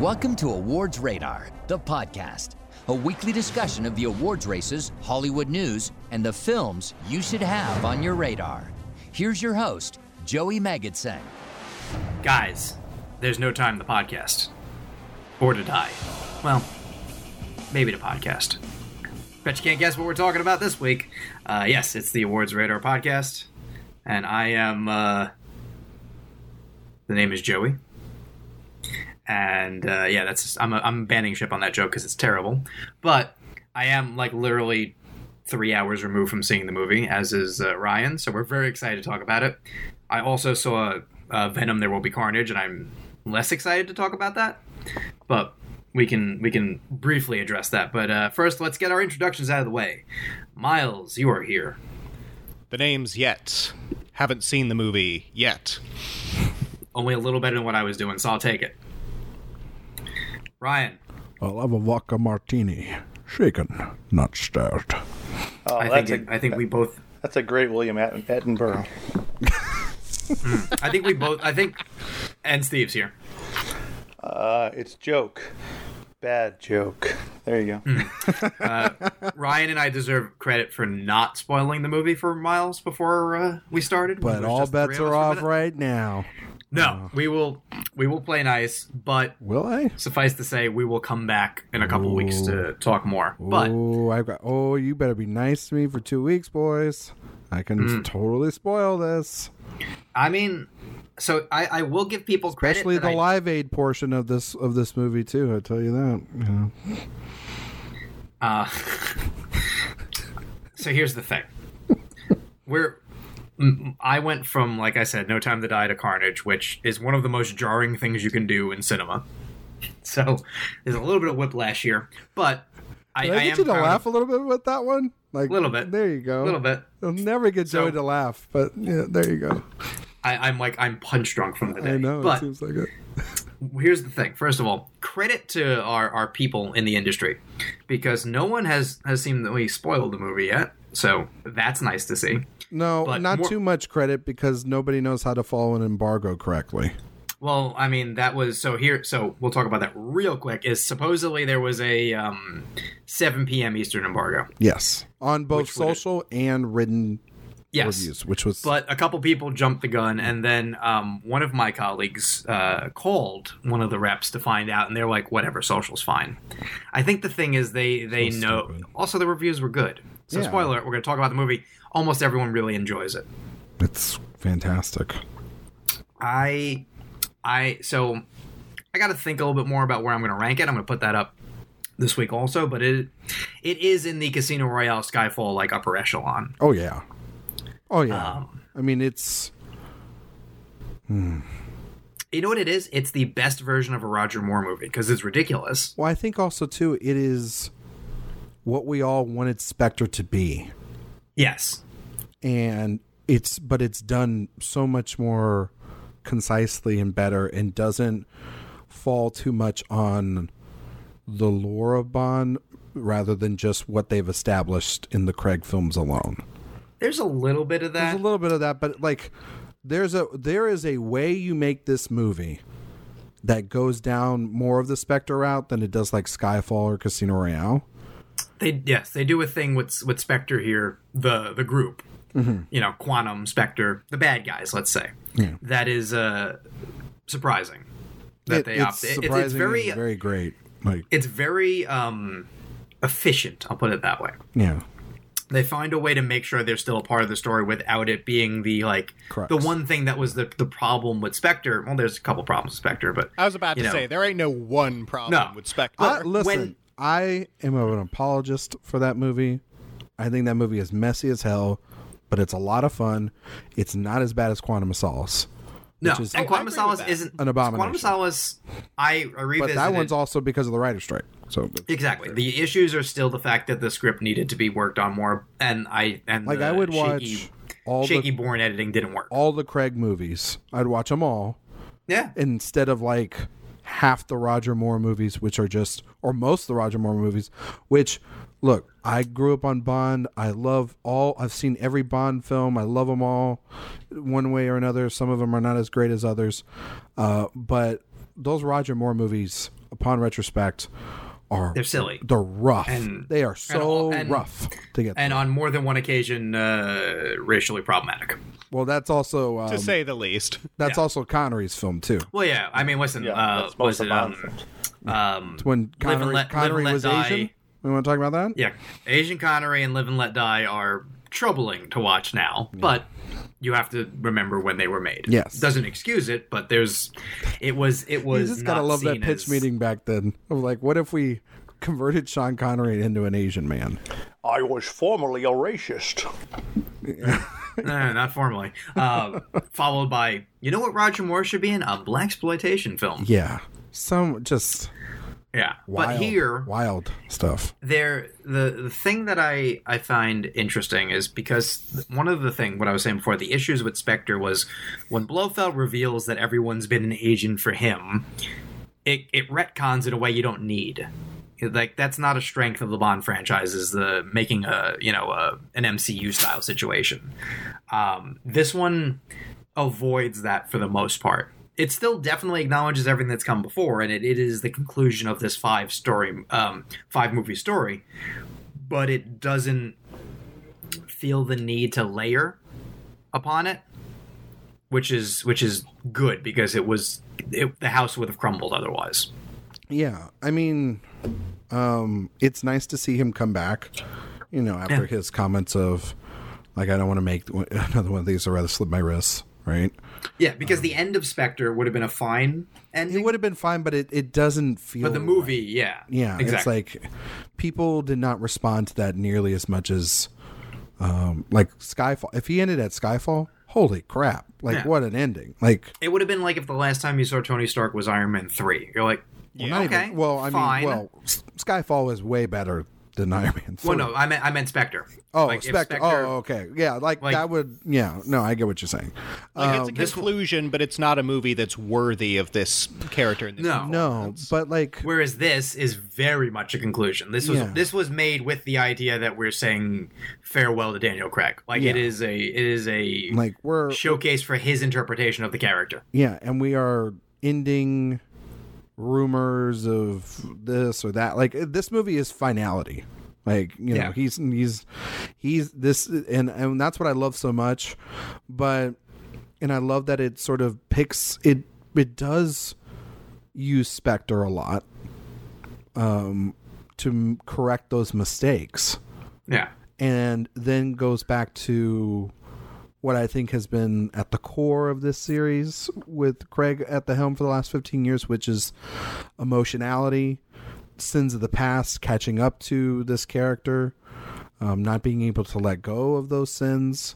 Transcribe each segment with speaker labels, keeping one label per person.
Speaker 1: Welcome to Awards Radar, the podcast, a weekly discussion of the awards races, Hollywood news, and the films you should have on your radar. Here's your host, Joey Magidson.
Speaker 2: Guys, there's no time to podcast. Or to die. Well, maybe to podcast. Bet you can't guess what we're talking about this week. Uh, yes, it's the Awards Radar podcast. And I am. Uh, the name is Joey. And uh, yeah, that's just, I'm, I'm banning ship on that joke because it's terrible. But I am like literally three hours removed from seeing the movie, as is uh, Ryan. So we're very excited to talk about it. I also saw uh, Venom: There Will Be Carnage, and I'm less excited to talk about that. But we can we can briefly address that. But uh, first, let's get our introductions out of the way. Miles, you are here.
Speaker 3: The name's yet. Haven't seen the movie yet.
Speaker 2: Only a little better than what I was doing, so I'll take it. Ryan,
Speaker 4: I'll have a vodka martini. Shaken, not stirred.
Speaker 5: Oh,
Speaker 2: I
Speaker 5: that's
Speaker 2: think it-
Speaker 5: a
Speaker 2: I think we both
Speaker 5: that's a great William At- Attenborough.
Speaker 2: I think we both I think and Steve's here.
Speaker 5: Uh, it's joke, bad joke. There you
Speaker 2: Hmm.
Speaker 5: go.
Speaker 2: Ryan and I deserve credit for not spoiling the movie for Miles before uh, we started. It
Speaker 4: But
Speaker 2: was
Speaker 4: all
Speaker 2: just the three
Speaker 4: bets
Speaker 2: of us
Speaker 4: are
Speaker 2: for a
Speaker 4: off
Speaker 2: minute.
Speaker 4: right now.
Speaker 2: No, we will we will play nice, but
Speaker 4: Will I?
Speaker 2: suffice to say, we will come back in a couple weeks to talk more. But
Speaker 4: oh, I've got. Oh, you better be nice to me for two weeks, boys. I can
Speaker 2: Hmm.
Speaker 4: totally spoil this,
Speaker 2: I mean, so I, I will give people credit.
Speaker 4: especially
Speaker 2: that
Speaker 4: the
Speaker 2: I-
Speaker 4: Live Aid portion of this of this movie too. I tell you that. Yeah.
Speaker 2: Uh, so here's the thing. We're. m- I went from, like I said, No Time to Die to Carnage, which is one of the most jarring things you can do in cinema. So there's a little bit of whiplash here, but I,
Speaker 4: Did
Speaker 2: I
Speaker 4: I,
Speaker 2: am
Speaker 4: get you to
Speaker 2: proud of-
Speaker 4: laugh a little bit with that one? Like
Speaker 2: Little bit.
Speaker 4: There you
Speaker 2: a
Speaker 4: go.
Speaker 2: little bit.
Speaker 4: I'll never get
Speaker 2: So-
Speaker 4: Joey to laugh, but yeah, there you go.
Speaker 2: I, I'm like I'm punch drunk from the day.
Speaker 4: I know
Speaker 2: but
Speaker 4: it seems like it.
Speaker 2: here's the thing first of all credit to our, our people in the industry because no one has has seemingly spoiled the movie yet so that's nice to see
Speaker 4: No,
Speaker 2: But
Speaker 4: not
Speaker 2: more-
Speaker 4: too much credit because nobody knows how to follow an embargo correctly.
Speaker 2: well i mean that was so here so we'll talk about that real quick is supposedly there was a um, 7 p.m eastern embargo
Speaker 4: Yes, on both
Speaker 2: would it-
Speaker 4: social and written
Speaker 2: yes
Speaker 4: reviews, which was
Speaker 2: but a couple people jumped the gun and then um, one of my colleagues uh, called one of the reps to find out and they're like whatever social's fine i think the thing is they they
Speaker 4: So
Speaker 2: know
Speaker 4: stupid.
Speaker 2: also the reviews were good so
Speaker 4: Yeah.
Speaker 2: spoiler we're going to talk about the movie almost everyone really enjoys it
Speaker 4: it's fantastic.
Speaker 2: i i so i got to think a little bit more about where i'm going to rank it i'm going to put that up this week also but it it is in the casino royale skyfall like upper echelon
Speaker 4: Oh yeah, oh yeah.
Speaker 2: um,
Speaker 4: I mean, it's
Speaker 2: you know what it is it's the best version of a roger moore movie because it's ridiculous
Speaker 4: well, I think also too, it is what we all wanted Spectre to be,
Speaker 2: Yes.
Speaker 4: and it's but it's done so much more concisely and better, and doesn't fall too much on the lore of Bond rather than just what they've established in the Craig films alone.
Speaker 2: There's a little bit of that.
Speaker 4: There's a little bit of that, but like there's a there is a way you make this movie that goes down more of the Spectre route than it does like Skyfall or Casino Royale.
Speaker 2: they yes, they do a thing with with Spectre here, the the group.
Speaker 4: Mm-hmm.
Speaker 2: You know, Quantum, Spectre, the bad guys, let's say. That is uh surprising. That
Speaker 4: It-
Speaker 2: they
Speaker 4: it's
Speaker 2: opt it-
Speaker 4: surprising.
Speaker 2: it's, it's very uh,
Speaker 4: and very great. Like
Speaker 2: it's very um efficient, I'll put it that way.
Speaker 4: yeah,
Speaker 2: They find a way to make sure they're still a part of the story without it being the like
Speaker 4: Crux.
Speaker 2: the one thing that was the the problem with Spectre. Well, there's a couple problems with Spectre, but
Speaker 3: I was about
Speaker 2: You
Speaker 3: to
Speaker 2: know.
Speaker 3: say there ain't no one problem
Speaker 2: No.
Speaker 3: with Spectre.
Speaker 4: I,
Speaker 2: when-
Speaker 4: listen, I am an apologist for that movie. I think that movie is messy as hell, but it's a lot of fun. It's not as bad as Quantum of Solace,
Speaker 2: no,
Speaker 4: is-
Speaker 2: and
Speaker 4: Oh,
Speaker 2: Quantum
Speaker 3: I
Speaker 2: of
Speaker 3: agree with
Speaker 2: Solace
Speaker 3: that.
Speaker 2: isn't
Speaker 4: An abomination.
Speaker 2: Quantum of Solace, I, I
Speaker 4: but
Speaker 2: revisited.
Speaker 4: that one's also because of the writer's strike. So
Speaker 2: Exactly. The issues are still the fact that the script needed to be worked on more, and I and
Speaker 4: like
Speaker 2: the
Speaker 4: I would watch
Speaker 2: shaky,
Speaker 4: all
Speaker 2: shaky
Speaker 4: the
Speaker 2: born editing didn't work.
Speaker 4: all the Craig movies. I'd watch them all.
Speaker 2: yeah,
Speaker 4: instead of like half the Roger Moore movies, which are just, or most of the Roger Moore movies, which look, I grew up on Bond. I love all, I've seen every Bond film. I love them all one way or another. Some of them are not as great as others. Uh, but those Roger Moore movies upon retrospect, are
Speaker 2: They're silly.
Speaker 4: They're rough.
Speaker 2: And-
Speaker 4: they are so
Speaker 2: all- and-
Speaker 4: rough to get.
Speaker 2: and on more than one occasion, uh, racially problematic.
Speaker 4: well, that's also um,
Speaker 3: to say the least.
Speaker 4: that's also Connery's film too.
Speaker 2: Well, yeah. I mean, listen.
Speaker 5: Yeah,
Speaker 2: uh,
Speaker 5: that's
Speaker 2: was
Speaker 5: most
Speaker 2: it
Speaker 5: of
Speaker 2: um,
Speaker 5: nonsense.
Speaker 2: um,
Speaker 4: It's when
Speaker 2: Live and
Speaker 4: Connery,
Speaker 2: Let- Live
Speaker 4: Connery
Speaker 2: and Let
Speaker 4: was
Speaker 2: Die.
Speaker 4: Asian. We want to talk about that.
Speaker 2: yeah, Asian Connery and Live and Let Die are troubling to watch now, but you have to remember when they were made.
Speaker 4: Yes.
Speaker 2: doesn't excuse it, but there's, it was, it was.
Speaker 4: you just gotta
Speaker 2: not
Speaker 4: love that
Speaker 2: seen
Speaker 4: pitch
Speaker 2: as-
Speaker 4: meeting back then of like, what if we converted Sean Connery into an Asian man?
Speaker 5: I was formerly a racist.
Speaker 2: No, not formally. Uh, followed by, you know what Roger Moore should be in? A black exploitation film. Yeah.
Speaker 4: Yeah, some just wild,
Speaker 2: But here,
Speaker 4: wild stuff.
Speaker 2: there the the thing that I I find interesting is because one of the thing what I was saying before the issues with Spectre was when Blofeld reveals that everyone's been an agent for him, it it retcons in a way you don't need. Like that's not a strength of the Bond franchise is the making a you know a, an MCU style situation. Um, this one avoids that for the most part. It still definitely acknowledges everything that's come before, and it, it is the conclusion of this five story, um, five movie story. But it doesn't feel the need to layer upon it, which is which is good because it was it, the house would have crumbled otherwise.
Speaker 4: Yeah, I mean, um, it's nice to see him come back. You know, after his comments of like, I don't want to make one- another one of these. I'd rather slip my wrists. Right.
Speaker 2: Yeah, because the end of Spectre would have been a fine
Speaker 4: It
Speaker 2: ending,
Speaker 4: would have been fine, but it, it doesn't feel.
Speaker 2: but the movie, yeah,
Speaker 4: Yeah,
Speaker 2: exactly.
Speaker 4: it's like people did not respond to that nearly as much as um like Skyfall. If he ended at Skyfall, holy crap. Like
Speaker 2: Yeah.
Speaker 4: what an ending. Like
Speaker 2: it would have been like if the last time you saw Tony Stark was Iron Man three. You're like,
Speaker 4: well, not
Speaker 2: okay,
Speaker 4: even well, I
Speaker 2: fine.
Speaker 4: mean, well, S- Skyfall is way better than Iron Man 3.
Speaker 2: Well, no, I meant I meant Spectre.
Speaker 4: Oh,
Speaker 2: Like, if
Speaker 4: Spectre. Oh, okay. Yeah, like,
Speaker 2: like- Uh,
Speaker 4: that would yeah, no, I get what you're saying.
Speaker 3: Like it's a
Speaker 2: um, this-
Speaker 3: conclusion, but it's not a movie that's worthy of this character. In this
Speaker 2: No,
Speaker 4: No, but like
Speaker 2: Whereas this is very much a conclusion. This was
Speaker 4: Yeah.
Speaker 2: this was made with the idea that we're saying farewell to Daniel Craig. Like it is a it is a
Speaker 4: like we're
Speaker 2: showcase for his interpretation of the character.
Speaker 4: Yeah, and we are ending rumors of this or that. Like this movie is finality. Like you know,
Speaker 2: Yeah.
Speaker 4: he's he's he's this, and and that's what I love so much. But and I love that it sort of picks it. It does use Spectre a lot, um, to m- correct those mistakes
Speaker 2: Yeah.
Speaker 4: and then goes back to what I think has been at the core of this series with Craig at the helm for the last 15 years, which is emotionality, sins of the past catching up to this character, um, not being able to let go of those sins.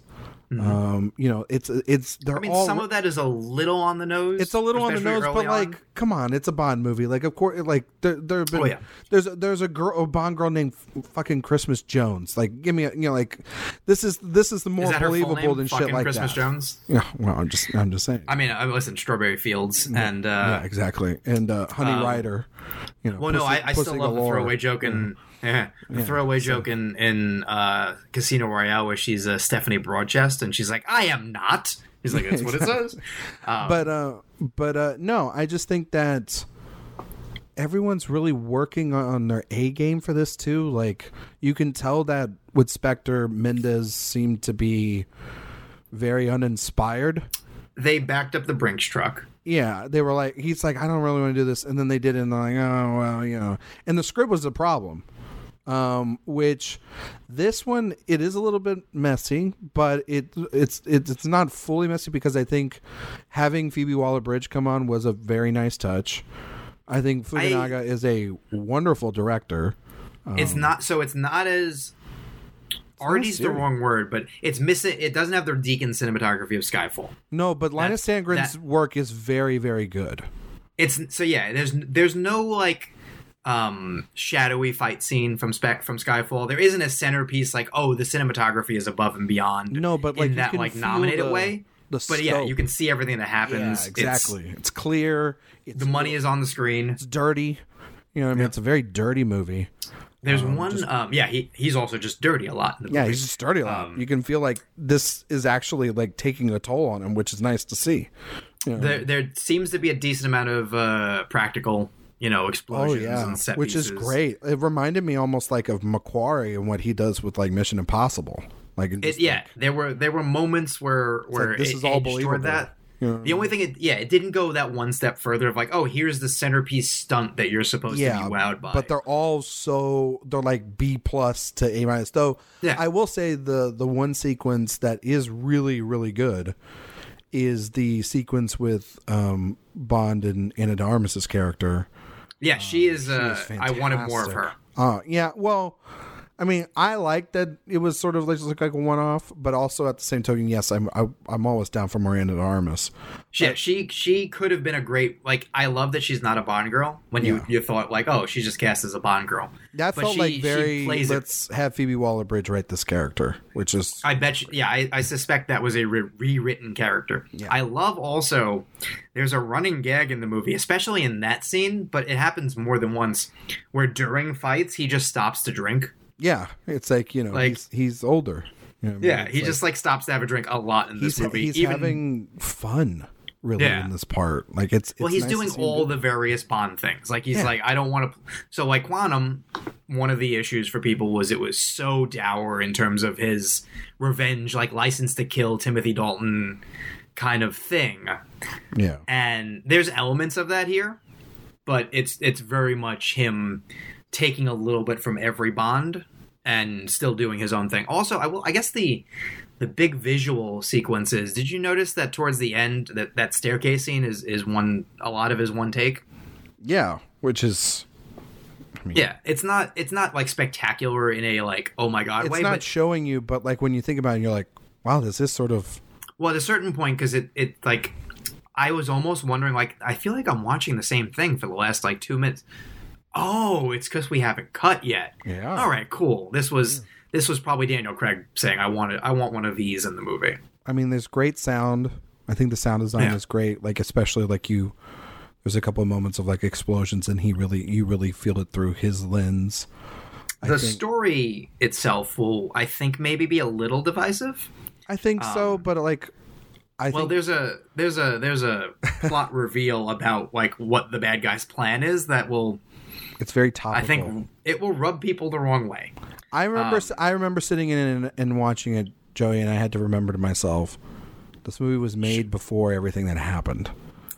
Speaker 4: Um, you know, it's it's they're
Speaker 2: Mm-hmm. I mean,
Speaker 4: all
Speaker 2: some of that is a little on the nose.
Speaker 4: it's a little on the
Speaker 2: especially
Speaker 4: nose,
Speaker 2: early
Speaker 4: but like,
Speaker 2: on.
Speaker 4: come on, it's a Bond movie. Like, of course, like there, there have been,
Speaker 2: Oh, yeah.
Speaker 4: there's a, there's a girl, a Bond girl named f- fucking Christmas Jones. Like, give me, a, you know, like this is this is the more
Speaker 2: is that her full
Speaker 4: believable
Speaker 2: name?
Speaker 4: than
Speaker 2: Fucking
Speaker 4: shit like
Speaker 2: Christmas
Speaker 4: that.
Speaker 2: Jones.
Speaker 4: Yeah, well, I'm just I'm just saying.
Speaker 2: I mean, I listen, Strawberry Fields and uh, um,
Speaker 4: yeah, exactly. And uh, Honey Rider, you know.
Speaker 2: Well, no,
Speaker 4: Pussy-
Speaker 2: I, I still
Speaker 4: Pussy
Speaker 2: love the
Speaker 4: Galore.
Speaker 2: throwaway joke in yeah, the throwaway joke in in uh, Casino Royale where she's uh, Stephanie Broadchest and she's like, "I am not." He's like, "That's what it says." Um,
Speaker 4: But uh, but uh, no, I just think that everyone's really working on their A game for this too. Like you can tell that with Spectre, Mendez seemed to be very uninspired.
Speaker 2: they backed up the Brinks truck.
Speaker 4: Yeah, they were like, he's like, I don't really want to do this, and then they did it, and they're like, oh well, you know. And the script was the problem. Um, which this one it is a little bit messy, but it it's it's it's not fully messy because I think having Phoebe Waller Bridge come on was a very nice touch. I think Fukunaga is a wonderful director.
Speaker 2: It's not so. It's not as arty's the
Speaker 4: serious.
Speaker 2: wrong word, but it's missing. It doesn't have the Deacon cinematography of Skyfall.
Speaker 4: No, but Linus
Speaker 2: That's-
Speaker 4: Sandgren's
Speaker 2: that-
Speaker 4: work is very very good.
Speaker 2: It's so yeah. There's there's no like um shadowy fight scene from spec from skyfall there isn't a centerpiece like oh the cinematography is above and beyond
Speaker 4: No, but
Speaker 2: in
Speaker 4: like you
Speaker 2: that
Speaker 4: can
Speaker 2: like
Speaker 4: feel
Speaker 2: nominated
Speaker 4: the-
Speaker 2: way
Speaker 4: the
Speaker 2: but yeah you
Speaker 4: scope.
Speaker 2: can see everything that
Speaker 4: Yeah,
Speaker 2: happens It's-
Speaker 4: exactly. It's, clear. It's
Speaker 2: the money is on the screen
Speaker 4: dirty. You know, what I mean, it's a very dirty movie.
Speaker 2: there's one um yeah he he's also just dirty a lot in the
Speaker 4: Yeah,
Speaker 2: movie.
Speaker 4: he's just dirty a lot. you can feel like this is actually like taking a toll on him, which is nice to see.
Speaker 2: there, there seems to be a decent amount of uh practical you know,
Speaker 4: Oh
Speaker 2: explosions
Speaker 4: yeah,
Speaker 2: and set
Speaker 4: which is
Speaker 2: pieces.
Speaker 4: great. It reminded me almost like of Macquarie and what he does with like Mission Impossible. Like it
Speaker 2: It,
Speaker 4: just,
Speaker 2: yeah, there were there were moments where where
Speaker 4: like, this
Speaker 2: it,
Speaker 4: is all
Speaker 2: edged toward
Speaker 4: believable.
Speaker 2: That
Speaker 4: Yeah.
Speaker 2: the only thing, it, yeah, it didn't go that one step further of like, oh, here's the centerpiece stunt that you're supposed to be wowed by.
Speaker 4: But they're all so they're like B plus to A minus. Though
Speaker 2: Yeah.
Speaker 4: I will say the the one sequence that is really really good is the sequence with um, Bond and Anna de Armas's character.
Speaker 2: yeah, she is. Uh,
Speaker 4: Oh, is
Speaker 2: I wanted more of her.
Speaker 4: fantastic. Uh, yeah. Well, I mean, I like that it was sort of like looked like a one off, but also at the same token, yes, I'm I, I'm always down for more Anna de Armas.
Speaker 2: She, she she could have been a great like. I love that she's not a Bond girl. When you you thought like, oh, she's just cast as a Bond girl.
Speaker 4: That
Speaker 2: But
Speaker 4: felt
Speaker 2: she-
Speaker 4: like
Speaker 2: she
Speaker 4: very
Speaker 2: plays it-
Speaker 4: let's have Phoebe Waller Bridge write this character, which is
Speaker 2: I bet you, yeah, I, I suspect that was a re- rewritten character. I love also, there's a running gag in the movie, especially in that scene, but it happens more than once, where during fights, he just stops to drink.
Speaker 4: yeah, it's like you know
Speaker 2: Like-
Speaker 4: he's he's older. You know what I mean?
Speaker 2: Yeah, he just like stops to have a drink a lot in this
Speaker 4: he's,
Speaker 2: movie.
Speaker 4: he's
Speaker 2: Even,
Speaker 4: having fun really
Speaker 2: Yeah.
Speaker 4: in this part. Like it's,
Speaker 2: well,
Speaker 4: it's
Speaker 2: he's
Speaker 4: nice to
Speaker 2: doing
Speaker 4: see him
Speaker 2: all
Speaker 4: do-
Speaker 2: the various Bond things. Like he's
Speaker 4: Yeah.
Speaker 2: like, I don't want to. So like Quantum, one of the issues for people was it was so dour in terms of his revenge, like license to kill Timothy Dalton kind of thing.
Speaker 4: yeah.
Speaker 2: and there's elements of that here but it's it's very much him taking a little bit from every bond and still doing his own thing also i will i guess the the big visual sequences did you notice that towards the end that that staircase scene is is one a lot of is one take
Speaker 4: Yeah, which is
Speaker 2: yeah it's not it's not like spectacular in a like oh my god
Speaker 4: it's
Speaker 2: way
Speaker 4: not
Speaker 2: but
Speaker 4: showing you, but like when you think about it, you're like, wow, this is sort of
Speaker 2: well at a certain point because it it like i was almost wondering like i feel like i'm watching the same thing for the last like two minutes oh it's because we haven't cut yet
Speaker 4: Yeah.
Speaker 2: all right cool this was this was probably daniel craig saying i wanted i want one of these in the movie
Speaker 4: I mean, there's great sound. I think the sound design
Speaker 2: Yeah.
Speaker 4: is great. Like especially like you, there's a couple of moments of like explosions, and he really you really feel it through his lens.
Speaker 2: the story itself will i think maybe be a little divisive
Speaker 4: I think so, but like, I
Speaker 2: Um, well
Speaker 4: think
Speaker 2: there's a there's a there's a plot reveal about like what the bad guy's plan is that will
Speaker 4: it's very
Speaker 2: i
Speaker 4: topical.
Speaker 2: think um, it will rub people the wrong way
Speaker 4: I remember s I remember sitting in and, and watching it, Joey, and I had to remember to myself, this movie was made before everything that happened,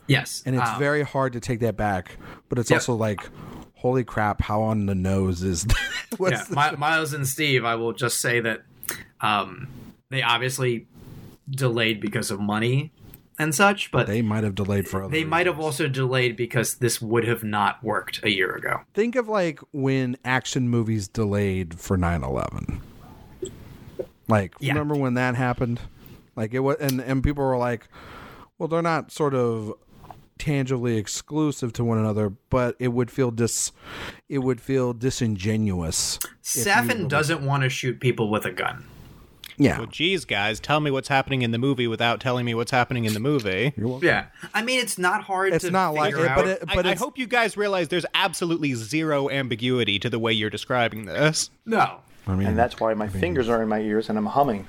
Speaker 2: yes
Speaker 4: and it's
Speaker 2: um,
Speaker 4: very hard to take that back. But it's
Speaker 2: Yep.
Speaker 4: also like, holy crap, how on the nose is what's
Speaker 2: yeah,
Speaker 4: the-
Speaker 2: My, Miles and Steve, I will just say that um, they obviously delayed because of money and such, but they,
Speaker 4: they might have delayed for other.
Speaker 2: might have also delayed because this would have not worked a year ago.
Speaker 4: Think of like when action movies delayed for 9/11. Like
Speaker 2: Yeah.
Speaker 4: remember when that happened? Like it was and and people were like, well they're not sort of tangibly exclusive to one another, but it would feel dis it would feel disingenuous.
Speaker 2: Safin doesn't want to shoot people with a gun.
Speaker 4: Yeah.
Speaker 3: Well, geez, guys, tell me what's happening in the movie without telling me what's happening in the movie.
Speaker 2: Yeah, I mean it's not hard.
Speaker 4: It's
Speaker 2: to
Speaker 4: not like
Speaker 2: figure
Speaker 4: it, but
Speaker 2: out-
Speaker 4: it
Speaker 3: I-
Speaker 4: but
Speaker 3: I,
Speaker 4: it's,
Speaker 3: hope you guys realize there's absolutely zero ambiguity to the way you're describing this.
Speaker 2: no.
Speaker 5: And that's why my fingers are in my ears and I'm humming.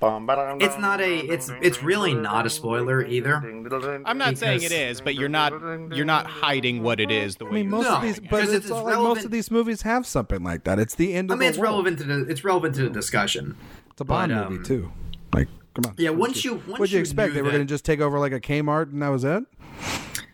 Speaker 2: It's not a. It's it's really not a spoiler either.
Speaker 3: I'm not saying it is, but you're not you're not hiding what it is. The way
Speaker 4: I mean,
Speaker 3: you're
Speaker 4: most
Speaker 2: No,
Speaker 4: of these, but
Speaker 2: because
Speaker 4: it's,
Speaker 2: it's- it's
Speaker 4: all like most
Speaker 2: relevant-
Speaker 4: of these movies have something like that. It's the end
Speaker 2: I
Speaker 4: of
Speaker 2: mean
Speaker 4: the
Speaker 2: it's
Speaker 4: world.
Speaker 2: relevant to the. It's relevant to the discussion.
Speaker 4: It's a Bond
Speaker 2: but, um,
Speaker 4: movie too. Like, come on.
Speaker 2: Yeah,
Speaker 4: What'd
Speaker 2: once you- once
Speaker 4: what'd you
Speaker 2: you
Speaker 4: expect
Speaker 2: knew
Speaker 4: they were
Speaker 2: that-
Speaker 4: going to just take over like a Kmart and that was it?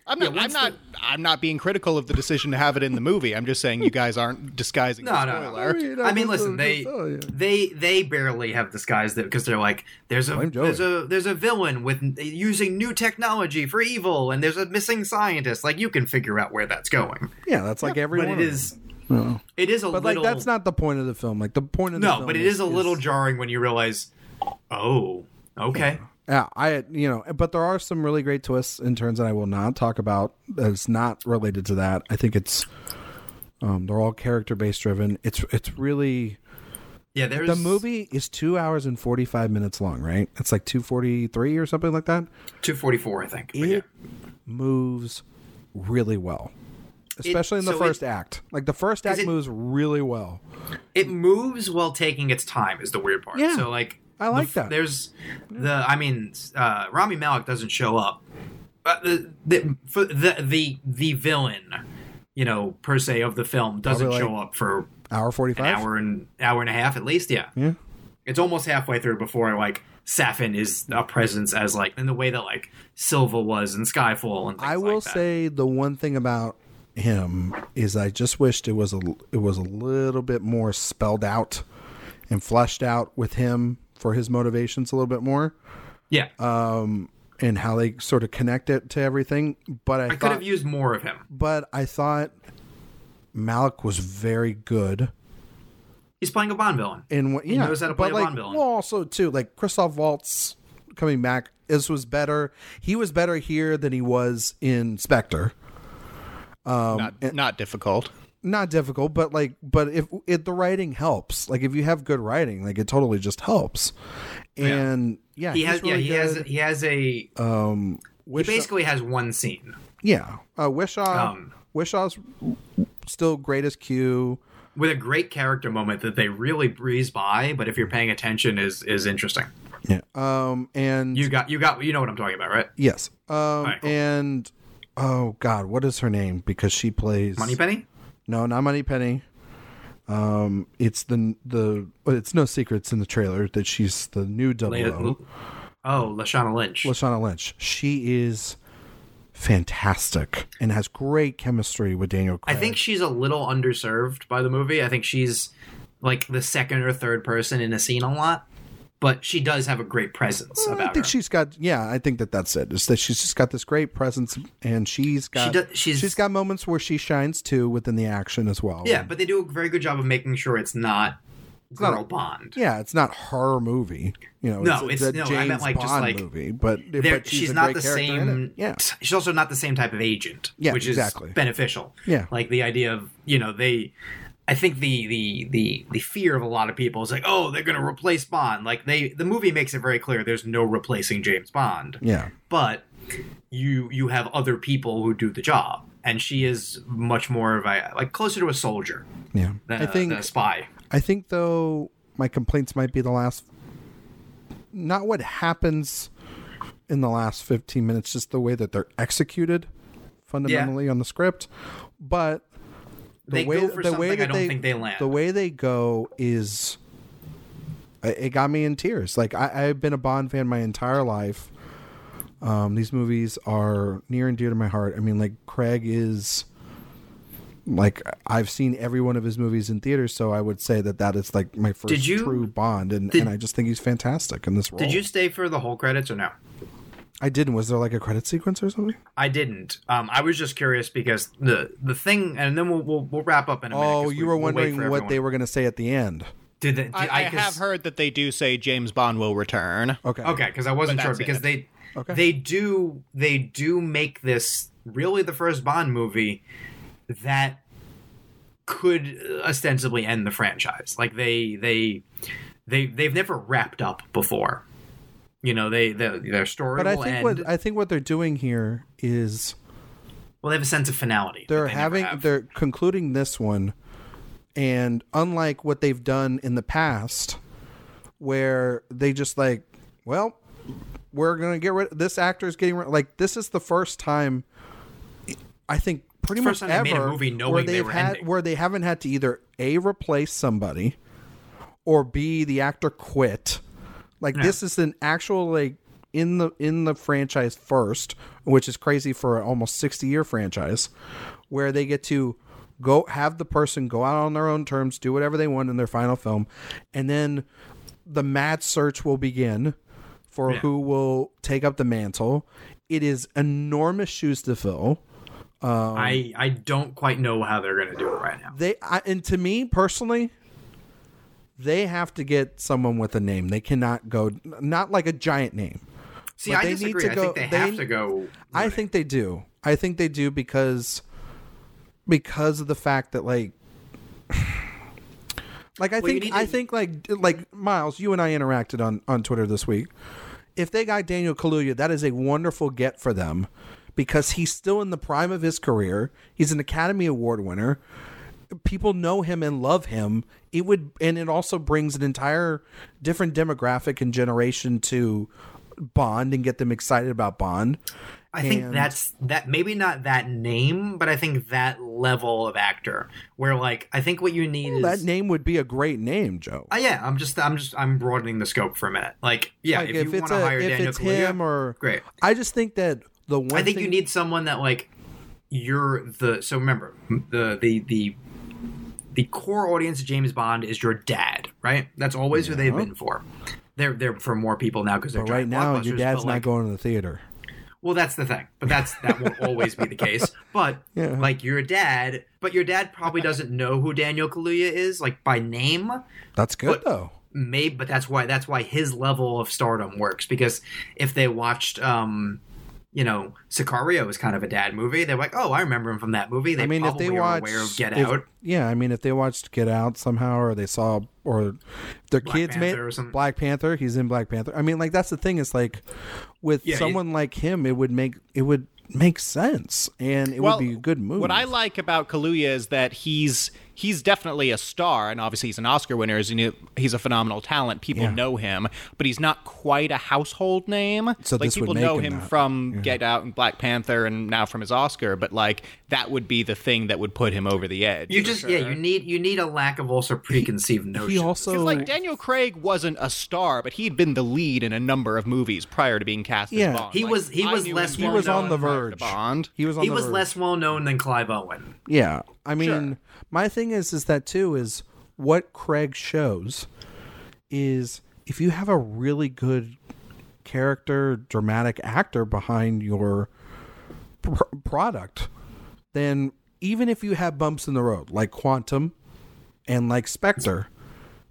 Speaker 3: I'm not. I'm not. I'm not being critical of the decision to have it in the movie. I'm just saying you guys aren't disguising.
Speaker 2: No,
Speaker 3: the
Speaker 2: no, no.
Speaker 3: spoiler.
Speaker 4: You know,
Speaker 2: I mean,
Speaker 4: just, uh,
Speaker 2: listen, they
Speaker 4: just, oh, yeah.
Speaker 2: they they barely have disguised it because they're like, there's a
Speaker 4: Blame Joey.
Speaker 2: there's a there's a villain with using new technology for evil, and there's a missing scientist. Like you can figure out where that's going,
Speaker 4: yeah, that's like every
Speaker 2: but
Speaker 4: one
Speaker 2: it
Speaker 4: of
Speaker 2: is
Speaker 4: them.
Speaker 2: it is a
Speaker 4: But like
Speaker 2: little
Speaker 4: that's not the point of the film. Like the point of the
Speaker 2: no,
Speaker 4: film
Speaker 2: but it is a little jarring when you realize, oh, okay,
Speaker 4: Yeah, I you know, but there are some really great twists and turns that I will not talk about. That's not related to that. I think it's um, they're all character based driven. It's it's really
Speaker 2: yeah, there's
Speaker 4: the movie is two hours and forty five minutes long, right? It's like two forty three or something like that.
Speaker 2: two forty four, I think. But yeah.
Speaker 4: it moves really well especially in the
Speaker 2: so it-
Speaker 4: first act like the first act
Speaker 2: it-
Speaker 4: moves really well
Speaker 2: it moves while taking its time is the weird part.
Speaker 4: Yeah.
Speaker 2: So like
Speaker 4: I like
Speaker 2: the, f-
Speaker 4: that.
Speaker 2: There's the I mean uh, Rami Malek doesn't show up. But the, the, for the the the villain you know, per se of the film doesn't
Speaker 4: Probably like
Speaker 2: show up for
Speaker 4: Hour forty
Speaker 2: an
Speaker 4: five.
Speaker 2: hour and hour and a half at least. Yeah,
Speaker 4: Yeah.
Speaker 2: it's almost halfway through before like Safin is a presence as like in the way that like Silva was in Skyfall and things
Speaker 4: I will
Speaker 2: like that.
Speaker 4: say the one thing about him is I just wished it was a it was a little bit more spelled out and fleshed out with him for his motivations a little bit more
Speaker 2: yeah,
Speaker 4: uh, and how they sort of connect it to everything. But I,
Speaker 2: I could
Speaker 4: thought,
Speaker 2: have used more of him.
Speaker 4: but I thought Malik was very good.
Speaker 2: He's playing a Bond villain.
Speaker 4: in what yeah,
Speaker 2: knows how to play
Speaker 4: but
Speaker 2: a
Speaker 4: like,
Speaker 2: Bond villain.
Speaker 4: Well, also too, like Christoph Waltz coming back. This was better. He was better here than he was in Spectre.
Speaker 3: not, not difficult.
Speaker 4: Not difficult, but like, but if it the writing helps, like if you have good writing, like it totally just helps. And yeah,
Speaker 2: he
Speaker 4: he's
Speaker 2: has yeah
Speaker 4: really
Speaker 2: he has
Speaker 4: good.
Speaker 2: he has a he
Speaker 4: Um, Wish-
Speaker 2: basically has one scene.
Speaker 4: yeah. Uh, Wishaw,
Speaker 2: Um,
Speaker 4: Wishaw's still great as Q.
Speaker 2: with a great character moment that they really breeze by, but if you're paying attention, is is interesting.
Speaker 4: Yeah. Um, and
Speaker 2: You got you got you know what I'm talking about, right?
Speaker 4: yes. Um,
Speaker 2: right, cool.
Speaker 4: and oh god, what is her name? Because she plays
Speaker 2: Money Penny.
Speaker 4: No, not Money Penny. Um, it's the the well, it's no secrets in the trailer that she's the new double O,
Speaker 2: Oh, Lashana Lynch.
Speaker 4: Lashana Lynch. She is fantastic and has great chemistry with Daniel
Speaker 2: I
Speaker 4: Craig.
Speaker 2: think she's a little underserved by the movie. I think she's like the second or third person in a scene a lot, but she does have a great presence
Speaker 4: Mm, I
Speaker 2: about
Speaker 4: think
Speaker 2: her.
Speaker 4: she's got yeah. I think that that's it. Is that she's just got this great presence, and she's got
Speaker 2: does- she's-
Speaker 4: she's got moments where she shines too within the action as well.
Speaker 2: yeah, but they do a very good job of making sure it's not girl Bond.
Speaker 4: yeah, it's not her movie. You know,
Speaker 2: No, it's-
Speaker 4: a
Speaker 2: no, I
Speaker 4: James
Speaker 2: meant, like,
Speaker 4: Bond
Speaker 2: just, like,
Speaker 4: movie, but,
Speaker 2: They're-
Speaker 4: but she's,
Speaker 2: she's,
Speaker 4: a
Speaker 2: not
Speaker 4: great
Speaker 2: the
Speaker 4: character in it.
Speaker 2: same.
Speaker 4: Yeah,
Speaker 2: she's also not the same type of agent.
Speaker 4: Yeah,
Speaker 2: which
Speaker 4: exactly.
Speaker 2: is beneficial.
Speaker 4: Yeah.
Speaker 2: like the idea of you know they. I think the the the the fear of a lot of people is like, oh, they're going to replace Bond. Like they, the movie makes it very clear there's no replacing James Bond.
Speaker 4: yeah.
Speaker 2: But you you have other people who do the job, and she is much more of a like closer to a soldier
Speaker 4: Yeah,
Speaker 2: than,
Speaker 4: I
Speaker 2: a-
Speaker 4: think
Speaker 2: than a spy.
Speaker 4: I think though my complaints might be the last, not what happens in the last fifteen minutes, just the way that they're executed fundamentally on the script, but the
Speaker 2: They
Speaker 4: way
Speaker 2: go for
Speaker 4: the
Speaker 2: something
Speaker 4: way that
Speaker 2: I don't
Speaker 4: they,
Speaker 2: think they land.
Speaker 4: the way they go is it it got me in tears. Like I, I've been a Bond fan my entire life. Um, these movies are near and dear to my heart. I mean, like Craig is like I've seen every one of his movies in theaters, so I would say that that is like my first
Speaker 2: Did you-
Speaker 4: true Bond, and, and I just think he's fantastic in this role.
Speaker 2: Did you stay for the whole credits or no?
Speaker 4: I didn't. Was there like a credit sequence or something?
Speaker 2: I didn't. Um, I was just curious because the the thing, and then we'll we'll, we'll wrap up in a minute.
Speaker 4: Oh,
Speaker 2: 'cause we-
Speaker 4: you were
Speaker 2: we'll wait
Speaker 4: wondering
Speaker 2: for
Speaker 4: what they
Speaker 2: everyone.
Speaker 4: were going to say at the end.
Speaker 2: Did they, did
Speaker 3: I, I
Speaker 2: 'cause-
Speaker 3: have heard that they do say James Bond will return.
Speaker 4: Okay.
Speaker 2: Okay, because I wasn't
Speaker 3: But
Speaker 2: sure
Speaker 3: that's
Speaker 2: because
Speaker 3: it.
Speaker 2: they
Speaker 4: Okay.
Speaker 2: they do they do make this really the first Bond movie that could ostensibly end the franchise. Like they they they they've never wrapped up before. You know, they, they their story
Speaker 4: But I
Speaker 2: will
Speaker 4: think
Speaker 2: end.
Speaker 4: what I think what they're doing here is
Speaker 2: well, they have a sense of finality. that
Speaker 4: they're
Speaker 2: they never
Speaker 4: having
Speaker 2: have.
Speaker 4: they're concluding this one and unlike what they've done in the past where they just like well we're going to get rid this actor's getting rid like this is the first time i think pretty
Speaker 2: First
Speaker 4: much
Speaker 2: time
Speaker 4: ever
Speaker 2: they made a movie knowing
Speaker 4: where
Speaker 2: they
Speaker 4: they've
Speaker 2: were
Speaker 4: had
Speaker 2: ending.
Speaker 4: where they haven't had to either a replace somebody or b the actor quit like this is an actual like in the in the franchise first, which is crazy for an almost sixty year franchise, where they get to go have the person go out on their own terms, do whatever they want in their final film, and then the mad search will begin for who will take up the mantle. It is enormous shoes to fill.
Speaker 2: I I don't quite know how they're going to do it right now.
Speaker 4: They I, and to me personally, they have to get someone with a name. They cannot go not like a giant name.
Speaker 2: See,
Speaker 4: But
Speaker 2: I
Speaker 4: they need
Speaker 2: disagree.
Speaker 4: to
Speaker 2: I
Speaker 4: go-
Speaker 2: think they,
Speaker 4: they-
Speaker 2: have to go.
Speaker 4: I think they do. I think they do because because of the fact that like like I
Speaker 2: Well, you
Speaker 4: think
Speaker 2: need
Speaker 4: I
Speaker 2: to-
Speaker 4: think like like Miles, you and I interacted on on Twitter this week. If they got Daniel Kaluuya, that is a wonderful get for them because he's still in the prime of his career. He's an Academy Award winner. People know him and love him. It would and it also brings an entire different demographic and generation to Bond and get them excited about Bond.
Speaker 2: I think
Speaker 4: and-
Speaker 2: that's that. Maybe not that name, but I think that level of actor where like I think what you need is
Speaker 4: that name would be a great name, Joe.
Speaker 2: Uh, yeah, I'm just I'm just I'm broadening the scope for a minute. Like yeah,
Speaker 4: Like,
Speaker 2: if,
Speaker 4: if
Speaker 2: you
Speaker 4: it's
Speaker 2: want to
Speaker 4: a-
Speaker 2: hire
Speaker 4: if
Speaker 2: Daniel
Speaker 4: it's
Speaker 2: Kaluuya,
Speaker 4: him or-
Speaker 2: great.
Speaker 4: I just think that the one
Speaker 2: I think
Speaker 4: thing
Speaker 2: you need someone that like you're the so remember the the the the core audience of James Bond is your dad, right? That's always who they've been for. They're they're for more people now because they're
Speaker 4: but right
Speaker 2: giant
Speaker 4: now
Speaker 2: blockbusters,
Speaker 4: your dad's
Speaker 2: but,
Speaker 4: not
Speaker 2: like,
Speaker 4: going to the theater.
Speaker 2: Well, that's the thing, but that's that won't always be the case. But
Speaker 4: Yeah.
Speaker 2: like your dad, but your dad probably doesn't know who Daniel Kaluuya is like by name.
Speaker 4: That's good though.
Speaker 2: Maybe, but that's why that's why his level of stardom works because if they watched. um you know, Sicario was kind of a dad movie. They're like, oh, I remember him from that movie. They
Speaker 4: I mean, if
Speaker 2: probably
Speaker 4: they
Speaker 2: are
Speaker 4: watch,
Speaker 2: aware of Get
Speaker 4: if-
Speaker 2: Out.
Speaker 4: yeah, I mean, if they watched Get Out somehow, or they saw, or their kids made
Speaker 2: Panther or something.
Speaker 4: Black Panther, he's in Black Panther. I mean, like that's the thing is like with
Speaker 2: Yeah, he-
Speaker 4: someone like him, it would make it would make sense, and it
Speaker 3: well,
Speaker 4: would be a good move.
Speaker 3: What I like about Kaluuya is that he's he's definitely a star, and obviously he's an Oscar winner. He's a, he's a phenomenal talent. People know him, but he's not quite a household name.
Speaker 4: So
Speaker 3: like
Speaker 4: this would
Speaker 3: people
Speaker 4: make
Speaker 3: know
Speaker 4: him
Speaker 3: him
Speaker 4: that.
Speaker 3: from Get Out and Black Panther, and now from his Oscar. But like that would be the thing that would put him over the edge.
Speaker 2: You just, yeah, you need you need a lack of also preconceived notions.
Speaker 4: he also
Speaker 3: 'Cause, like Daniel Craig wasn't a star, but he'd been the lead in a number of movies prior to being cast
Speaker 4: Yeah.
Speaker 3: as Bond.
Speaker 2: He
Speaker 3: Like,
Speaker 2: was- he
Speaker 3: I
Speaker 2: was
Speaker 3: knew
Speaker 2: less
Speaker 3: him
Speaker 4: he was
Speaker 2: well
Speaker 4: on the
Speaker 2: known, like,
Speaker 4: verge.
Speaker 3: Bond.
Speaker 4: He was on
Speaker 2: he
Speaker 4: the
Speaker 2: was
Speaker 4: verge.
Speaker 2: less well known than Clive Owen.
Speaker 4: Yeah. I mean, my thing is, is that too, is what Craig shows is if you have a really good character, dramatic actor behind your pr- product, then even if you have bumps in the road, like Quantum and like Spectre,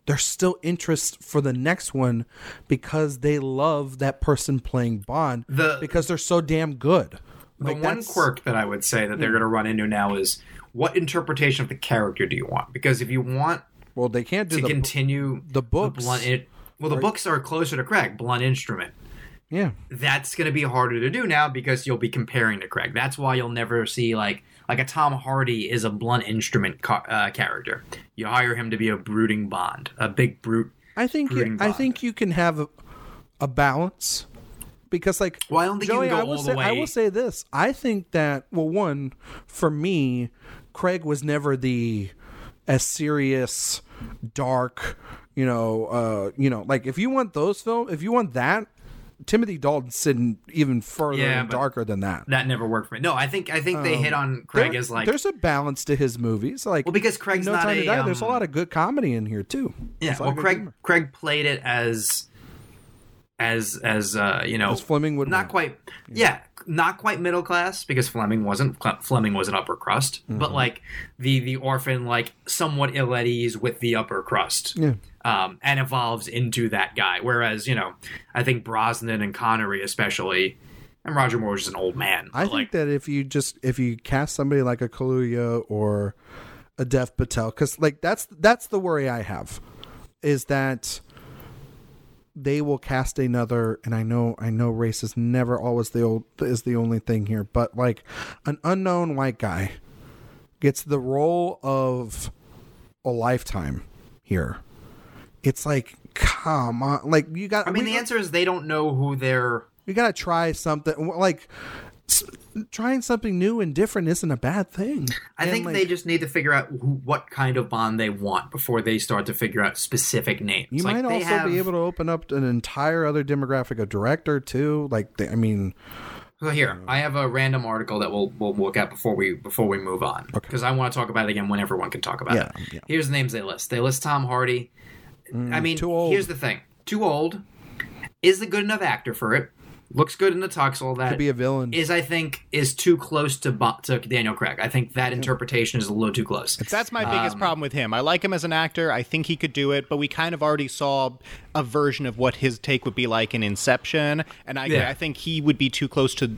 Speaker 4: there's still interest for the next one because they love that person playing Bond
Speaker 2: The-
Speaker 4: because they're so damn good.
Speaker 2: The one quirk that I would say that
Speaker 4: Hmm.
Speaker 2: they're going to run into now is what interpretation of the character do you want? Because if you want
Speaker 4: Well, they can't do
Speaker 2: to
Speaker 4: the
Speaker 2: continue
Speaker 4: the books,
Speaker 2: blunt, in- well, the books are closer to Craig, blunt instrument.
Speaker 4: yeah.
Speaker 2: That's going to be harder to do now because you'll be comparing to Craig. That's why you'll never see like like a Tom Hardy is a blunt instrument ca- uh, character. You hire him to be a brooding Bond, a big brute.
Speaker 4: I think you,
Speaker 2: Green
Speaker 4: I
Speaker 2: Bond.
Speaker 4: think you can have a, a balance because like
Speaker 2: Well, I don't think you
Speaker 4: Joey,
Speaker 2: can go
Speaker 4: I
Speaker 2: all
Speaker 4: will say
Speaker 2: the
Speaker 4: I will
Speaker 2: way-
Speaker 4: say this. I think that well one for me Craig was never the as serious dark, you know, uh, you know, like if you want those film if you want that Timothy Dalton's sitting even further
Speaker 2: Yeah,
Speaker 4: and
Speaker 2: but
Speaker 4: darker than that.
Speaker 2: That never worked for me. No, I think I think they hit on Craig
Speaker 4: Um, There-
Speaker 2: as like
Speaker 4: there's a balance to his movies. Like
Speaker 2: Well, because Craig's
Speaker 4: no
Speaker 2: not
Speaker 4: time to
Speaker 2: a,
Speaker 4: die. there's a
Speaker 2: um,
Speaker 4: lot of good comedy in here too.
Speaker 2: Yeah,
Speaker 4: There's a lot
Speaker 2: well,
Speaker 4: of good
Speaker 2: Craig
Speaker 4: humor.
Speaker 2: Craig played it as as as uh, you know
Speaker 4: As Fleming would
Speaker 2: not
Speaker 4: want.
Speaker 2: quite yeah. not quite middle class because Fleming wasn't Cle- Fleming was an upper crust,
Speaker 4: Mm-hmm.
Speaker 2: but like the the orphan like somewhat ill at ease with the upper crust.
Speaker 4: Yeah.
Speaker 2: Um, and evolves into that guy. Whereas, you know, I think Brosnan and Connery especially and Roger Moore is just an old man.
Speaker 4: I
Speaker 2: but,
Speaker 4: think
Speaker 2: like,
Speaker 4: that if you just if you cast somebody like a Kaluuya or a Dev Patel, because like that's that's the worry I have, is that they will cast another. And I know I know race is never always the old is the only thing here, but like an unknown white guy gets the role of a lifetime here. It's like come on, like you got.
Speaker 2: I mean the answer is they don't know who they're
Speaker 4: You gotta try something like s- trying something new and different isn't a bad thing.
Speaker 2: I
Speaker 4: And,
Speaker 2: think
Speaker 4: like,
Speaker 2: they just need to figure out who, what kind of bond they want before they start to figure out specific names.
Speaker 4: You
Speaker 2: Like,
Speaker 4: might
Speaker 2: they
Speaker 4: also be able to open up an entire other demographic of director too. Like, they, I mean,
Speaker 2: So here, I have a random article that we'll we'll look at before we before we move on because I want to talk about it again when everyone can talk about
Speaker 4: Yeah,
Speaker 2: it.
Speaker 4: yeah. Mm,
Speaker 2: Here's the names they list. They list Tom Hardy. I mean,
Speaker 4: too old.
Speaker 2: here's the thing: too old. Is a good enough actor for it. Looks good in the tux. All that
Speaker 4: could be a villain.
Speaker 2: is, I think, is too close to Bo- to Daniel Craig. I think that interpretation is a little too close.
Speaker 3: That's my biggest
Speaker 2: Um,
Speaker 3: problem with him. I like him as an actor. I think he could do it, but we kind of already saw a version of what his take would be like in Inception, and I,
Speaker 2: Yeah.
Speaker 3: I think he would be too close to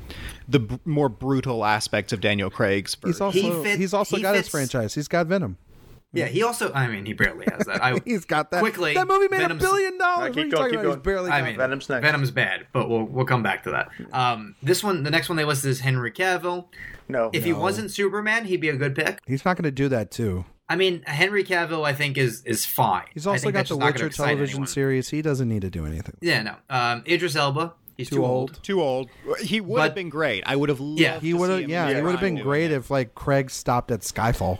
Speaker 3: the b- more brutal aspects of Daniel Craig's.
Speaker 4: he's
Speaker 3: version.
Speaker 4: also
Speaker 2: fit-
Speaker 4: he's also
Speaker 2: he
Speaker 4: got his
Speaker 2: fits-
Speaker 4: franchise. He's got Venom.
Speaker 2: Yeah, he also. I mean, he barely has that. I,
Speaker 4: He's got that.
Speaker 2: quickly.
Speaker 4: that movie made
Speaker 2: Venom's-
Speaker 4: a billion dollars.
Speaker 5: Alright, keep
Speaker 4: what are you
Speaker 5: going, keep
Speaker 4: talking about? He's
Speaker 5: going.
Speaker 4: barely.
Speaker 2: I
Speaker 4: got
Speaker 2: mean,
Speaker 5: Venom's next.
Speaker 2: Venom's bad, but we'll we'll come back to that. Um, this one, the next one they listed is Henry Cavill.
Speaker 5: Oh, No.
Speaker 2: If he wasn't Superman, he'd be a good pick.
Speaker 4: he's not going to do that too.
Speaker 2: I mean, Henry Cavill, I think is is fine.
Speaker 4: He's
Speaker 2: I
Speaker 4: also
Speaker 2: think
Speaker 4: got
Speaker 2: that's
Speaker 4: the
Speaker 2: just not gonna
Speaker 4: Witcher
Speaker 2: excite
Speaker 4: television
Speaker 2: anyone.
Speaker 4: series. He doesn't need to do anything.
Speaker 2: Yeah, no. Um, Idris Elba, He's
Speaker 4: Too
Speaker 2: too,
Speaker 4: old.
Speaker 2: old.
Speaker 3: Too old. He would have
Speaker 2: But-
Speaker 3: been great. I would have loved.
Speaker 2: Yeah.
Speaker 4: He
Speaker 3: to
Speaker 4: would
Speaker 3: see
Speaker 4: have,
Speaker 3: him
Speaker 4: yeah,
Speaker 3: in
Speaker 4: he
Speaker 5: yeah,
Speaker 4: would have been
Speaker 3: Ryan.
Speaker 4: great if like Craig stopped at Skyfall.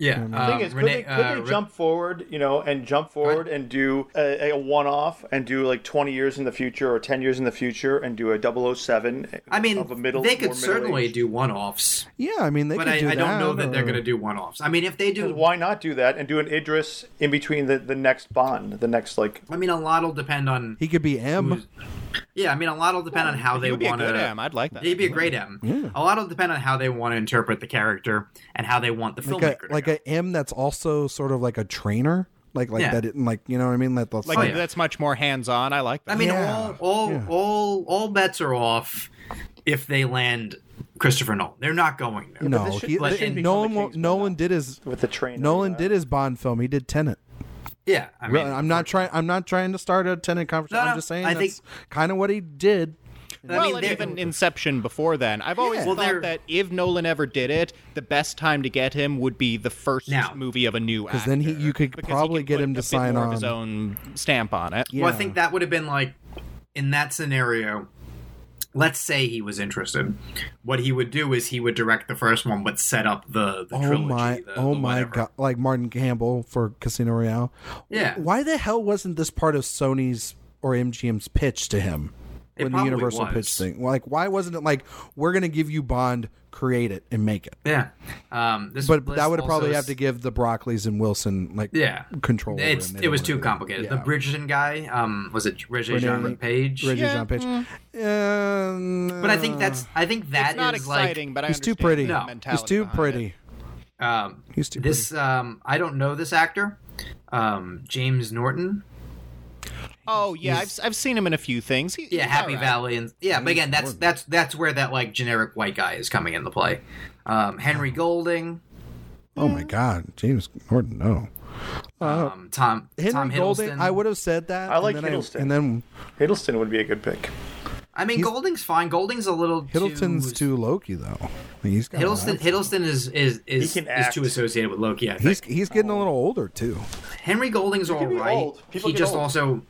Speaker 2: Yeah.
Speaker 5: The
Speaker 2: um,
Speaker 5: thing is, could
Speaker 2: Renee-
Speaker 5: they, could
Speaker 2: uh,
Speaker 5: they
Speaker 2: Re-
Speaker 5: jump forward, you know, and jump forward and do a, a one-off and do like 20 years in the future or 10 years in the future and do a 007
Speaker 2: I mean,
Speaker 5: of a middle
Speaker 2: they could
Speaker 5: more
Speaker 2: certainly
Speaker 5: middle-aged-
Speaker 2: do one-offs,
Speaker 4: Yeah, I mean they
Speaker 2: but
Speaker 4: could do
Speaker 2: I, I
Speaker 4: that.
Speaker 2: don't know that they're
Speaker 4: or-
Speaker 2: going to do one-offs. I mean, if they do,
Speaker 5: Why not do that and do an Idris in between the, the next Bond, the next like
Speaker 2: I mean, a lot will depend on.
Speaker 4: He could be M.
Speaker 2: Yeah, I mean, a lot will depend on how they
Speaker 3: He would be a
Speaker 2: want
Speaker 3: good
Speaker 2: to.
Speaker 3: M. I'd like that.
Speaker 2: He'd be a great M. A lot will depend on how they want to interpret the character and how they want the
Speaker 4: Like a
Speaker 2: filmmaker. to
Speaker 4: like
Speaker 2: go.
Speaker 4: a M that's also sort of like a trainer. Like like
Speaker 2: Yeah.
Speaker 4: that it, like you know what I mean? That that's
Speaker 3: Like
Speaker 2: Oh, yeah.
Speaker 3: that's much more hands on. I like that.
Speaker 2: I mean,
Speaker 4: Yeah,
Speaker 2: all all
Speaker 4: yeah.
Speaker 2: all all bets are off if they land Christopher Nolan. They're not going there.
Speaker 4: no,
Speaker 5: this should-
Speaker 4: he,
Speaker 2: but
Speaker 4: they-
Speaker 2: in-
Speaker 4: Nolan
Speaker 5: Become
Speaker 4: wa-
Speaker 5: the Kingsman
Speaker 4: Nolan did his
Speaker 5: with the train.
Speaker 4: Nolan
Speaker 5: uh,
Speaker 4: did his Bond film. He did Tenet.
Speaker 2: Yeah, I mean,
Speaker 4: I'm not trying. I'm not trying to start a Tenet conversation.
Speaker 2: No, no,
Speaker 4: I'm just saying
Speaker 2: I think-
Speaker 4: that's kind of what he did.
Speaker 2: I
Speaker 3: well,
Speaker 2: mean,
Speaker 3: and
Speaker 2: they're-
Speaker 3: even Inception before then, I've always
Speaker 2: Yeah. Well,
Speaker 3: thought
Speaker 2: they're-
Speaker 3: that if Nolan ever did it, the best time to get him would be the first
Speaker 2: Now.
Speaker 3: movie of a new actor. Because
Speaker 4: then he- you could
Speaker 3: he
Speaker 4: probably
Speaker 3: can
Speaker 4: get
Speaker 3: put
Speaker 4: him
Speaker 3: a
Speaker 4: to
Speaker 3: bit
Speaker 4: sign
Speaker 3: more of his
Speaker 4: on.
Speaker 3: own stamp on it.
Speaker 2: Well, I think that would have been like in that scenario. Let's say he was interested. What he would do is he would direct the first one, but set up the, the
Speaker 4: Oh
Speaker 2: trilogy.
Speaker 4: my!
Speaker 2: the-
Speaker 4: oh
Speaker 2: the
Speaker 4: my
Speaker 2: whatever.
Speaker 4: god! Like Martin Campbell for Casino Royale.
Speaker 2: Yeah,
Speaker 4: Why the hell wasn't this part of Sony's or MGM's pitch to him
Speaker 2: It
Speaker 4: when the
Speaker 2: probably
Speaker 4: Universal
Speaker 2: was.
Speaker 4: pitch thing? Like, why wasn't it like we're gonna give you Bond, create it and make it?
Speaker 2: yeah. Um, this
Speaker 4: But
Speaker 2: list
Speaker 4: that would
Speaker 2: also
Speaker 4: probably
Speaker 2: s-
Speaker 4: have to give the Broccoli's and Wilson like
Speaker 2: Yeah.
Speaker 4: control. over
Speaker 2: It's
Speaker 4: and they
Speaker 2: it
Speaker 4: don't
Speaker 2: was
Speaker 4: wanna
Speaker 2: too
Speaker 4: do that.
Speaker 2: complicated.
Speaker 4: Yeah.
Speaker 2: The Bridgerton guy, um, was it Regé Jean Page?
Speaker 4: Reggie Jean Page. Um,
Speaker 2: But I think that's I think that is
Speaker 3: It's not
Speaker 2: like
Speaker 3: exciting, but Mm. I
Speaker 4: he's too
Speaker 3: understand
Speaker 4: pretty.
Speaker 3: the
Speaker 2: No.
Speaker 4: He's
Speaker 3: mentality
Speaker 4: too
Speaker 3: behind
Speaker 4: pretty.
Speaker 3: it.
Speaker 2: Um,
Speaker 4: He's too
Speaker 2: this um, I don't know this actor, um, James Norton.
Speaker 3: Oh yeah, I've, I've seen him in a few things. He,
Speaker 2: Yeah,
Speaker 3: he's
Speaker 2: Happy
Speaker 3: alright.
Speaker 2: Valley, and yeah, but again, that's that's that's where that like generic white guy is coming into play. Um, Henry Golding,
Speaker 4: Oh my God, James Norton. No,
Speaker 2: um, Tom Tom
Speaker 4: Uh, Henry
Speaker 2: Hiddleston.
Speaker 4: Golding. I would have said that.
Speaker 5: I like
Speaker 4: and then
Speaker 5: Hiddleston.
Speaker 4: and then
Speaker 5: Hiddleston would be a good pick.
Speaker 2: I mean, Golding's fine. Golding's a little
Speaker 4: Hiddleston's
Speaker 2: too.
Speaker 4: too uh, Loki though. He's got a lot-
Speaker 2: Hiddleston, Hiddleston is is is,
Speaker 5: He can
Speaker 2: is too
Speaker 5: act.
Speaker 2: associated with Loki. I think
Speaker 4: He's he's getting a little older too.
Speaker 2: Henry Golding's all
Speaker 5: can be
Speaker 2: right.
Speaker 5: old. People
Speaker 2: He
Speaker 5: get
Speaker 2: just
Speaker 5: old.
Speaker 2: also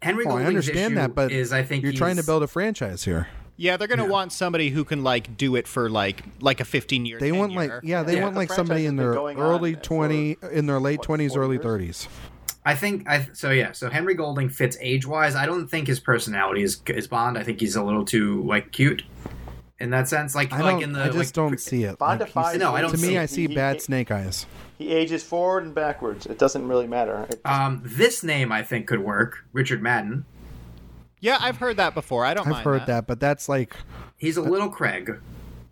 Speaker 2: Henry
Speaker 4: Oh, I
Speaker 2: Golding's
Speaker 4: understand
Speaker 2: issue
Speaker 4: that, but
Speaker 2: is I think
Speaker 4: you're trying to
Speaker 2: he's-
Speaker 4: build a franchise here.
Speaker 3: Yeah, they're gonna want somebody who can like do it for like like a fifteen year.
Speaker 4: They want like yeah, they
Speaker 2: Yeah.
Speaker 4: want
Speaker 2: The
Speaker 4: like somebody in
Speaker 5: franchise has been
Speaker 4: their
Speaker 5: going
Speaker 4: early
Speaker 5: on for,
Speaker 4: twenty, in their late
Speaker 5: what,
Speaker 4: twenties,
Speaker 5: 40
Speaker 4: early
Speaker 5: years?
Speaker 4: thirties.
Speaker 2: I think I so yeah. So Henry Golding fits age wise. I don't think his personality is is Bond. I think he's a little too like cute in that sense. Like
Speaker 4: I
Speaker 2: like
Speaker 4: don't.
Speaker 2: in the
Speaker 4: I just
Speaker 2: like,
Speaker 4: don't see it.
Speaker 5: Bond
Speaker 4: Like, he's-
Speaker 5: defies
Speaker 2: No, I don't
Speaker 4: to me,
Speaker 2: see-
Speaker 4: I see
Speaker 5: he-
Speaker 4: bad
Speaker 5: he-
Speaker 4: snake eyes.
Speaker 5: He ages forward and backwards. It doesn't really matter. It-
Speaker 2: Um, this name I think could work. Richard Madden.
Speaker 3: yeah. I've heard that before. I don't.
Speaker 4: I've
Speaker 3: mind
Speaker 4: heard that, but that's like,
Speaker 2: He's
Speaker 4: Uh,
Speaker 2: a little Craig.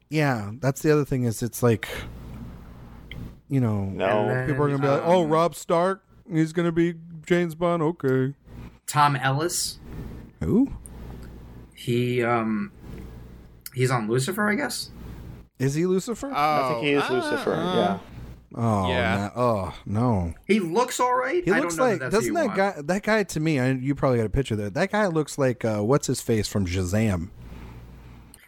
Speaker 4: yeah, that's the other thing is it's like, you know,
Speaker 5: no,
Speaker 2: and then-
Speaker 4: people are gonna be like,
Speaker 2: Um,
Speaker 4: oh, Rob Stark, he's gonna be James Bond. Okay,
Speaker 2: Tom Ellis.
Speaker 4: who
Speaker 2: He um, he's on Lucifer, I guess.
Speaker 4: is he? Lucifer?
Speaker 2: Uh,
Speaker 3: Oh,
Speaker 5: I think he is
Speaker 3: ah,
Speaker 5: Lucifer. yeah.
Speaker 4: oh,
Speaker 3: yeah.
Speaker 4: na- oh no.
Speaker 2: He looks all right.
Speaker 4: He
Speaker 2: I
Speaker 4: looks
Speaker 2: don't know
Speaker 4: like
Speaker 2: that that's
Speaker 4: doesn't
Speaker 2: who you
Speaker 4: that guy that guy to me? I, you probably got a picture there. That guy looks like uh, what's his face from Shazam.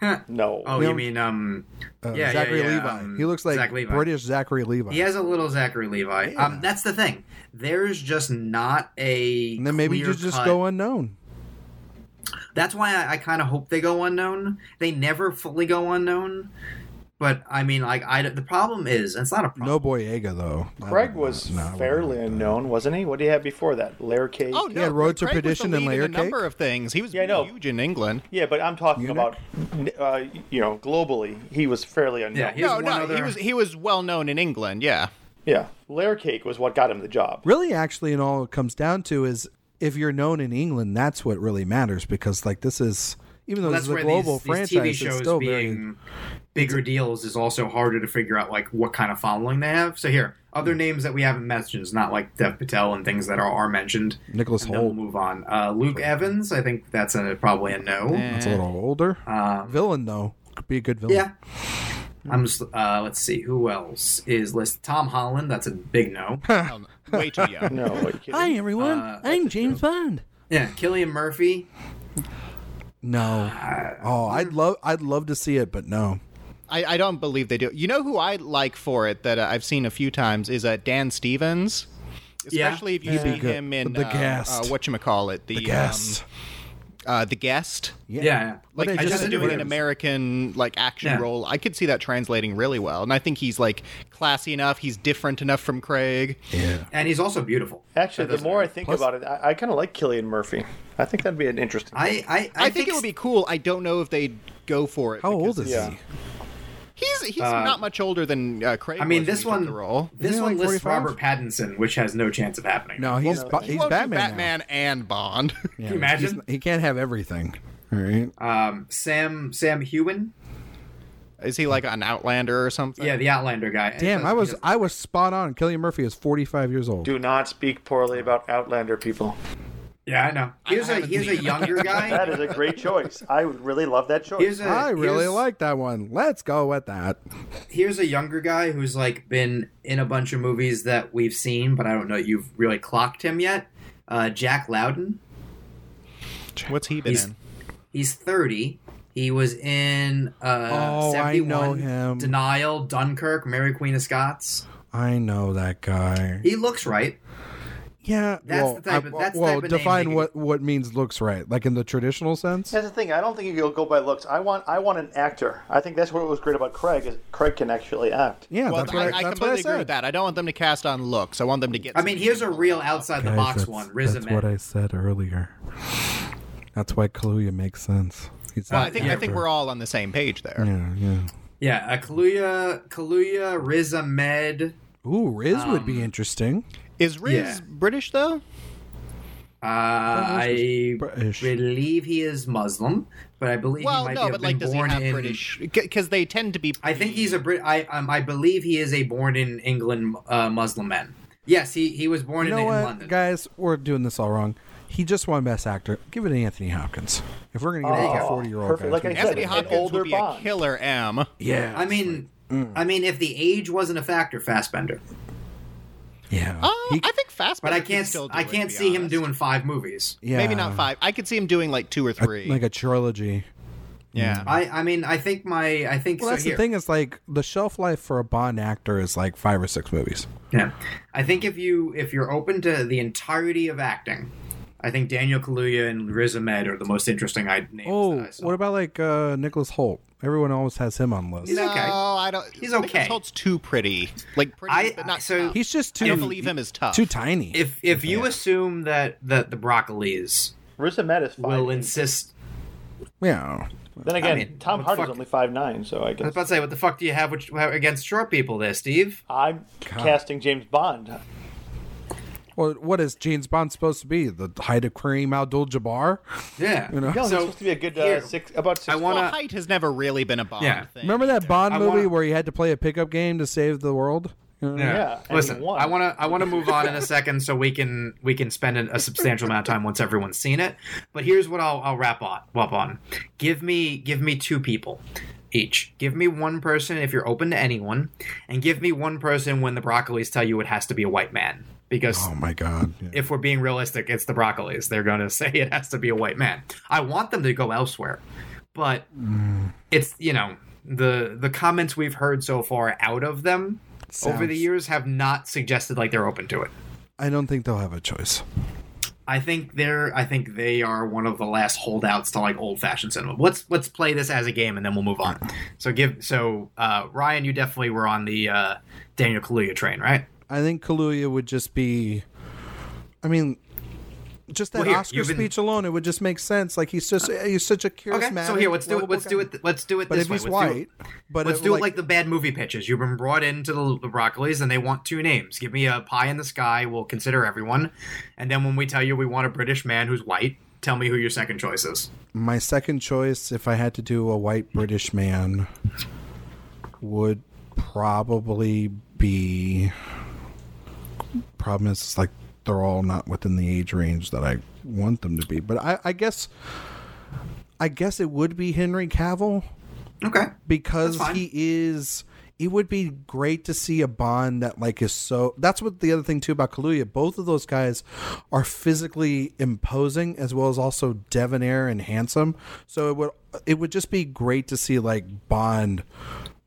Speaker 2: want.
Speaker 5: No.
Speaker 2: oh, you mean um,
Speaker 4: Uh,
Speaker 2: yeah, yeah,
Speaker 4: Zachary
Speaker 2: yeah,
Speaker 4: Levi.
Speaker 2: um,
Speaker 4: he looks like
Speaker 2: Zach Levi.
Speaker 4: British Zachary Levi.
Speaker 2: He has a little Zachary Levi. Um, that's the thing. There's just not a.
Speaker 4: and then maybe you just
Speaker 2: clear-cut-
Speaker 4: go unknown.
Speaker 2: That's why I, I kind of hope they go unknown. They never fully go unknown, but I mean, like, I the problem is and it's not a problem.
Speaker 4: No Boyega though. I
Speaker 5: Craig
Speaker 4: would
Speaker 5: was
Speaker 4: not- no, I would
Speaker 5: fairly
Speaker 4: not.
Speaker 5: unknown, wasn't he? What did he have before that? Layer Cake.
Speaker 3: Oh no,
Speaker 4: had Road to
Speaker 3: Craig was the
Speaker 4: Perdition and
Speaker 3: lead in
Speaker 4: Layer
Speaker 3: a number of things. He was
Speaker 5: Yeah, I know.
Speaker 3: huge in England.
Speaker 5: Yeah, but I'm talking
Speaker 4: Eunuch?
Speaker 5: about, uh, you know, globally, he was fairly unknown.
Speaker 2: Yeah, he
Speaker 5: yeah.
Speaker 2: was-
Speaker 3: No,
Speaker 2: There's
Speaker 3: no,
Speaker 2: one other-
Speaker 3: he was he was well known in England. Yeah,
Speaker 5: Layer Cake was what got him the job.
Speaker 4: Really, actually, and all it comes down to is if you're known in England, that's what really matters because like this is even though
Speaker 2: Well, that's
Speaker 4: this is a
Speaker 2: where
Speaker 4: global
Speaker 2: these,
Speaker 4: franchise,
Speaker 2: these TV
Speaker 4: it's
Speaker 2: shows
Speaker 4: still very
Speaker 2: being bigger deals is also harder to figure out like what kind of following they have. So here, other
Speaker 4: Hmm.
Speaker 2: names that we haven't mentioned, it's not like Dev Patel and things that are, are mentioned.
Speaker 4: Nicholas
Speaker 2: And then we'll
Speaker 4: Holt.
Speaker 2: move on. Uh, Luke Evans, I think that's a, probably a no.
Speaker 4: It's a little older villain though. Could be a good villain.
Speaker 2: Um, Yeah. I'm just, uh, let's see, who else is listed? Tom Holland, that's a big no.
Speaker 3: Well, way too young.
Speaker 5: No, are you kidding?
Speaker 4: Hi everyone, I'm James Bond.
Speaker 2: yeah, Killian Murphy.
Speaker 4: No. Oh, I'd love I'd love to see it, but no.
Speaker 3: I, I don't believe they do. You know who I like for it that uh, I've seen a few times is uh, Dan Stevens.
Speaker 2: Yeah.
Speaker 3: Especially if you
Speaker 4: He'd be
Speaker 3: see
Speaker 4: good.
Speaker 3: him in
Speaker 4: The
Speaker 3: uh,
Speaker 4: Guest.
Speaker 3: Uh, what you call it? The,
Speaker 4: Guest.
Speaker 3: um, uh, The Guest.
Speaker 2: Yeah, yeah.
Speaker 3: Like
Speaker 4: But
Speaker 3: I
Speaker 4: I
Speaker 3: just
Speaker 4: just
Speaker 3: do
Speaker 4: knew
Speaker 3: it
Speaker 4: it
Speaker 3: an
Speaker 4: was-
Speaker 3: American like action
Speaker 2: Yeah.
Speaker 3: role. I could see that translating really well, and I think he's like classy enough. He's different enough from Craig.
Speaker 2: and he's also beautiful.
Speaker 5: Actually, the
Speaker 2: doesn't
Speaker 5: more I
Speaker 2: matter.
Speaker 5: think about it, I, I kind of like Killian Murphy. I think that'd be an interesting.
Speaker 2: I I,
Speaker 3: I, think, it would be cool. I don't know if they'd go for it.
Speaker 4: How
Speaker 3: because
Speaker 4: old is
Speaker 5: Yeah.
Speaker 4: he?
Speaker 3: he's? He's not much older than uh, Craig.
Speaker 2: Uh, I mean,
Speaker 3: was when
Speaker 2: this
Speaker 3: he took
Speaker 2: one.
Speaker 3: The role.
Speaker 2: This
Speaker 4: Isn't he
Speaker 2: one
Speaker 4: like
Speaker 2: lists
Speaker 4: 45?
Speaker 2: Robert Pattinson, which has no chance of happening.
Speaker 4: No, he's Ba-
Speaker 3: He
Speaker 4: he's
Speaker 3: won't do
Speaker 4: Batman. now.
Speaker 3: Batman and Bond.
Speaker 4: Yeah,
Speaker 2: you imagine?
Speaker 4: he's- he can't have everything. All right.
Speaker 2: Um, Sam Sam Hewen.
Speaker 3: is he like an Outlander or something?
Speaker 2: Yeah, the Outlander guy. And
Speaker 4: Damn,
Speaker 2: he
Speaker 4: I was
Speaker 2: does-
Speaker 4: I was spot on. Killian Murphy is 45 years old.
Speaker 5: Do not speak poorly about Outlander people.
Speaker 2: Yeah, I know. Here's a here's a younger
Speaker 5: That
Speaker 2: guy.
Speaker 5: is a great choice. I would really love that choice.
Speaker 2: Here's a,
Speaker 4: I really
Speaker 2: here's-
Speaker 4: like that one. Let's go with that.
Speaker 2: here's a younger guy who's like been in a bunch of movies that we've seen, but I don't know you've really clocked him yet. Uh, Jack Loudon.
Speaker 3: What's he been
Speaker 2: He's-
Speaker 3: in?
Speaker 2: He's thirty. He was in uh,
Speaker 4: Oh, I
Speaker 2: 71,
Speaker 4: know him.
Speaker 2: Denial, Dunkirk, Mary Queen of Scots.
Speaker 4: I know that guy.
Speaker 2: He looks right.
Speaker 4: Yeah,
Speaker 2: That's
Speaker 4: well,
Speaker 2: the type of-
Speaker 4: I-
Speaker 2: that's the
Speaker 4: well,
Speaker 2: type of name
Speaker 4: define
Speaker 2: they
Speaker 4: what what means looks right, like in the traditional sense.
Speaker 5: That's the thing. I don't think you'll go by looks. I want. I want an actor. I think that's what was great about Craig is Craig can actually act.
Speaker 4: Yeah,
Speaker 3: Well,
Speaker 4: that's
Speaker 3: I,
Speaker 4: what
Speaker 3: I
Speaker 4: I, that's
Speaker 3: completely
Speaker 4: what I said.
Speaker 3: agree with that. I don't want them to cast on looks. I want them to get.
Speaker 2: I mean, here's a real outside the
Speaker 4: Guys,
Speaker 2: box
Speaker 4: that's-
Speaker 2: one. Riz
Speaker 4: That's what I said earlier. That's why Kaluuya makes sense. He's
Speaker 3: Well,
Speaker 4: not
Speaker 3: I think I
Speaker 4: actor.
Speaker 3: think we're all on the same page there.
Speaker 4: Yeah, yeah.
Speaker 2: Yeah, uh, Kaluuya, Kaluuya, Riz Ahmed.
Speaker 4: Ooh, Riz would be interesting.
Speaker 3: Is Riz
Speaker 2: Yeah.
Speaker 3: British though?
Speaker 2: Uh, I
Speaker 4: British.
Speaker 2: believe he is Muslim, but I believe he
Speaker 3: Well,
Speaker 2: might
Speaker 3: no,
Speaker 2: have
Speaker 3: but
Speaker 2: been
Speaker 3: like, does he
Speaker 2: born
Speaker 3: have
Speaker 2: in.
Speaker 3: British? Because they tend to be.
Speaker 2: I think he's a Brit. I um, I believe he is a born in England uh, Muslim man. Yes, he, he was born
Speaker 4: You
Speaker 2: in,
Speaker 4: know
Speaker 2: in
Speaker 4: what,
Speaker 2: London.
Speaker 4: guys? We're doing this all wrong. He just won Best Actor. Give it to Anthony Hopkins. If we're gonna give it to
Speaker 5: Oh,
Speaker 4: a forty-year-old,
Speaker 5: perfect.
Speaker 4: guy,
Speaker 5: Like I
Speaker 3: Anthony
Speaker 5: An
Speaker 3: Hopkins
Speaker 5: older
Speaker 3: would be a
Speaker 5: Bond.
Speaker 3: killer M. Uh,
Speaker 4: yeah, mm.
Speaker 2: I mean, I mean, if the age wasn't a factor, Fassbender.
Speaker 4: yeah,
Speaker 3: Uh,
Speaker 4: He-
Speaker 3: I think Fastbender.
Speaker 2: But I
Speaker 3: could
Speaker 2: can't
Speaker 3: still do
Speaker 2: I
Speaker 3: it, to
Speaker 2: can't
Speaker 3: be
Speaker 2: see him
Speaker 3: honest.
Speaker 2: doing five movies.
Speaker 4: yeah.
Speaker 3: Maybe not five. I could see him doing like two or three.
Speaker 4: like a trilogy.
Speaker 3: yeah.
Speaker 2: I I mean, I think my I think
Speaker 4: Well,
Speaker 2: so
Speaker 4: that's
Speaker 2: here.
Speaker 4: the thing is like the shelf life for a Bond actor is like five or six movies.
Speaker 2: Yeah, I think if you if you're open to the entirety of acting, I think Daniel Kaluuya and Riz Ahmed are the most interesting I names.
Speaker 4: Oh,
Speaker 2: that I saw.
Speaker 4: what about like uh, Nicholas Holt? Everyone always has him on list.
Speaker 2: He's
Speaker 3: no,
Speaker 2: okay.
Speaker 3: I don't.
Speaker 2: He's
Speaker 3: Nicholas
Speaker 2: okay.
Speaker 3: Holt's too pretty. Like pretty,
Speaker 2: I-
Speaker 3: but not
Speaker 2: so-
Speaker 3: tough.
Speaker 4: He's just too.
Speaker 3: I don't believe him as tough.
Speaker 4: Too tiny.
Speaker 2: if if you assume that that the broccolis
Speaker 5: Riz Ahmed is five.
Speaker 2: will insist,
Speaker 4: yeah.
Speaker 5: then again,
Speaker 2: mean,
Speaker 5: Tom
Speaker 2: what
Speaker 5: Hardy's
Speaker 2: fuck-
Speaker 5: only five nine, so
Speaker 2: I
Speaker 5: I
Speaker 2: was
Speaker 5: guess
Speaker 2: about to say, what the fuck do you have which, against short people there, Steve?
Speaker 5: I'm casting James Bond.
Speaker 4: Well, what is James Bond supposed to be? The height of Kareem Abdul-Jabbar?
Speaker 2: Yeah,
Speaker 4: know?
Speaker 5: No,
Speaker 2: So,
Speaker 5: he's supposed to be a good
Speaker 2: here.
Speaker 5: uh, six, about six.
Speaker 2: I
Speaker 3: well,
Speaker 2: want to.
Speaker 3: height has never really been a Bond
Speaker 2: Yeah.
Speaker 3: thing.
Speaker 4: Remember that Bond
Speaker 2: I
Speaker 4: movie
Speaker 2: wanna-
Speaker 4: where he had to play a pickup game to save the world? You know?
Speaker 5: Yeah, and
Speaker 2: Listen,
Speaker 5: he won.
Speaker 2: I want to I want to move on in a second so we can we can spend an- a substantial amount of time once everyone's seen it. But here's what I'll I'll wrap on up on. Give me give me two people each. Give me one person if you're open to anyone, and give me one person when the broccolis tell you it has to be a white man because.
Speaker 4: Oh my god. Yeah.
Speaker 2: If we're being realistic, it's the broccolis. They're going to say it has to be a white man. I want them to go elsewhere, but
Speaker 4: Mm.
Speaker 2: it's you know the the comments we've heard so far out of them over the
Speaker 4: Sounds-
Speaker 2: years have not suggested like they're open to it.
Speaker 4: I don't think they'll have a choice.
Speaker 2: I think they're I think they are one of the last holdouts to like old fashioned cinema. Let's let's play this as a game and then we'll move on. So give so uh, Ryan, you definitely were on the uh, Daniel Kaluuya train, right?
Speaker 4: I think Kaluuya would just be. I mean, just that
Speaker 2: Well, here,
Speaker 4: Oscar
Speaker 2: you've been- Uh,
Speaker 4: speech alone, it would just make sense. Like he's just he's such a curious
Speaker 2: Okay,
Speaker 4: man.
Speaker 2: so here let's do it.
Speaker 4: lovable
Speaker 2: Let's do
Speaker 4: guy.
Speaker 2: it. Let's do it.
Speaker 4: But
Speaker 2: this
Speaker 4: if
Speaker 2: way.
Speaker 4: he's
Speaker 2: Let's do it-
Speaker 4: white, but
Speaker 2: Let's
Speaker 4: it-
Speaker 2: do it like the bad movie pitches. You've been brought into the, the Broccolis and they want two names. Give me a pie in the sky. We'll consider everyone. And then when we tell you we want a British man who's white, tell me who your second choice is.
Speaker 4: my second choice, if I had to do a white British man, would probably be. Problem is, it's like they're all not within the age range that I want them to be. But I, I guess, I guess it would be Henry Cavill
Speaker 2: Okay.
Speaker 4: because
Speaker 2: That's fine.
Speaker 4: he is it would be great to see a bond that like is so that's what the other thing too about Kaluuya both of those guys are physically imposing as well as also debonair and handsome so it would it would just be great to see like bond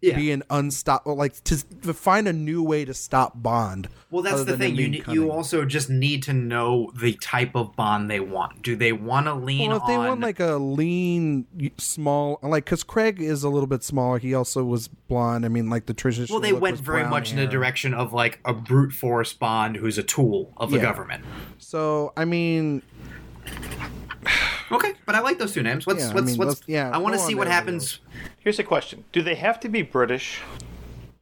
Speaker 2: Yeah.
Speaker 4: be an unstoppable like to, s- to find a new way to stop Bond.
Speaker 2: Well, that's
Speaker 4: other
Speaker 2: the
Speaker 4: than him
Speaker 2: thing. You
Speaker 4: being
Speaker 2: ne-
Speaker 4: cunning.
Speaker 2: you also just need to know the type of bond they want. Do they want to lean
Speaker 4: well, if
Speaker 2: on?
Speaker 4: they want like a lean, y- small, like because Craig is a little bit smaller. He also was blonde. I mean, like the traditional.
Speaker 2: well, they
Speaker 4: look
Speaker 2: went
Speaker 4: was
Speaker 2: very
Speaker 4: brown
Speaker 2: much in
Speaker 4: hair.
Speaker 2: the direction of like a brute force bond who's a tool of the
Speaker 4: Yeah.
Speaker 2: government.
Speaker 4: So I mean,
Speaker 2: Okay, but I like those two names. Let's
Speaker 4: Yeah, I
Speaker 2: let's,
Speaker 4: mean,
Speaker 2: let's
Speaker 4: let's- yeah,
Speaker 2: I want to
Speaker 4: go
Speaker 2: see
Speaker 4: on
Speaker 2: what
Speaker 4: there,
Speaker 2: happens.
Speaker 5: Here's a question: Do they have to be British?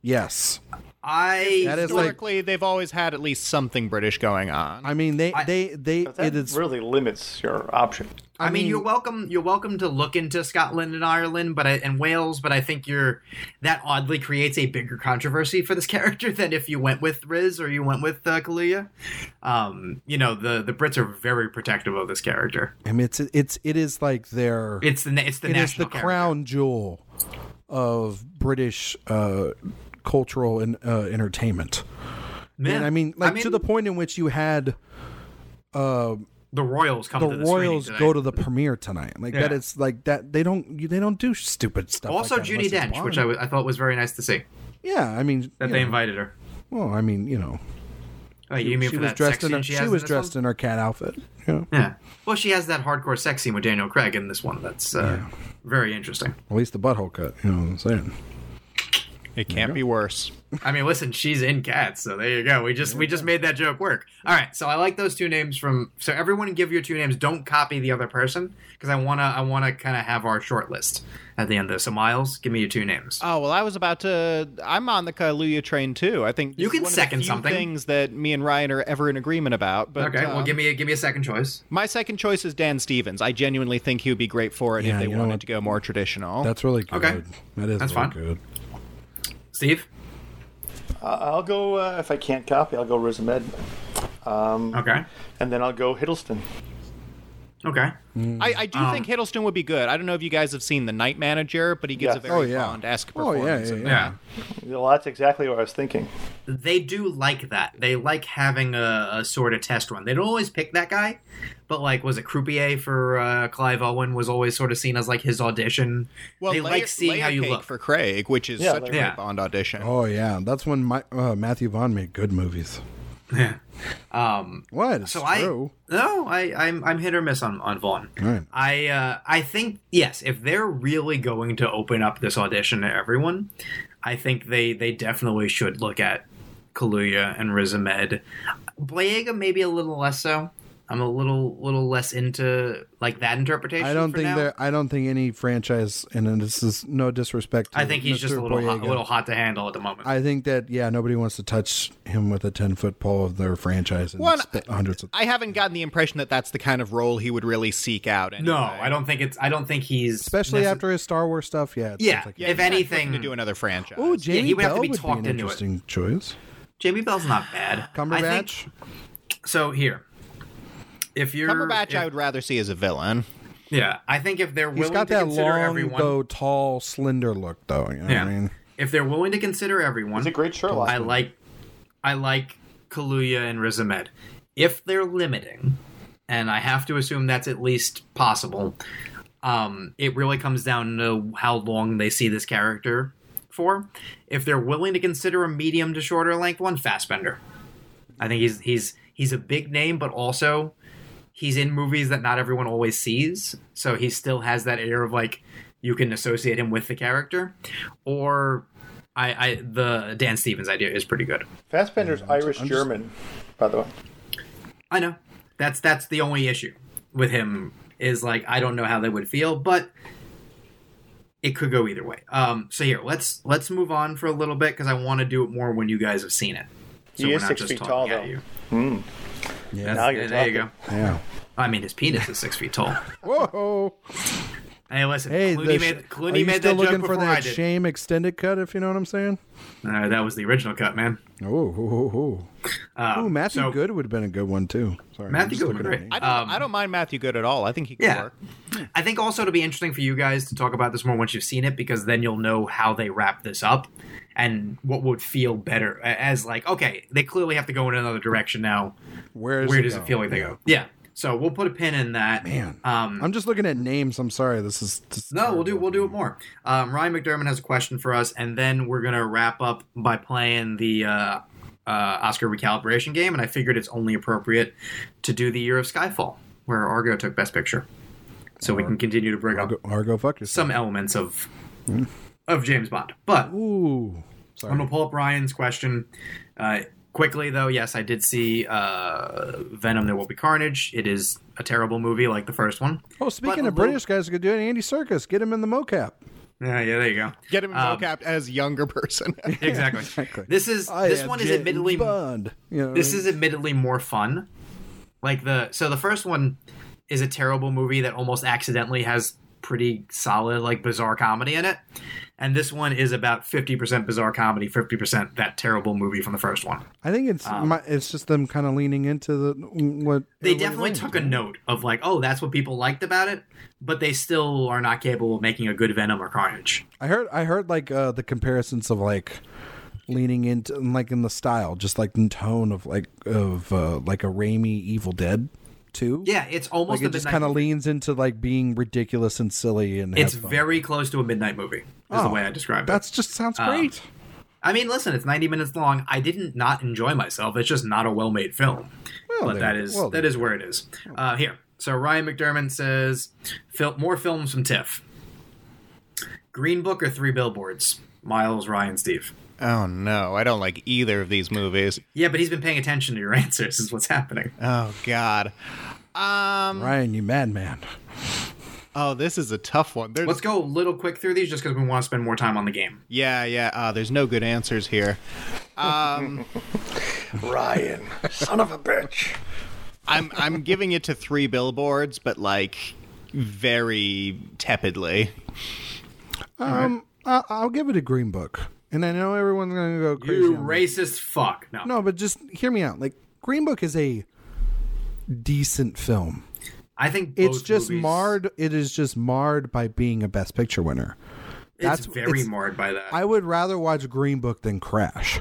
Speaker 4: yes,
Speaker 2: I
Speaker 4: that is like.
Speaker 3: Historically, they've always had at least something British going on.
Speaker 4: I mean, they
Speaker 2: I-
Speaker 4: they they
Speaker 5: That
Speaker 4: it is.
Speaker 5: really limits your option.
Speaker 2: I, mean,
Speaker 4: mean-
Speaker 2: you're welcome. You're welcome to look into Scotland and Ireland, but I, and Wales. But I think you're that oddly creates a bigger controversy for this character than if you went with Riz or you went with uh, Kaluuya. Um, you know, the the Brits are very protective of this character.
Speaker 4: I mean, it's it's it is like their.
Speaker 2: It's the na- it's the
Speaker 4: it is the
Speaker 2: national character.
Speaker 4: crown jewel of British uh, cultural and uh, entertainment.
Speaker 2: Man,
Speaker 4: And I mean, like to the point in which you had
Speaker 2: the Royals come
Speaker 4: the
Speaker 2: to the
Speaker 4: Royals go to
Speaker 2: the
Speaker 4: the premiere tonight. Like that,
Speaker 2: Yeah.
Speaker 4: it's like that. They don't. you- They don't do stupid stuff.
Speaker 2: also
Speaker 4: like that
Speaker 2: Judy
Speaker 4: unless it's
Speaker 2: Dench, which I,
Speaker 4: Bond.
Speaker 2: w- I thought was very nice to see
Speaker 4: yeah. I mean,
Speaker 2: that
Speaker 4: you
Speaker 2: they
Speaker 4: know,
Speaker 2: invited her.
Speaker 4: well, I mean, you know,
Speaker 2: Oh, you mean
Speaker 4: she
Speaker 2: for
Speaker 4: was
Speaker 2: that
Speaker 4: dressed
Speaker 2: sex
Speaker 4: in
Speaker 2: scene
Speaker 4: her,
Speaker 2: she
Speaker 4: she,
Speaker 2: has in
Speaker 4: was
Speaker 2: this one?
Speaker 4: dressed in her cat outfit. Yeah.
Speaker 2: Yeah. Well, she has that hardcore sex scene with Daniel Craig in this one. That's uh, very interesting.
Speaker 4: At least the butthole cut. You know what I'm saying?
Speaker 3: it can't be worse.
Speaker 2: I mean, listen, she's in Cats, so there you go. We just we just made that joke work. All right, so I like those two names from. So everyone, give your two names. Don't copy the other person because I wanna I wanna kind of have our short list at the end of this. So Miles, give me your two names.
Speaker 3: Oh well, I was about to. I'm on the Kaluuya train too. I think this
Speaker 2: You
Speaker 3: is
Speaker 2: can
Speaker 3: one
Speaker 2: second
Speaker 3: of the few
Speaker 2: something.
Speaker 3: things that me and Ryan are ever in agreement about. But
Speaker 2: okay, well
Speaker 3: um,
Speaker 2: give me a, give me a second choice.
Speaker 3: my second choice is Dan Stevens. I genuinely think he would be great for it
Speaker 4: Yeah,
Speaker 3: if they
Speaker 4: you know
Speaker 3: wanted
Speaker 4: what?
Speaker 3: to go more traditional.
Speaker 4: That's really good.
Speaker 2: Okay.
Speaker 4: That is
Speaker 2: That's
Speaker 4: really
Speaker 2: fine.
Speaker 4: good.
Speaker 2: Steve.
Speaker 5: I- I'll go uh, if I can't copy. I'll go Riz Ahmed,
Speaker 2: Okay.
Speaker 5: and then I'll go Hiddleston.
Speaker 2: Okay.
Speaker 3: I, I do
Speaker 2: Um,
Speaker 3: think Hiddleston would be good. I don't know if you guys have seen The Night Manager, but he gives
Speaker 5: Yeah.
Speaker 3: a very
Speaker 4: Oh, yeah.
Speaker 3: Bond-esque
Speaker 4: Oh yeah,
Speaker 3: performance.
Speaker 4: yeah,
Speaker 3: in
Speaker 4: yeah.
Speaker 3: that.
Speaker 2: Yeah.
Speaker 5: Well, that's exactly what I was thinking.
Speaker 2: they do like that. They like having a, a sort of test run. They don't always pick that guy, but like was it Croupier for uh, Clive Owen was always sort of seen as like his audition.
Speaker 3: Well,
Speaker 2: they
Speaker 3: Layer-
Speaker 2: like seeing
Speaker 3: Layer
Speaker 2: how you
Speaker 3: Cake
Speaker 2: look.
Speaker 3: for Craig, which is
Speaker 5: Yeah,
Speaker 3: such a
Speaker 5: Layer
Speaker 2: Cake.
Speaker 3: great Bond audition.
Speaker 4: Oh yeah, that's when my, uh, Matthew Vaughn made good movies.
Speaker 2: um,
Speaker 4: What? It's
Speaker 2: so
Speaker 4: true.
Speaker 2: I no, I I'm, I'm hit or miss on on Vaughn.
Speaker 4: Right.
Speaker 2: I uh, I think yes, if they're really going to open up this audition to everyone, I think they they definitely should look at Kaluuya and Riz Ahmed. Blayega maybe a little less so. I'm a little little less into like that interpretation.
Speaker 4: I don't
Speaker 2: for
Speaker 4: think
Speaker 2: now.
Speaker 4: there. I don't think any franchise, and then this is no disrespect. To
Speaker 2: I think he's just
Speaker 4: Mr.
Speaker 2: a little hot, a
Speaker 4: Boyega.
Speaker 2: little hot to handle at the moment.
Speaker 4: I think that yeah, nobody wants to touch him with a ten foot pole of their franchise and
Speaker 3: Well,
Speaker 4: spit hundreds of.
Speaker 3: I haven't gotten the impression that that's the kind of role he would really seek out. Anyway.
Speaker 2: no, I don't think it's. I don't think he's
Speaker 4: Especially
Speaker 2: necess-
Speaker 4: after his Star Wars stuff, yeah. it
Speaker 2: Yeah,
Speaker 4: seems like-
Speaker 2: if anything,
Speaker 3: to do another franchise.
Speaker 4: Oh, Jamie
Speaker 2: he would have to
Speaker 4: Bell
Speaker 2: be
Speaker 4: would be
Speaker 2: talked
Speaker 4: an
Speaker 2: into it.
Speaker 4: interesting choice.
Speaker 2: Jamie Bell's not bad. I think-
Speaker 4: Cumberbatch.
Speaker 2: so here, if you're
Speaker 3: Cumberbatch,
Speaker 2: if-
Speaker 3: I would rather see as a villain.
Speaker 2: yeah, I think if they're
Speaker 4: He's
Speaker 2: willing
Speaker 4: got
Speaker 2: to
Speaker 4: that
Speaker 2: consider
Speaker 4: long,
Speaker 2: everyone,
Speaker 4: though tall, slender look, though. You know
Speaker 2: yeah,
Speaker 4: what I mean,
Speaker 2: if they're willing to consider everyone,
Speaker 5: He's a great Sherlock.
Speaker 2: I like, I like Kaluuya and Riz Ahmed. If they're limiting, and I have to assume that's at least possible, um, it really comes down to how long they see this character for. If they're willing to consider a medium to shorter length one, Fassbender. I think he's he's he's a big name, but also he's in movies that not everyone always sees, so he still has that air of like you can associate him with the character. Or I, I the Dan Stevens idea is pretty good.
Speaker 5: Fassbender's Irish German, by the way.
Speaker 2: I know. That's that's the only issue with him is like I don't know how they would feel, but it could go either way. Um, so here, let's let's move on for a little bit because I want to do it more when you guys have seen it. So
Speaker 5: He
Speaker 2: we're
Speaker 5: is
Speaker 2: not
Speaker 5: six
Speaker 2: just
Speaker 5: feet
Speaker 2: talking
Speaker 5: tall,
Speaker 2: at
Speaker 5: though. Hmm.
Speaker 2: you.
Speaker 4: Yeah.
Speaker 2: That's-
Speaker 5: Now you're
Speaker 2: there you go.
Speaker 5: talking.
Speaker 4: yeah.
Speaker 2: I mean, his penis is six feet tall.
Speaker 4: Whoa!
Speaker 2: Hey, listen,
Speaker 4: Hey, the
Speaker 2: Clooney
Speaker 4: sh-
Speaker 2: made
Speaker 4: are you
Speaker 2: Clooney made
Speaker 4: still
Speaker 2: that joke
Speaker 4: looking for
Speaker 2: before I
Speaker 4: that
Speaker 2: did.
Speaker 4: shame extended cut? If you know what I'm saying.
Speaker 2: Uh, that was the original cut, man.
Speaker 4: Oh, oh, oh, oh. Ooh, Matthew
Speaker 2: Um, so-
Speaker 4: Good would have been a good one too. Sorry,
Speaker 2: Matthew
Speaker 4: I'm just
Speaker 2: Good would
Speaker 4: looking at
Speaker 2: be great. Um,
Speaker 4: me.
Speaker 3: I don't, I don't mind Matthew Good at all. I think he could
Speaker 2: Yeah.
Speaker 3: work.
Speaker 2: I think also it'll be interesting for you guys to talk about this more once you've seen it because then you'll know how they wrap this up and what would feel better a- as like okay they clearly have to go in another direction now
Speaker 4: Where, is
Speaker 2: where does it
Speaker 4: going?
Speaker 2: feel like they go yeah So we'll put a pin in that.
Speaker 4: Man,
Speaker 2: Um,
Speaker 4: I'm just looking at names. I'm sorry. This is just
Speaker 2: no, we'll do we'll do it more. Um, Ryan McDermott has a question for us, and then we're gonna wrap up by playing the uh, uh, Oscar recalibration game. And I figured it's only appropriate to do the year of Skyfall, where Argo took Best Picture, so we can continue to bring up
Speaker 4: Argo, Argo fuck yourself.
Speaker 2: some elements of of James Bond. But
Speaker 4: Hmm. Ooh,
Speaker 2: I'm
Speaker 4: sorry.
Speaker 2: gonna pull up Ryan's question uh, quickly, though. Yes, I did see uh, Venom. There will be carnage. It is a terrible movie, like the first one.
Speaker 4: Oh, speaking
Speaker 2: a
Speaker 4: of British guys, who could do it. Andy Circus, get him in the mocap.
Speaker 2: Yeah, yeah. There you go.
Speaker 3: Get him
Speaker 2: Um,
Speaker 3: mocapped as younger person.
Speaker 2: Exactly.
Speaker 4: exactly.
Speaker 2: This is
Speaker 4: I
Speaker 2: this
Speaker 4: am
Speaker 2: one is
Speaker 4: James
Speaker 2: admittedly
Speaker 4: Bond. You know,
Speaker 2: this is admittedly more fun. Like the so the first one is a terrible movie that almost accidentally has pretty solid like bizarre comedy in it. And this one is about 50% bizarre comedy, 50% that terrible movie from the first one.
Speaker 4: I think it's my, it's just them kind of leaning into the what
Speaker 2: Um, They
Speaker 4: everybody
Speaker 2: definitely
Speaker 4: likes.
Speaker 2: took a note of like, oh, that's what people liked about it, but they still are not capable of making a good Venom or Carnage.
Speaker 4: I heard I heard like uh, the comparisons of like leaning into and, like in the style, just like in tone of like of uh, like a Raimi Evil Dead too.
Speaker 2: Yeah, it's almost
Speaker 4: like
Speaker 2: a
Speaker 4: it just kind of leans into like being ridiculous and silly and
Speaker 2: It's
Speaker 4: have fun.
Speaker 2: very Uh, close to a midnight movie. Is the
Speaker 4: Oh,
Speaker 2: way I describe it.
Speaker 4: That's just sounds great.
Speaker 2: I mean, listen, it's 90 minutes long. I didn't not enjoy myself. It's just not a well-made film.
Speaker 4: Well,
Speaker 2: but
Speaker 4: there- Oh,
Speaker 2: that is
Speaker 4: well,
Speaker 2: that is where it is. Uh, here, so Ryan McDermott says, Fil- "More films from TIFF. Green Book or Three Billboards." Miles, Ryan, Steve.
Speaker 3: oh no, I don't like either of these movies.
Speaker 2: Yeah, but he's been paying attention to your answers. Is what's happening.
Speaker 4: Uh,
Speaker 3: Oh god. Um.
Speaker 4: Ryan, you madman.
Speaker 3: Oh, this is a tough one. There's
Speaker 2: Let's go a little quick through these, just because we want to spend more time on the game.
Speaker 3: yeah, yeah. Uh, there's no good answers here.
Speaker 5: Ryan, son of a bitch.
Speaker 3: I'm I'm giving it to three billboards, but like very tepidly.
Speaker 4: Um, I, I'll give it a Green Book, and I know everyone's gonna go crazy.
Speaker 2: You
Speaker 4: on that.
Speaker 2: racist fuck. No,
Speaker 4: No, but just hear me out. Like Green Book is a decent film.
Speaker 2: I think both
Speaker 4: It's just
Speaker 2: movies-
Speaker 4: marred. It is just marred by being a Best Picture winner.
Speaker 2: It's
Speaker 4: that's-
Speaker 2: very
Speaker 4: it's-
Speaker 2: marred by that.
Speaker 4: I would rather watch Green Book than Crash.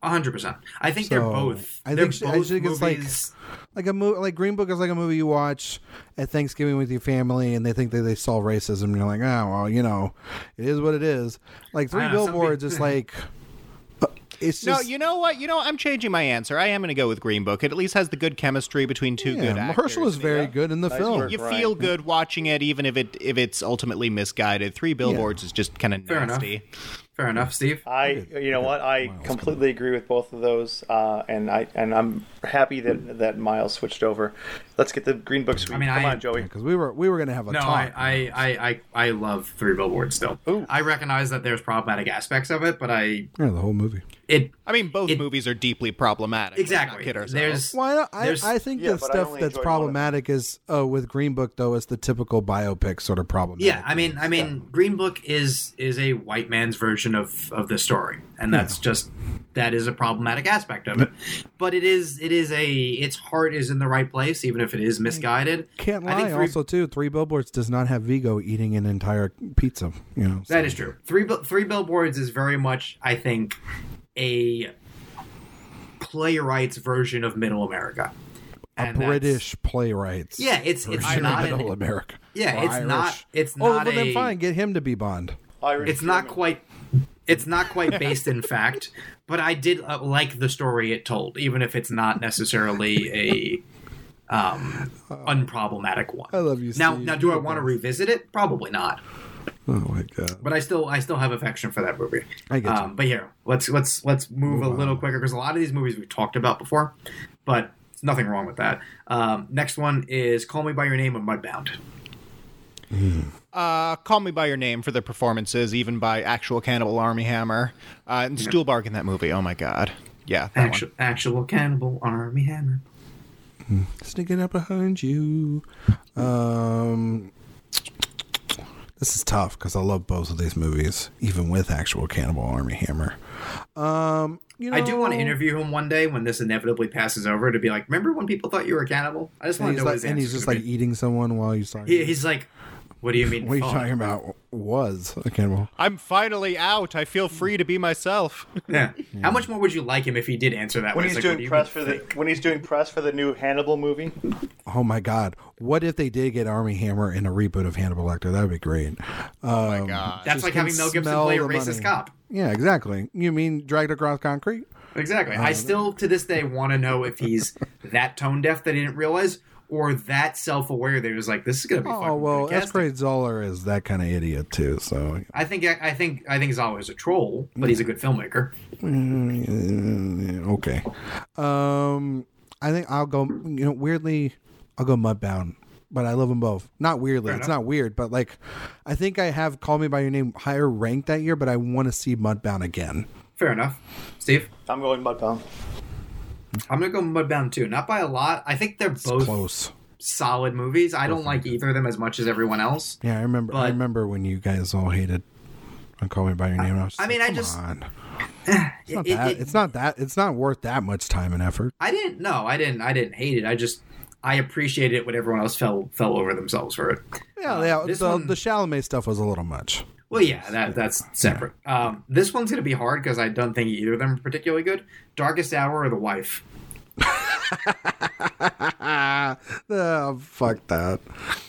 Speaker 2: hundred percent. I think they're
Speaker 4: So,
Speaker 2: both.
Speaker 4: I
Speaker 2: they're
Speaker 4: think-
Speaker 2: both
Speaker 4: I think it's like-
Speaker 2: movies-
Speaker 4: Like a movie, like Green Book is like a movie you watch at Thanksgiving with your family, and they think that they solve racism. And you're like, oh well, you know, it is what it is. Like Three
Speaker 2: know, some
Speaker 4: Billboards
Speaker 2: peop-
Speaker 4: is like, uh, it's
Speaker 3: No,
Speaker 4: just
Speaker 3: you know what? You know, I'm changing my answer. I am going to go with Green Book. It at least has the good chemistry between two
Speaker 4: yeah,
Speaker 3: good actors.
Speaker 4: Mahershala is very good in the
Speaker 5: Nice
Speaker 4: film.
Speaker 5: work.
Speaker 3: You
Speaker 5: Right.
Speaker 3: feel good watching it, even if it if it's ultimately misguided. Three billboards is just kind of
Speaker 2: Fair enough.
Speaker 3: nasty.
Speaker 2: Fair enough, Steve.
Speaker 5: I, you know what? I completely agree with both of those, uh, and I and I'm happy that that Miles switched over. Let's get the Green Book sweep.
Speaker 2: I mean,
Speaker 5: Come
Speaker 2: I-
Speaker 5: on, Joey.
Speaker 4: Because we were we were gonna have a
Speaker 2: No,
Speaker 4: talk.
Speaker 2: I, I, I, I, I love Three Billboards still. I recognize that there's problematic aspects of it, but I
Speaker 4: yeah, the whole movie.
Speaker 2: it
Speaker 3: I mean, both
Speaker 2: It-
Speaker 3: movies are deeply problematic. Let's not
Speaker 2: exactly.
Speaker 3: kid ourselves.
Speaker 2: There's
Speaker 4: Why not? I,
Speaker 2: There's-
Speaker 4: I think
Speaker 5: Yeah,
Speaker 4: the
Speaker 5: but I
Speaker 4: stuff
Speaker 5: only
Speaker 4: that's
Speaker 5: enjoyed one of them.
Speaker 4: problematic is uh, with Green Book though is the typical biopic sort of problem.
Speaker 2: yeah. I mean, I mean, Green Book is is a white man's version of of the story,
Speaker 4: Hmm.
Speaker 2: and that's just that is a problematic aspect of it. But it is it is a its heart is in the right place, even if it is misguided.
Speaker 4: can't
Speaker 2: I think
Speaker 4: lie.
Speaker 2: Three-
Speaker 4: Also, too, Three Billboards does not have Vigo eating an entire pizza. You know, so-
Speaker 2: That is true. Three Bill- three billboards is very much, I think, a playwright's version of Middle America.
Speaker 4: a
Speaker 2: And that's-
Speaker 4: British playwrights.
Speaker 2: Yeah, it's it's
Speaker 4: version of
Speaker 2: not an-
Speaker 4: middle America.
Speaker 2: Yeah,
Speaker 4: Or
Speaker 2: it's
Speaker 4: Irish.
Speaker 2: not- it's
Speaker 4: Oh,
Speaker 2: not
Speaker 4: well,
Speaker 2: a-
Speaker 4: then fine. Get him to be Bond.
Speaker 5: Irish
Speaker 2: it's not
Speaker 5: German.
Speaker 2: quite it's not quite based in fact, but I did uh, like the story it told, even if it's not necessarily a um, unproblematic one.
Speaker 4: I love you,
Speaker 2: Now,
Speaker 4: Steve.
Speaker 2: now, do I want to revisit it? Probably not.
Speaker 4: Oh my god.
Speaker 2: But I still, I still have affection for that movie.
Speaker 4: I get you.
Speaker 2: Um, but here, let's let's let's move a little quicker because a lot of these movies we've talked about before, but there's nothing wrong with that. Um, next one is Call Me by Your Name and Mudbound.
Speaker 3: Uh, call me by your name for the performances, even by actual Cannibal Army Hammer uh, and Stuhlbarg in that movie. Oh my god, yeah, that
Speaker 2: Actual, actual cannibal army hammer.
Speaker 4: Sneaking up behind you. Um. This is tough because I love both of these movies, even with actual Cannibal Army Hammer. Um, you know,
Speaker 2: I do want to interview him one day when this inevitably passes over to be like, remember when people thought you were a cannibal? I just
Speaker 4: And
Speaker 2: want to know
Speaker 4: he's,
Speaker 2: what
Speaker 4: like,
Speaker 2: his
Speaker 4: and he's
Speaker 2: answer's
Speaker 4: just
Speaker 2: gonna
Speaker 4: like
Speaker 2: be."
Speaker 4: eating someone while he's talking.
Speaker 2: He- he's like, What do you mean? Oh.
Speaker 4: What are you
Speaker 2: fun?
Speaker 4: talking about? Was okay. Well,
Speaker 3: I'm finally out. I feel free to be myself.
Speaker 2: Yeah. How much more would you like him if he did answer that?
Speaker 5: When
Speaker 2: way? It's
Speaker 5: he's
Speaker 2: like, what do
Speaker 5: doing
Speaker 2: you
Speaker 5: press for the
Speaker 2: think?
Speaker 5: when he's doing press for the new Hannibal movie,
Speaker 4: oh my God, what if they did get Army Hammer in a reboot of Hannibal Lecter? That would be great.
Speaker 2: Oh
Speaker 3: my God.
Speaker 2: That's like
Speaker 4: can
Speaker 2: having Mel Gibson
Speaker 4: smell
Speaker 2: play a
Speaker 4: the
Speaker 2: racist
Speaker 4: money.
Speaker 2: cop.
Speaker 4: Yeah, exactly. You mean dragged across concrete?
Speaker 2: Exactly. I still, to this day, want to know if he's that tone deaf that he didn't realize, or that self aware that he was like, "This is gonna be."
Speaker 4: Oh
Speaker 2: fucking
Speaker 4: well,
Speaker 2: good casting.
Speaker 4: S grade Zoller is that kind of idiot too. So
Speaker 2: I think I think I think he's always a troll, but he's a good filmmaker.
Speaker 4: Mm, okay. Um, I think I'll go. You know, weirdly, I'll go Mudbound, but I love them both. Not weirdly, it's not weird, but like, I think I have Call Me by Your Name higher ranked that year, but I want to see Mudbound again.
Speaker 2: Fair enough, Steve.
Speaker 5: I'm going Mudbound.
Speaker 2: I'm gonna go Mudbound too. Not by a lot. I think they're both
Speaker 4: Close.
Speaker 2: solid movies. I don't like either of them as much as everyone else.
Speaker 4: Yeah, I remember. I
Speaker 2: But-
Speaker 4: remember when you guys all hated. on Call me by your name. I, was
Speaker 2: I mean,
Speaker 4: like,
Speaker 2: I
Speaker 4: "Come
Speaker 2: just-
Speaker 4: on."
Speaker 2: It-
Speaker 4: It's not
Speaker 2: it-
Speaker 4: that.
Speaker 2: it-
Speaker 4: it's not that. It's not worth that much time and effort.
Speaker 2: I didn't. No, I didn't. I didn't hate it. I just I appreciated it when everyone else fell fell over themselves for it.
Speaker 4: Yeah, yeah.
Speaker 2: this
Speaker 4: The,
Speaker 2: one-
Speaker 4: the Chalamet stuff was a little much.
Speaker 2: Well, yeah, that that's separate. Um, this one's gonna be hard because I don't think either of them are particularly good. Darkest Hour or The Wife.
Speaker 4: Uh,
Speaker 2: Oh,
Speaker 4: fuck that.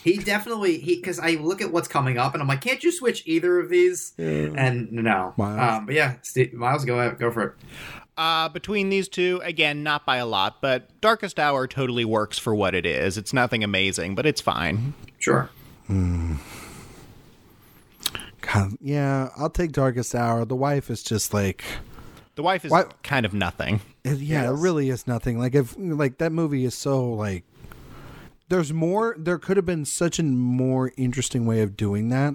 Speaker 2: He definitely he because I look at what's coming up and I'm like, can't you switch either of these? And no,
Speaker 4: Miles.
Speaker 2: Um, but yeah, Steve, Miles, go out, go for it.
Speaker 3: Uh, between these two, again, not by a lot, but Darkest Hour totally works for what it is. It's nothing amazing, but it's fine.
Speaker 2: Sure.
Speaker 4: God, yeah, I'll take Darkest Hour. The wife is just like,
Speaker 3: The wife is
Speaker 4: What?
Speaker 3: kind of nothing.
Speaker 4: it- yeah, it really is nothing. Like if like that movie is so like, there's more. There could have been such a more interesting way of doing that,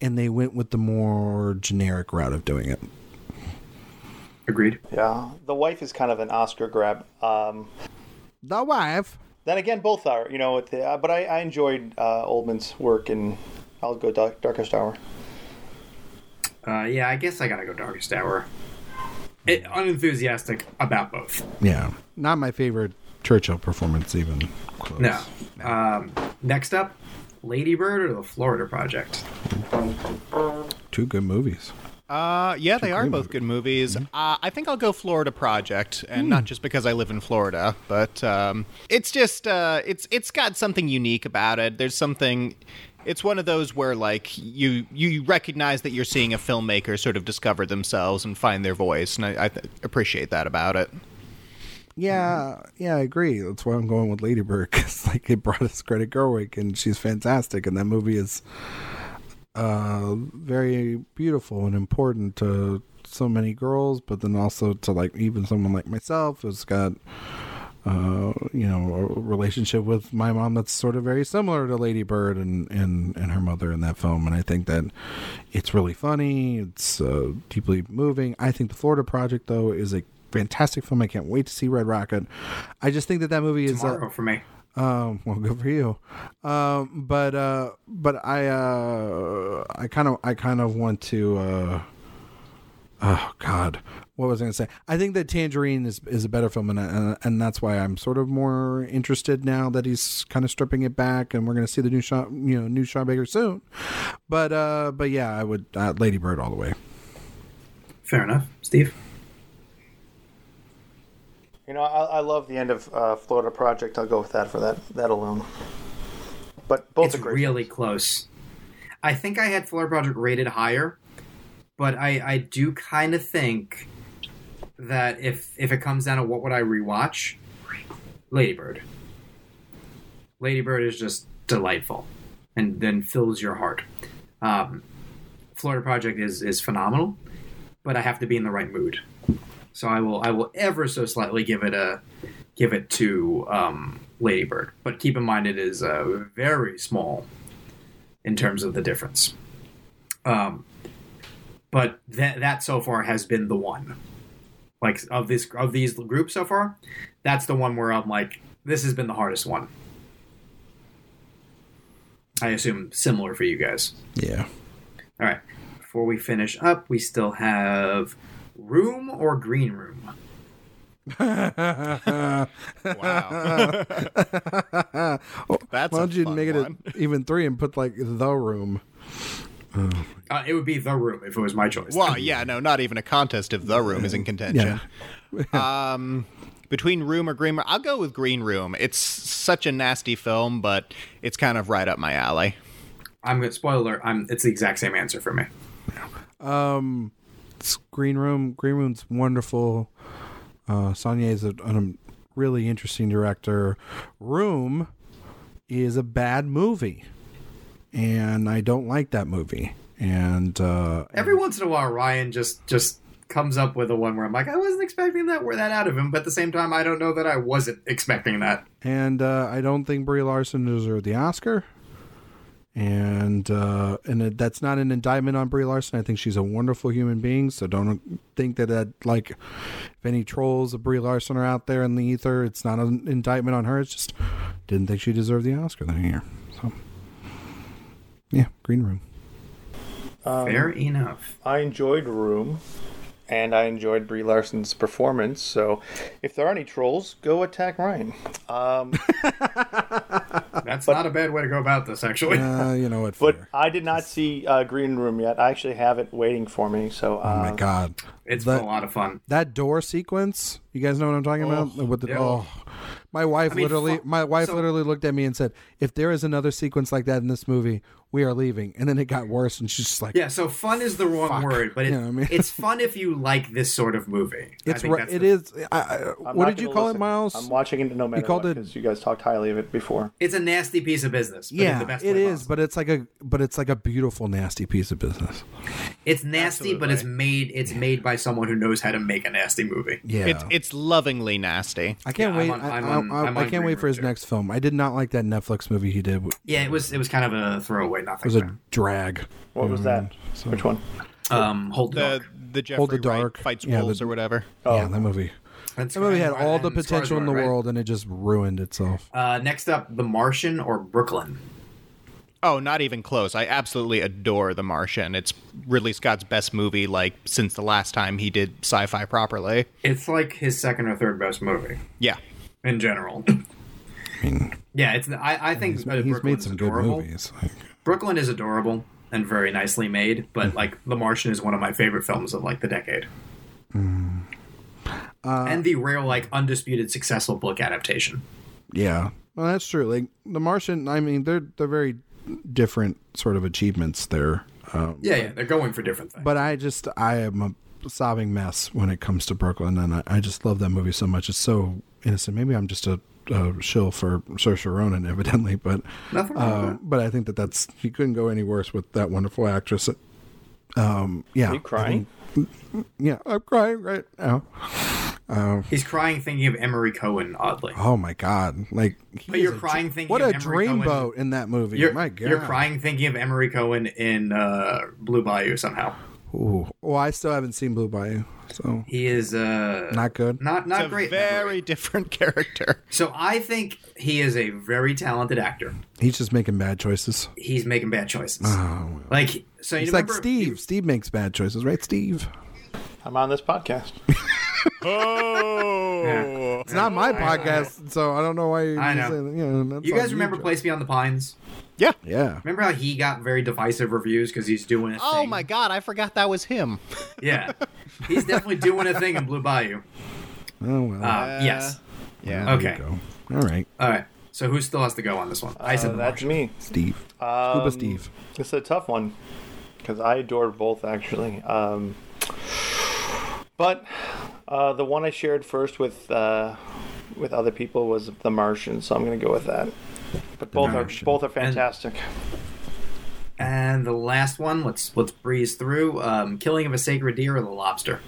Speaker 4: and they went with the more generic route of doing it.
Speaker 2: Agreed.
Speaker 5: Yeah, the wife is kind of an Oscar grab. Um,
Speaker 4: The wife.
Speaker 5: then again, both are you know. With the, uh, but I, I enjoyed uh, Oldman's work, and I'll go Dark, Darkest Hour.
Speaker 2: Uh, yeah, I guess I gotta go Darkest Hour. It, unenthusiastic about both.
Speaker 4: Yeah, not my favorite Churchill performance even. Close.
Speaker 2: No. Um, next up, Lady Bird or the Florida Project.
Speaker 4: two good movies.
Speaker 3: Uh, yeah, they are both good movies. Uh, I think I'll go Florida Project, and not just because I live in Florida, but um, it's just uh, it's it's got something unique about it. There's something. It's one of those where like you you recognize that you're seeing a filmmaker sort of discover themselves and find their voice, and I, I th- appreciate that about it.
Speaker 4: Yeah, yeah, I agree. That's why I'm going with Lady Bird because like it brought us Greta Gerwig, and she's fantastic, and that movie is uh very beautiful and important to so many girls, but then also to like even someone like myself who's got uh you know a relationship with my mom that's sort of very similar to Lady Bird and and and her mother in that film, and I think that it's really funny, it's uh, deeply moving. I think the Florida Project though is a fantastic film. I can't wait to see Red Rocket. I just think that that movie is. uh,
Speaker 2: Tomorrow for me.
Speaker 4: um, well, good for you. Um, but uh, but I uh, I kind of I kind of want to. Uh, oh God, what was I going to say? I think that Tangerine is is a better film, and and, and that's why I'm sort of more interested now that he's kind of stripping it back, and we're going to see the new shot, you know, new Sean Baker soon. But uh, but yeah, I would uh, Lady Bird all the way.
Speaker 2: Fair enough, Steve.
Speaker 5: You know, I, I love the end of uh, Florida Project. I'll go with that for that that alone. But both
Speaker 2: It's
Speaker 5: are great.
Speaker 2: really close. I think I had Florida Project rated higher, but I I do kind of think that if if it comes down to what would I rewatch, Ladybird. Ladybird is just delightful, and then fills your heart. Um, Florida Project is is phenomenal, but I have to be in the right mood. So I will I will ever so slightly give it a give it to um, Ladybird. But keep in mind, it is uh, very small in terms of the difference. Um, but that that so far has been the one, like of this of these groups so far, that's the one where I'm like, this has been the hardest one. I assume similar for you guys.
Speaker 4: Yeah.
Speaker 2: All right. Before we finish up, we still have room or green room.
Speaker 3: Wow. That's
Speaker 4: Why
Speaker 3: a
Speaker 4: don't you
Speaker 3: fun
Speaker 4: make it a,
Speaker 3: one.
Speaker 4: even three and put like the room?
Speaker 2: Uh, it would be the room if it was my choice.
Speaker 3: Well, yeah, no, not even a contest if the room is in contention. um, between Room or Green Room, I'll go with Green Room. It's such a nasty film, but it's kind of right up my alley.
Speaker 2: I'm gonna spoiler. alert, I'm. It's the exact same answer for me.
Speaker 4: It's green room. Green room's wonderful. Uh, Sonia is a, a really interesting director. Room is a bad movie, and I don't like that movie. And uh,
Speaker 2: Every once in a while, Ryan just just comes up with a one where I'm like, I wasn't expecting that. We're that out of him, but at the same time, I don't know that I wasn't expecting that.
Speaker 4: and uh, I don't think Brie Larson deserved the Oscar. And uh, and it, that's not an indictment on Brie Larson. I think she's a wonderful human being. So don't think that that like if any trolls of Brie Larson are out there in the ether, it's not an indictment on her. It's just didn't think she deserved the Oscar that year. So yeah, Green Room. Um,
Speaker 2: Fair enough.
Speaker 5: I enjoyed Room, and I enjoyed Brie Larson's performance. So, if there are any trolls, go attack Ryan. Um,
Speaker 2: That's not a bad way to go about this, actually.
Speaker 4: Uh, you know what?
Speaker 5: but
Speaker 4: fair.
Speaker 5: I did not see uh, Green Room yet. I actually have it waiting for me. So,
Speaker 4: Oh my
Speaker 5: uh,
Speaker 4: God,
Speaker 2: it's
Speaker 4: that-
Speaker 2: been a lot of fun.
Speaker 4: that door sequence. You guys know what I'm talking about? With the,
Speaker 2: yeah.
Speaker 4: oh, my wife
Speaker 2: mean,
Speaker 4: literally,
Speaker 2: fu-
Speaker 4: my wife
Speaker 2: so-
Speaker 4: literally looked at me and said, "If there is another sequence like that in this movie, we are leaving." And then it got worse, and she's just like,
Speaker 2: Yeah, so fun is the wrong word, but it,
Speaker 4: You know what I mean?
Speaker 2: it's fun if you like this sort of movie. I
Speaker 4: "It's
Speaker 2: think
Speaker 4: right.
Speaker 2: that's
Speaker 4: It
Speaker 2: the-
Speaker 4: is. I, I, what
Speaker 5: I'm not
Speaker 4: did you
Speaker 5: gonna
Speaker 4: call it,
Speaker 5: listen.
Speaker 4: Miles?
Speaker 5: I'm watching it no matter
Speaker 4: called it-
Speaker 5: because you guys talked highly of it before.
Speaker 2: It's a nasty piece of business. But in the
Speaker 4: yeah,
Speaker 2: best
Speaker 4: it
Speaker 2: way
Speaker 4: is,
Speaker 2: possible.
Speaker 4: but it's like a, but it's like a beautiful, nasty piece of business.
Speaker 2: it's nasty, but it's made. It's made by someone who knows how to make a nasty movie.
Speaker 4: Yeah,
Speaker 3: It's it's lovingly nasty.
Speaker 4: I can't
Speaker 2: Yeah,
Speaker 4: wait.
Speaker 2: I'm on-
Speaker 4: I-
Speaker 2: I'm
Speaker 4: I-
Speaker 2: on-
Speaker 4: I-
Speaker 2: I'm
Speaker 4: I
Speaker 2: on
Speaker 4: can't
Speaker 2: Green
Speaker 4: wait for
Speaker 2: Room
Speaker 4: his
Speaker 2: too.
Speaker 4: next film. I did not like that Netflix movie he did. It
Speaker 2: Yeah, it was. It was kind of a throwaway. Nothing.
Speaker 4: was a drag.
Speaker 5: What was that? Which one?
Speaker 2: um, hold the.
Speaker 3: The
Speaker 2: Dog.
Speaker 3: the Jeffrey
Speaker 4: Hold the
Speaker 3: Wright
Speaker 4: dark.
Speaker 3: fights
Speaker 4: Yeah,
Speaker 3: wolves
Speaker 4: the-
Speaker 3: or whatever.
Speaker 4: Yeah, that movie.
Speaker 2: Oh. And
Speaker 4: That movie had
Speaker 2: Skarsgård-
Speaker 4: all the
Speaker 2: and
Speaker 4: potential in the
Speaker 2: Skarsgård, right?
Speaker 4: world, and it just ruined itself.
Speaker 2: Uh, next up, The Martian or Brooklyn.
Speaker 3: Oh, not even close. I absolutely adore The Martian. It's Ridley Scott's best movie like since the last time he did sci-fi properly.
Speaker 2: It's like his second or third best movie
Speaker 3: Yeah.
Speaker 2: in general. yeah, it's. I, I think uh,
Speaker 4: He's made
Speaker 2: Brooklyn's
Speaker 4: some good
Speaker 2: adorable.
Speaker 4: movies. Like,
Speaker 2: Brooklyn is adorable and very nicely made, but like The Martian is one of my favorite films of like the decade. Mm. and the rare like undisputed successful book adaptation.
Speaker 4: Yeah, well, that's true. Like The Martian, I mean, they're they're very different sort of achievements there. Um,
Speaker 2: Yeah, yeah, they're going for different things.
Speaker 4: but I just I am a sobbing mess when it comes to Brooklyn, and I, I just love that movie so much. It's so innocent. Maybe I'm just a, a shill for Saoirse Ronan, evidently, but
Speaker 2: Nothing wrong with
Speaker 4: uh, but I think that that's you couldn't go any worse with that wonderful actress. Um, yeah,
Speaker 5: Are you crying?
Speaker 4: yeah, I'm crying right now.
Speaker 2: He's crying thinking of Emery Cohen, oddly.
Speaker 4: Oh my god! Like, he
Speaker 2: But
Speaker 4: is
Speaker 2: you're
Speaker 4: a dr-
Speaker 2: crying thinking
Speaker 4: What
Speaker 2: of
Speaker 4: a
Speaker 2: Emery Cohen.
Speaker 4: dreamboat in that movie!
Speaker 2: You're,
Speaker 4: Oh my god,
Speaker 2: you're crying thinking of Emery Cohen in uh, Blue Bayou somehow.
Speaker 4: Ooh. Well, I still haven't seen Blue Bayou, so
Speaker 2: He is uh, not
Speaker 4: not good.
Speaker 2: not,
Speaker 3: It's a
Speaker 2: great. in that movie.
Speaker 3: very different character.
Speaker 2: So I think he is a very talented actor.
Speaker 4: He's just making bad choices.
Speaker 2: He's making bad choices.
Speaker 4: Oh, well.
Speaker 2: Like so, you
Speaker 4: it's like
Speaker 2: remember
Speaker 4: Steve. Steve makes bad choices, right? Steve.
Speaker 5: I'm on this podcast.
Speaker 3: Oh.
Speaker 4: It's not my podcast, so I don't know why. You're
Speaker 2: I know.
Speaker 4: Saying, you know, that's
Speaker 2: You
Speaker 4: on
Speaker 2: guys remember
Speaker 4: Joe.
Speaker 2: Place Beyond the Pines?
Speaker 3: Yeah.
Speaker 4: Yeah.
Speaker 2: Remember how he got very divisive reviews because he's doing a
Speaker 3: Oh
Speaker 2: thing?
Speaker 3: my god, I forgot that was him.
Speaker 2: Yeah. he's definitely doing a thing in Blue Bayou.
Speaker 4: Oh well.
Speaker 2: Uh, yes.
Speaker 3: Yeah.
Speaker 4: there
Speaker 2: Okay.
Speaker 4: you go. All right,
Speaker 2: All right. So who still has to go on this one? I
Speaker 5: Uh,
Speaker 2: said the
Speaker 5: that's
Speaker 2: Martian.
Speaker 5: me.
Speaker 4: Steve. Scuba Steve.
Speaker 5: It's a tough one because I adore both actually. Um, but uh, the one I shared first with uh, with other people was The Martian, so I'm going to go with that. But both
Speaker 4: Martian.
Speaker 5: are both are fantastic.
Speaker 2: And the last one. Let's let's breeze through. Um, Killing of a Sacred Deer or the Lobster.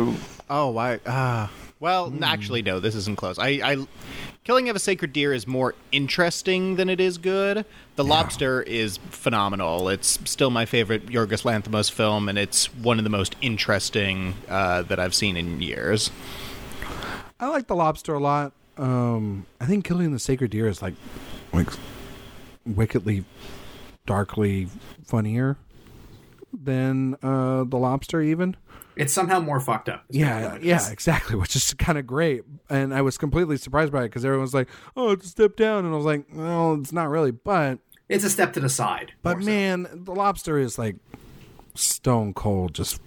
Speaker 5: Ooh.
Speaker 3: Oh, why? Ah. well, n- actually,
Speaker 2: Hmm.
Speaker 3: no. This isn't close. I, I, Killing of a Sacred Deer is more interesting than it is good. The Lobster is phenomenal. It's still my favorite Yorgos Lanthimos film, and it's one of the most interesting uh, that I've seen in years.
Speaker 4: I like the lobster a lot. Um, I think killing the sacred deer is like, like wickedly, darkly funnier than uh, the lobster, even.
Speaker 2: It's somehow more fucked up. is
Speaker 4: Yeah,
Speaker 2: what it
Speaker 4: yeah,
Speaker 2: is.
Speaker 4: exactly. Which is kind of great, and I was completely surprised by it because everyone was like, "Oh, it's a step down," and I was like, "No, it's not really." But
Speaker 2: It's a step to the side.
Speaker 4: but
Speaker 2: more so.
Speaker 4: man, the lobster is like stone cold, just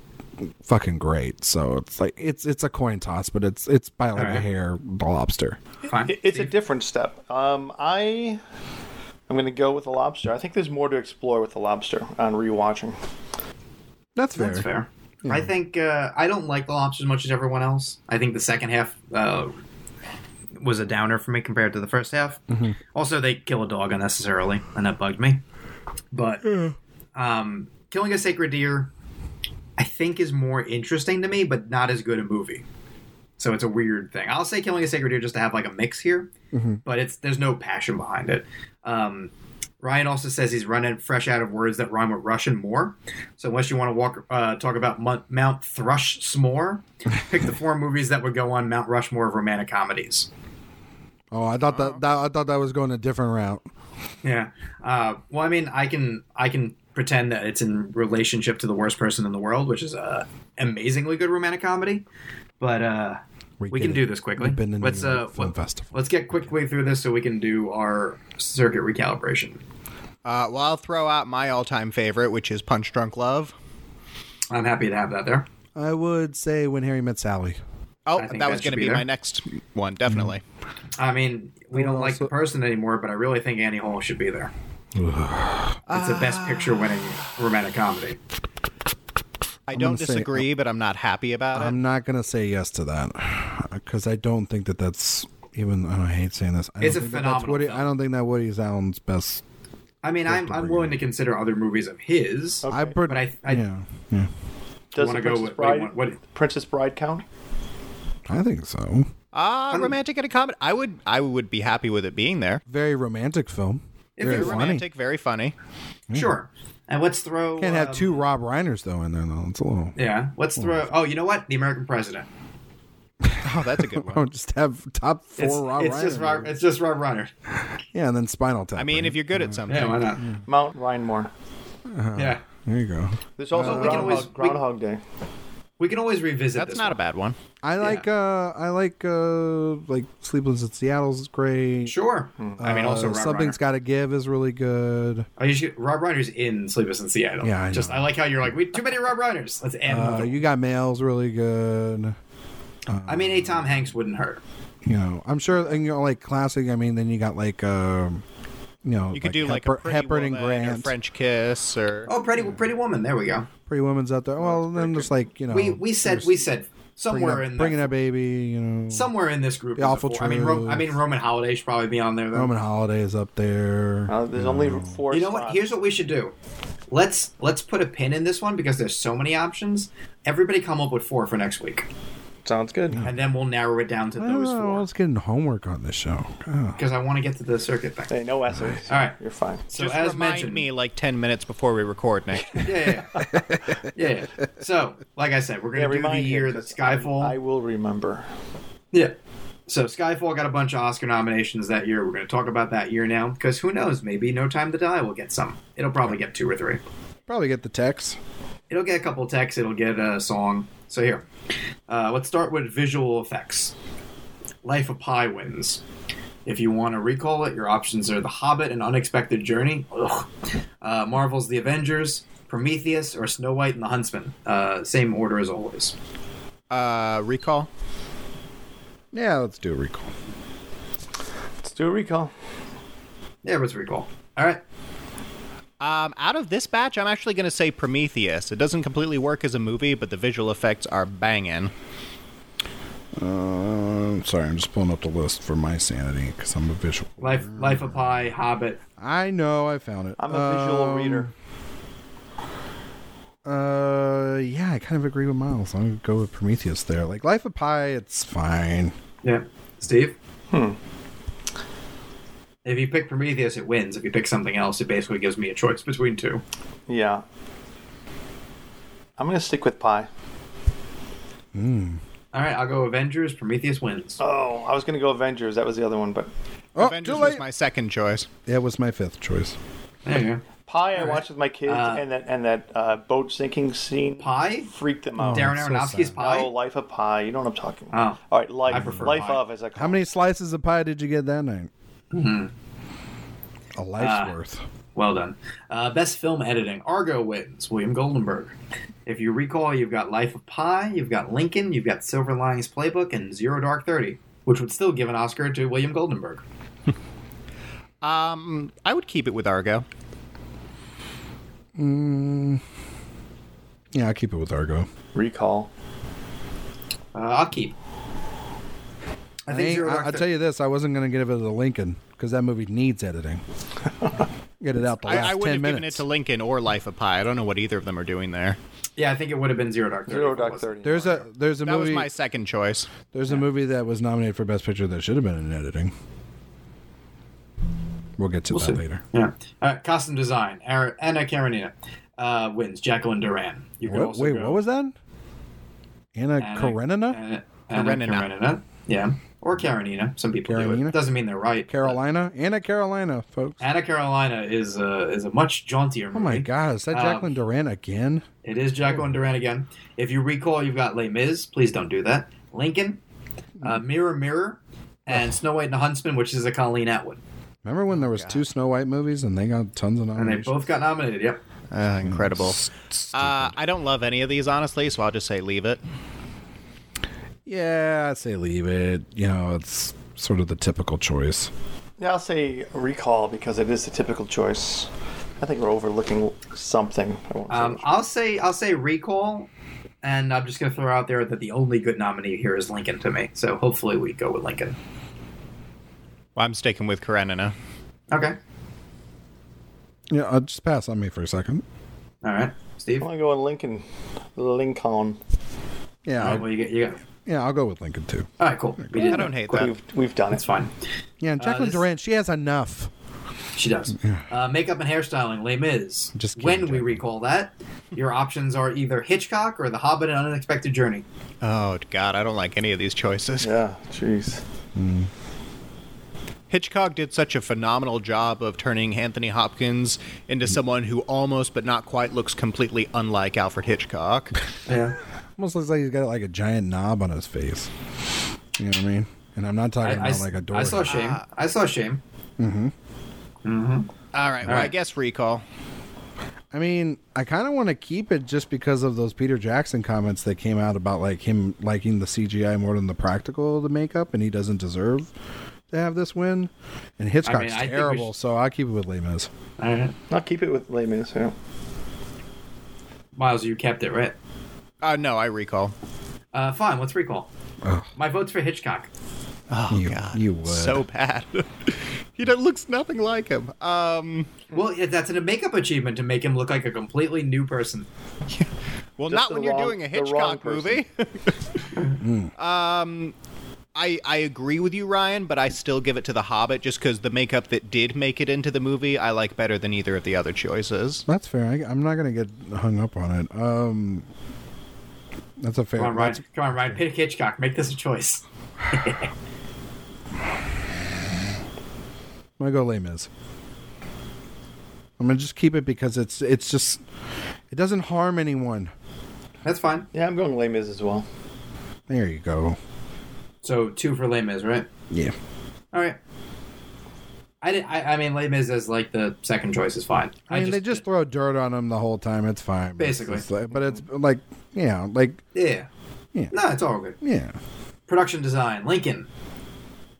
Speaker 4: fucking great. So it's like it's it's a coin toss, but it's it's by like a
Speaker 2: Alright.
Speaker 4: hair the lobster.
Speaker 2: Fine.
Speaker 5: It- It's a
Speaker 2: Steve?
Speaker 5: different step. Um, I I'm going to go with the lobster. I think there's more to explore with the lobster on rewatching.
Speaker 4: That's fair.
Speaker 2: That's fair. I think uh, I don't like the lobster as much as everyone else. I think the second half uh, was a downer for me compared to the first half. Also, they kill a dog unnecessarily, and that bugged me. But um, killing a sacred deer, I think, is more interesting to me, but not as good a movie. So it's a weird thing. I'll say killing a sacred deer just to have like a mix here, but it's there's no passion behind it. Um, Ryan also says he's running fresh out of words that rhyme with Russian more. So unless you want to walk, uh, talk about Mon- Mount Thrush S'more, pick the four movies that would go on Mount Rushmore of romantic comedies.
Speaker 4: Oh, I thought that, that I thought that was going a different route.
Speaker 2: Yeah. Uh, well, I mean, I can I can pretend that it's in relationship to the worst person in the world, which is a amazingly good romantic comedy. But uh, we,
Speaker 4: get
Speaker 2: can
Speaker 4: it.
Speaker 2: do this quickly.
Speaker 4: We've been in
Speaker 2: let's
Speaker 4: the
Speaker 2: uh,
Speaker 4: film
Speaker 2: let-
Speaker 4: festival.
Speaker 2: let's get quickly through this so we can do our circuit recalibration.
Speaker 3: Uh, well, I'll throw out my all-time favorite, which is Punch Drunk Love.
Speaker 2: I'm happy to have that there.
Speaker 4: I would say when Harry met Sally.
Speaker 3: Oh,
Speaker 2: I think
Speaker 3: that,
Speaker 2: that
Speaker 3: was going
Speaker 2: should
Speaker 3: to
Speaker 2: be
Speaker 3: be,
Speaker 2: there. Mm-hmm.
Speaker 3: my next one, definitely.
Speaker 2: I mean, we don't like the
Speaker 4: also-
Speaker 2: person anymore, but I really think Annie Hall should be there. it's a best picture winning romantic comedy.
Speaker 3: I don't
Speaker 4: gonna say-
Speaker 3: disagree, but I'm not happy about
Speaker 2: Um,
Speaker 3: it.
Speaker 4: I'm not gonna say yes to that because I don't think that that's even. oh, I hate saying this. I
Speaker 2: It's
Speaker 4: don't
Speaker 2: a
Speaker 4: think that that's
Speaker 2: phenomenal
Speaker 4: Woody,
Speaker 2: film.
Speaker 4: I don't think that Woody Allen's best.
Speaker 2: I mean, I'm, I'm willing to consider other movies of his.
Speaker 4: I, per-
Speaker 2: But I- I-
Speaker 4: yeah, yeah,
Speaker 5: Does
Speaker 2: wanna
Speaker 5: the
Speaker 2: go with- what
Speaker 5: Princess
Speaker 2: do you
Speaker 5: Bride
Speaker 2: want- what-
Speaker 5: Princess Bride count?
Speaker 4: I think so.
Speaker 3: Ah, romantic and a comedy. I would, I would be happy with it being there.
Speaker 4: Very romantic film.
Speaker 2: If
Speaker 4: Very
Speaker 2: you're
Speaker 4: funny.
Speaker 3: Romantic, very funny.
Speaker 2: Sure. And let's throw.
Speaker 4: Can't have
Speaker 2: um,
Speaker 4: two Rob Reiners though in there though. It's a little.
Speaker 2: Yeah. Let's
Speaker 4: Mm.
Speaker 2: throw. Oh, you know what? The American President.
Speaker 3: Oh, that's a good
Speaker 4: Oh,
Speaker 3: one.
Speaker 4: just have top four
Speaker 2: It's,
Speaker 4: Rob
Speaker 2: it's
Speaker 4: Reiner
Speaker 2: just Rob.
Speaker 4: movies.
Speaker 2: It's just Rob Runner.
Speaker 4: Yeah, and then Spinal Tap.
Speaker 3: I mean,
Speaker 4: right?
Speaker 3: if you're good at something,
Speaker 2: Yeah. Why not?
Speaker 5: Mount Rhinmore.
Speaker 2: Yeah.
Speaker 4: there you go.
Speaker 5: There's also
Speaker 2: we can
Speaker 5: Groundhog,
Speaker 2: always- we-
Speaker 5: Groundhog Day.
Speaker 2: We can always revisit.
Speaker 3: that's
Speaker 2: this
Speaker 3: not
Speaker 2: one.
Speaker 3: a bad one.
Speaker 4: I like uh I like uh like Sleepless in Seattle's great.
Speaker 2: Sure. I mean, also
Speaker 4: Uh,
Speaker 2: Rob
Speaker 4: something's
Speaker 2: Reiner.
Speaker 4: got to give is really good.
Speaker 2: Oh, you should, Rob Reiner's in Sleepless in Seattle.
Speaker 4: Yeah, I
Speaker 2: Just
Speaker 4: know.
Speaker 2: I like how you're like we too many Rob Reiners. Let's add.
Speaker 4: Uh,
Speaker 2: another.
Speaker 4: you got mail's really good.
Speaker 2: I mean, a Tom Hanks wouldn't hurt.
Speaker 4: You know, I'm sure and you know like classic. I mean, then you got like um, you know,
Speaker 3: You could do like
Speaker 4: Hepburn,
Speaker 3: a Pretty
Speaker 4: Hepburn and
Speaker 3: Woman or
Speaker 4: Grant,
Speaker 3: French Kiss, or
Speaker 2: Oh, pretty pretty woman. There we go.
Speaker 4: Pretty Woman's out there. Well, then just like you know,
Speaker 2: we we said we said
Speaker 4: bringing
Speaker 2: somewhere
Speaker 4: up,
Speaker 2: in
Speaker 4: bringing
Speaker 2: the,
Speaker 4: a baby. You know,
Speaker 2: somewhere in this group.
Speaker 4: The
Speaker 2: is a
Speaker 4: Awful
Speaker 2: four. I mean, Ro-
Speaker 4: Truth.
Speaker 2: I mean Roman Holiday should probably be on there though.
Speaker 4: Roman Holidays up there.
Speaker 5: Uh, there's only four.
Speaker 2: You know what?
Speaker 5: spots.
Speaker 2: Here's what we should do. Let's let's put a pin in this one because there's so many options. Everybody come up with four for next week,
Speaker 5: sounds good.
Speaker 2: and then we'll narrow it down to
Speaker 4: I don't
Speaker 2: those
Speaker 4: know. I
Speaker 2: four
Speaker 4: was getting homework on this show. God.
Speaker 2: because I want to get to the circuit thing.
Speaker 5: Hey, no essays.
Speaker 2: All right.
Speaker 5: you're fine.
Speaker 2: So
Speaker 3: just
Speaker 2: as
Speaker 3: remind
Speaker 2: mentioned,
Speaker 3: me like ten minutes before we record next.
Speaker 2: yeah, yeah, yeah. yeah, yeah. So like I said, we're
Speaker 5: Yeah,
Speaker 2: gonna do the
Speaker 5: remind
Speaker 2: year
Speaker 5: him,
Speaker 2: that
Speaker 5: 'cause I-
Speaker 2: Skyfall.
Speaker 5: I will remember.
Speaker 2: Yeah. So Skyfall got a bunch of Oscar nominations that year. We're going to talk about that year now because who knows? Maybe No Time to Die will get some. It'll probably get two or three.
Speaker 4: Probably get the text.
Speaker 2: It'll get a couple of texts. It'll get a song. So here, uh, let's start with visual effects. Life of Pi wins. If you want to recall it, your options are The Hobbit and Unexpected Journey, ugh. Uh, Marvel's The Avengers, Prometheus, or Snow White and the Huntsman. Uh, same order as always.
Speaker 3: Uh, recall.
Speaker 4: Yeah, let's do a recall.
Speaker 5: Let's do a recall.
Speaker 2: Yeah, let's recall. All right.
Speaker 3: Um, out of this batch, I'm actually going to say Prometheus. It doesn't completely work as a movie, but the visual effects are banging.
Speaker 4: Uh, sorry, I'm just pulling up the list for my sanity because I'm a visual.
Speaker 2: Life, Life of Pi, Hobbit,
Speaker 4: I know, I found it.
Speaker 5: I'm a visual
Speaker 4: Um,
Speaker 5: reader.
Speaker 4: Uh, yeah, I kind of agree with Miles. I'm gonna go with Prometheus there. Like Life of Pi, it's fine.
Speaker 2: Yeah. Steve? Hmm. If you pick Prometheus, it wins. If you pick something else, it basically gives me a choice between two.
Speaker 5: Yeah. I'm gonna stick with pie.
Speaker 2: All right, I'll go Avengers. Prometheus wins.
Speaker 5: Oh, I was gonna go Avengers. That was the other one, but
Speaker 4: Oh,
Speaker 3: Avengers
Speaker 4: too
Speaker 3: was
Speaker 4: late.
Speaker 3: my second choice.
Speaker 4: That was my fifth choice.
Speaker 2: There you go.
Speaker 5: Pie I watched with my kids, and that and that uh, boat sinking scene.
Speaker 2: Pie?
Speaker 5: freaked them out.
Speaker 2: Darren
Speaker 4: so
Speaker 2: Aronofsky's
Speaker 4: sad.
Speaker 2: Pie?
Speaker 5: No, Life of Pi. You know what I'm talking about.
Speaker 2: Oh.
Speaker 5: All right, Life.
Speaker 2: I prefer
Speaker 5: life
Speaker 2: Pi.
Speaker 5: of, as I call
Speaker 4: How many slices of pie did you get that night?
Speaker 5: Mm-hmm.
Speaker 4: A
Speaker 5: Ah.
Speaker 4: life's worth.
Speaker 2: Well done. Uh, best film editing. Argo wins. William Goldenberg. If you recall, you've got Life of Pi, you've got Lincoln, you've got Silver Linings Playbook, and Zero Dark Thirty, which would still give an Oscar to William Goldenberg.
Speaker 3: Um, I would keep it with Argo.
Speaker 4: Yeah, I keep it with Argo.
Speaker 5: it. Recall.
Speaker 2: Uh, I'll keep. I
Speaker 4: I
Speaker 2: think Zero Dark
Speaker 4: will
Speaker 2: Thir-
Speaker 4: tell you this: I wasn't going to give it to Lincoln because that movie needs editing. Get it out the last
Speaker 3: I, I wouldn't have
Speaker 4: ten
Speaker 3: given it
Speaker 4: minutes.
Speaker 3: to Lincoln or Life of Pi. I don't know what either of them are doing there.
Speaker 2: Yeah, I think it would have been Zero Dark Thirty.
Speaker 5: Zero
Speaker 2: if it
Speaker 5: Dark
Speaker 2: wasn't.
Speaker 5: Thirty.
Speaker 4: There's a there's a
Speaker 3: That was
Speaker 4: movie
Speaker 3: my second choice.
Speaker 4: there's a movie that was nominated for Best Picture that should have been in editing. We'll get to that
Speaker 2: see.
Speaker 4: later.
Speaker 2: Yeah. All right. Costume design. Ara- Anna Karenina uh, wins. Jacqueline Duran. You could
Speaker 4: What-
Speaker 2: also
Speaker 4: wait,
Speaker 2: go
Speaker 4: what was that? Anna, Karenina,
Speaker 2: Anna, Anna
Speaker 3: Karenina.
Speaker 2: Karenina. Yeah. Or Karenina. Some people do
Speaker 4: Karenina?
Speaker 2: it. Doesn't mean they're right.
Speaker 4: Carolina, Anna Carolina, folks.
Speaker 2: Anna Carolina is a is a much jauntier movie.
Speaker 4: Oh my God, is that
Speaker 2: Um,
Speaker 4: Jacqueline Duran again?
Speaker 2: It is Jacqueline Duran again. If you recall, you've got Les Mis. Please don't do that. Lincoln, uh, Mirror Mirror, and Snow White and the Huntsman, which is a Colleen Atwood,
Speaker 4: Remember when there was two Snow White movies and they got tons of
Speaker 2: and they
Speaker 4: nominations?
Speaker 2: both got nominated. Yep.
Speaker 3: Uh, incredible.
Speaker 4: Stupid.
Speaker 3: Uh, I don't love any of these honestly, so I'll just say leave it.
Speaker 4: yeah, I'd say leave it. You know, it's sort of the typical choice.
Speaker 5: Yeah, I'll say recall because it is the typical choice. I think we're overlooking something. I won't say
Speaker 2: Um,
Speaker 5: which-
Speaker 2: I'll say I'll say Recall, and I'm just going to throw out there that the only good nominee here is Lincoln to me. So hopefully we go with Lincoln.
Speaker 3: Well, I'm sticking with Karenina.
Speaker 2: Okay.
Speaker 4: Yeah, I'll just pass on me for a second.
Speaker 2: All right, Steve.
Speaker 5: I'm gonna go with Lincoln. Lincoln.
Speaker 4: Yeah,
Speaker 2: All right,
Speaker 4: I'll,
Speaker 2: Uh, well, you get, you got.
Speaker 4: yeah, I'll go with Lincoln too.
Speaker 2: All right, cool. We
Speaker 3: I don't hate that.
Speaker 5: We've we've done
Speaker 2: That's
Speaker 5: it.
Speaker 2: fine.
Speaker 4: Yeah, and Jacqueline
Speaker 2: uh, this-
Speaker 4: Durant, she has enough.
Speaker 2: She does. Uh, makeup and hairstyling, Les Mis.
Speaker 4: Just
Speaker 2: when
Speaker 4: kidding,
Speaker 2: we
Speaker 4: Jackie.
Speaker 2: recall that, your options are either Hitchcock or The Hobbit and Unexpected Journey.
Speaker 3: Oh God, I don't like any of these choices.
Speaker 5: Yeah. Jeez.
Speaker 3: Hitchcock did such a phenomenal job of turning Anthony Hopkins into someone who almost but not quite looks completely unlike Alfred Hitchcock.
Speaker 2: Yeah.
Speaker 4: Almost looks like he's got like a giant knob on his face. You know what I mean? And I'm not
Speaker 2: I,
Speaker 4: talking
Speaker 2: I
Speaker 4: about
Speaker 2: s-
Speaker 4: like a door.
Speaker 2: I saw shame. I saw shame.
Speaker 3: All right, well, I
Speaker 2: right.
Speaker 3: guess recall.
Speaker 4: I mean, I kind of want to keep it just because of those Peter Jackson comments that came out about like him liking the CGI more than the practical, the makeup, and he doesn't deserve to have this win. And Hitchcock's
Speaker 2: I think we
Speaker 4: terrible,
Speaker 2: should-
Speaker 4: so I'll keep it with Les Mis.
Speaker 2: All right.
Speaker 5: I'll keep it with Les Mis. Yeah.
Speaker 2: Miles, you kept it right.
Speaker 3: Uh, no, I recall.
Speaker 2: Uh, fine. Let's recall.
Speaker 4: Oh.
Speaker 2: My vote's for Hitchcock.
Speaker 3: Oh
Speaker 4: You-
Speaker 3: God,
Speaker 4: you would.
Speaker 3: so bad. he do- looks nothing like him. Um,
Speaker 2: Well, yeah, that's a makeup achievement to make him look like a completely new person.
Speaker 3: well,
Speaker 5: Just
Speaker 3: not
Speaker 5: the
Speaker 3: when you're
Speaker 5: wrong-
Speaker 3: doing a
Speaker 5: the wrong
Speaker 3: Hitchcock movie. um,
Speaker 4: Hmm.
Speaker 3: I I agree with you, Ryan, but I still give it to The Hobbit just because the makeup that did make it into the movie I like better than either of the other choices.
Speaker 4: That's fair. I, I'm not gonna get hung up on it. Um, that's a fair.
Speaker 2: Come on, Ryan.
Speaker 4: that's-
Speaker 2: Come on, Ryan. Pick Hitchcock. Make this a choice.
Speaker 4: I'm gonna go Les Mis. I'm gonna just keep it because it's it's just it doesn't harm anyone.
Speaker 2: That's fine.
Speaker 5: Yeah, I'm going Les Mis as well.
Speaker 4: There you go.
Speaker 2: So two for Les Mis, right?
Speaker 4: Yeah.
Speaker 2: All right. I, did, I, I mean, Les Mis as like the second choice is fine.
Speaker 4: I mean, they just throw dirt on him the whole time. It's fine. But it's
Speaker 2: Basically.
Speaker 4: just like- but it's like, yeah, like,
Speaker 2: yeah.
Speaker 4: Yeah.
Speaker 2: No, it's all good.
Speaker 4: yeah.
Speaker 2: Production design, Lincoln.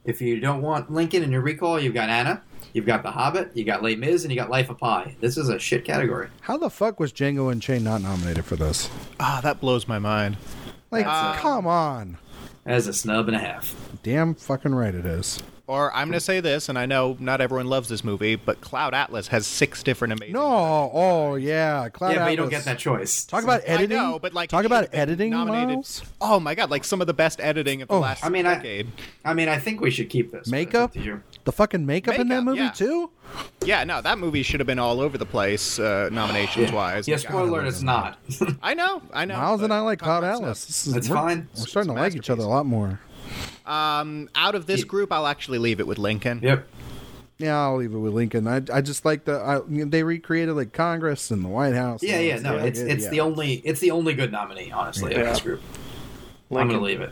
Speaker 2: If you don't want Lincoln in your recall, you've got Anna, you've got The Hobbit, you got Les Mis, and you got Life of Pi. This is a shit category.
Speaker 4: How the fuck was Django and Chain not nominated for this?
Speaker 3: Ah, that blows my mind.
Speaker 4: Like,
Speaker 2: That's, uh,
Speaker 4: come on.
Speaker 2: That is a snub and a half.
Speaker 4: Damn fucking right it is.
Speaker 3: Or I'm gonna say this, and I know not everyone loves this movie, but Cloud Atlas has six different amazing.
Speaker 4: No. Oh, yeah. Cloud
Speaker 2: yeah, but you don't
Speaker 4: Atlas.
Speaker 2: get that choice.
Speaker 4: Talk about editing.
Speaker 3: I know, but like
Speaker 4: Talk
Speaker 3: it
Speaker 4: about
Speaker 3: should've been
Speaker 4: editing,
Speaker 3: nominated.
Speaker 4: Miles.
Speaker 3: Oh my god, like some of the best editing of the
Speaker 4: Oh.
Speaker 3: last
Speaker 2: I mean, I-
Speaker 3: decade.
Speaker 2: I mean, I think we should keep this. but it's up
Speaker 4: Makeup.
Speaker 2: to you.
Speaker 4: The fucking makeup, in that
Speaker 3: Makeup,
Speaker 4: movie,
Speaker 3: yeah.
Speaker 4: too?
Speaker 3: Yeah, no, that movie should have been all over the place, uh, nominations wise.
Speaker 2: Yeah, spoiler alert, it's not.
Speaker 3: I know, I know.
Speaker 4: Miles and
Speaker 3: but
Speaker 4: I like
Speaker 3: talk
Speaker 4: Cloud
Speaker 3: about
Speaker 4: Atlas.
Speaker 3: stuff.
Speaker 4: This is-
Speaker 2: That's
Speaker 4: we're-
Speaker 2: fine.
Speaker 4: We're starting
Speaker 3: It's
Speaker 4: to
Speaker 3: a
Speaker 4: like each other a lot more.
Speaker 3: Um, Out of this
Speaker 2: Yeah.
Speaker 3: group, I'll actually leave it with Lincoln.
Speaker 2: yep.
Speaker 4: Yeah, I'll leave it with Lincoln. I, I just like the I, they recreated like Congress and the White House.
Speaker 2: Yeah,
Speaker 4: and
Speaker 2: yeah,
Speaker 4: all
Speaker 2: no,
Speaker 4: that.
Speaker 2: it's
Speaker 4: Yeah,
Speaker 2: it's
Speaker 4: yeah.
Speaker 2: the only it's the only good nominee, honestly, of
Speaker 5: Yeah.
Speaker 2: this group. I'm
Speaker 5: Lincoln.
Speaker 2: gonna leave it.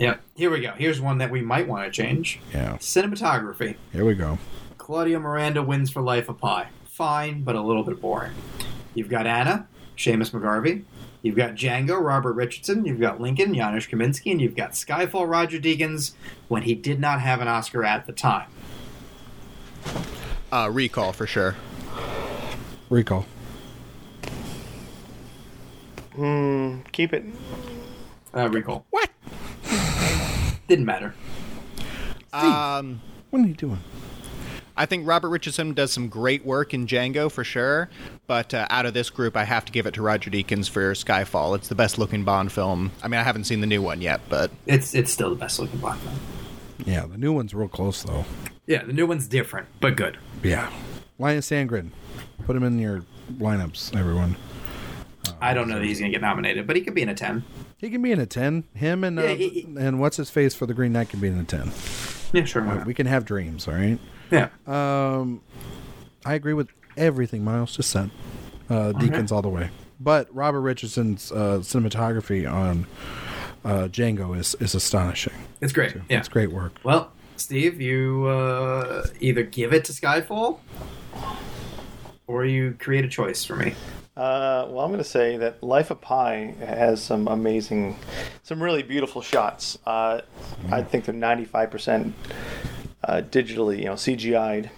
Speaker 2: Yep. Here we go. Here's one that we might want to change.
Speaker 4: Yeah.
Speaker 2: Cinematography.
Speaker 4: Here we go.
Speaker 2: Claudia Miranda wins for Life of Pi. Fine, but a little bit boring. You've got Anna, Seamus McGarvey. You've got Django, Robert Richardson. You've got Lincoln, Janusz Kaminski. And you've got Skyfall, Roger Deakins, when he did not have an Oscar at the time.
Speaker 3: Uh, recall for sure.
Speaker 4: Recall.
Speaker 5: Keep it.
Speaker 2: Uh, recall.
Speaker 4: What?
Speaker 2: Didn't matter.
Speaker 3: Um,
Speaker 4: What are you doing?
Speaker 3: I think Robert Richardson does some great work in Django for sure, but uh, out of this group, I have to give it to Roger Deakins for Skyfall. It's the best looking Bond film. I mean, I haven't seen the new one yet, but
Speaker 2: It's it's still the best looking black man.
Speaker 4: Yeah, the new one's real close though.
Speaker 2: Yeah, the new one's different, but good.
Speaker 4: Yeah. Linus Sandgren. Put him in your lineups, everyone.
Speaker 2: I don't know that he's going to get nominated, but he could be in a 10.
Speaker 4: He can be in a ten. Him and uh,
Speaker 2: Yeah, he-
Speaker 4: and what's his face for the Green Knight can be in a ten.
Speaker 2: Yeah, sure. why not?
Speaker 4: We can have dreams, all right?
Speaker 2: Yeah.
Speaker 4: I agree with everything Miles just said. Uh, Deacons all the way. But Robert Richardson's uh, cinematography on uh, Django is, is astonishing.
Speaker 2: it's great. Yeah.
Speaker 4: It's great work.
Speaker 2: Well, Steve, you uh, either give it to Skyfall or you create a choice for me.
Speaker 5: Uh, well, I'm going to say that Life of Pi has some amazing, some really beautiful shots. Uh,
Speaker 2: Mm.
Speaker 5: I think they're 95% uh, digitally, you know, CGI'd.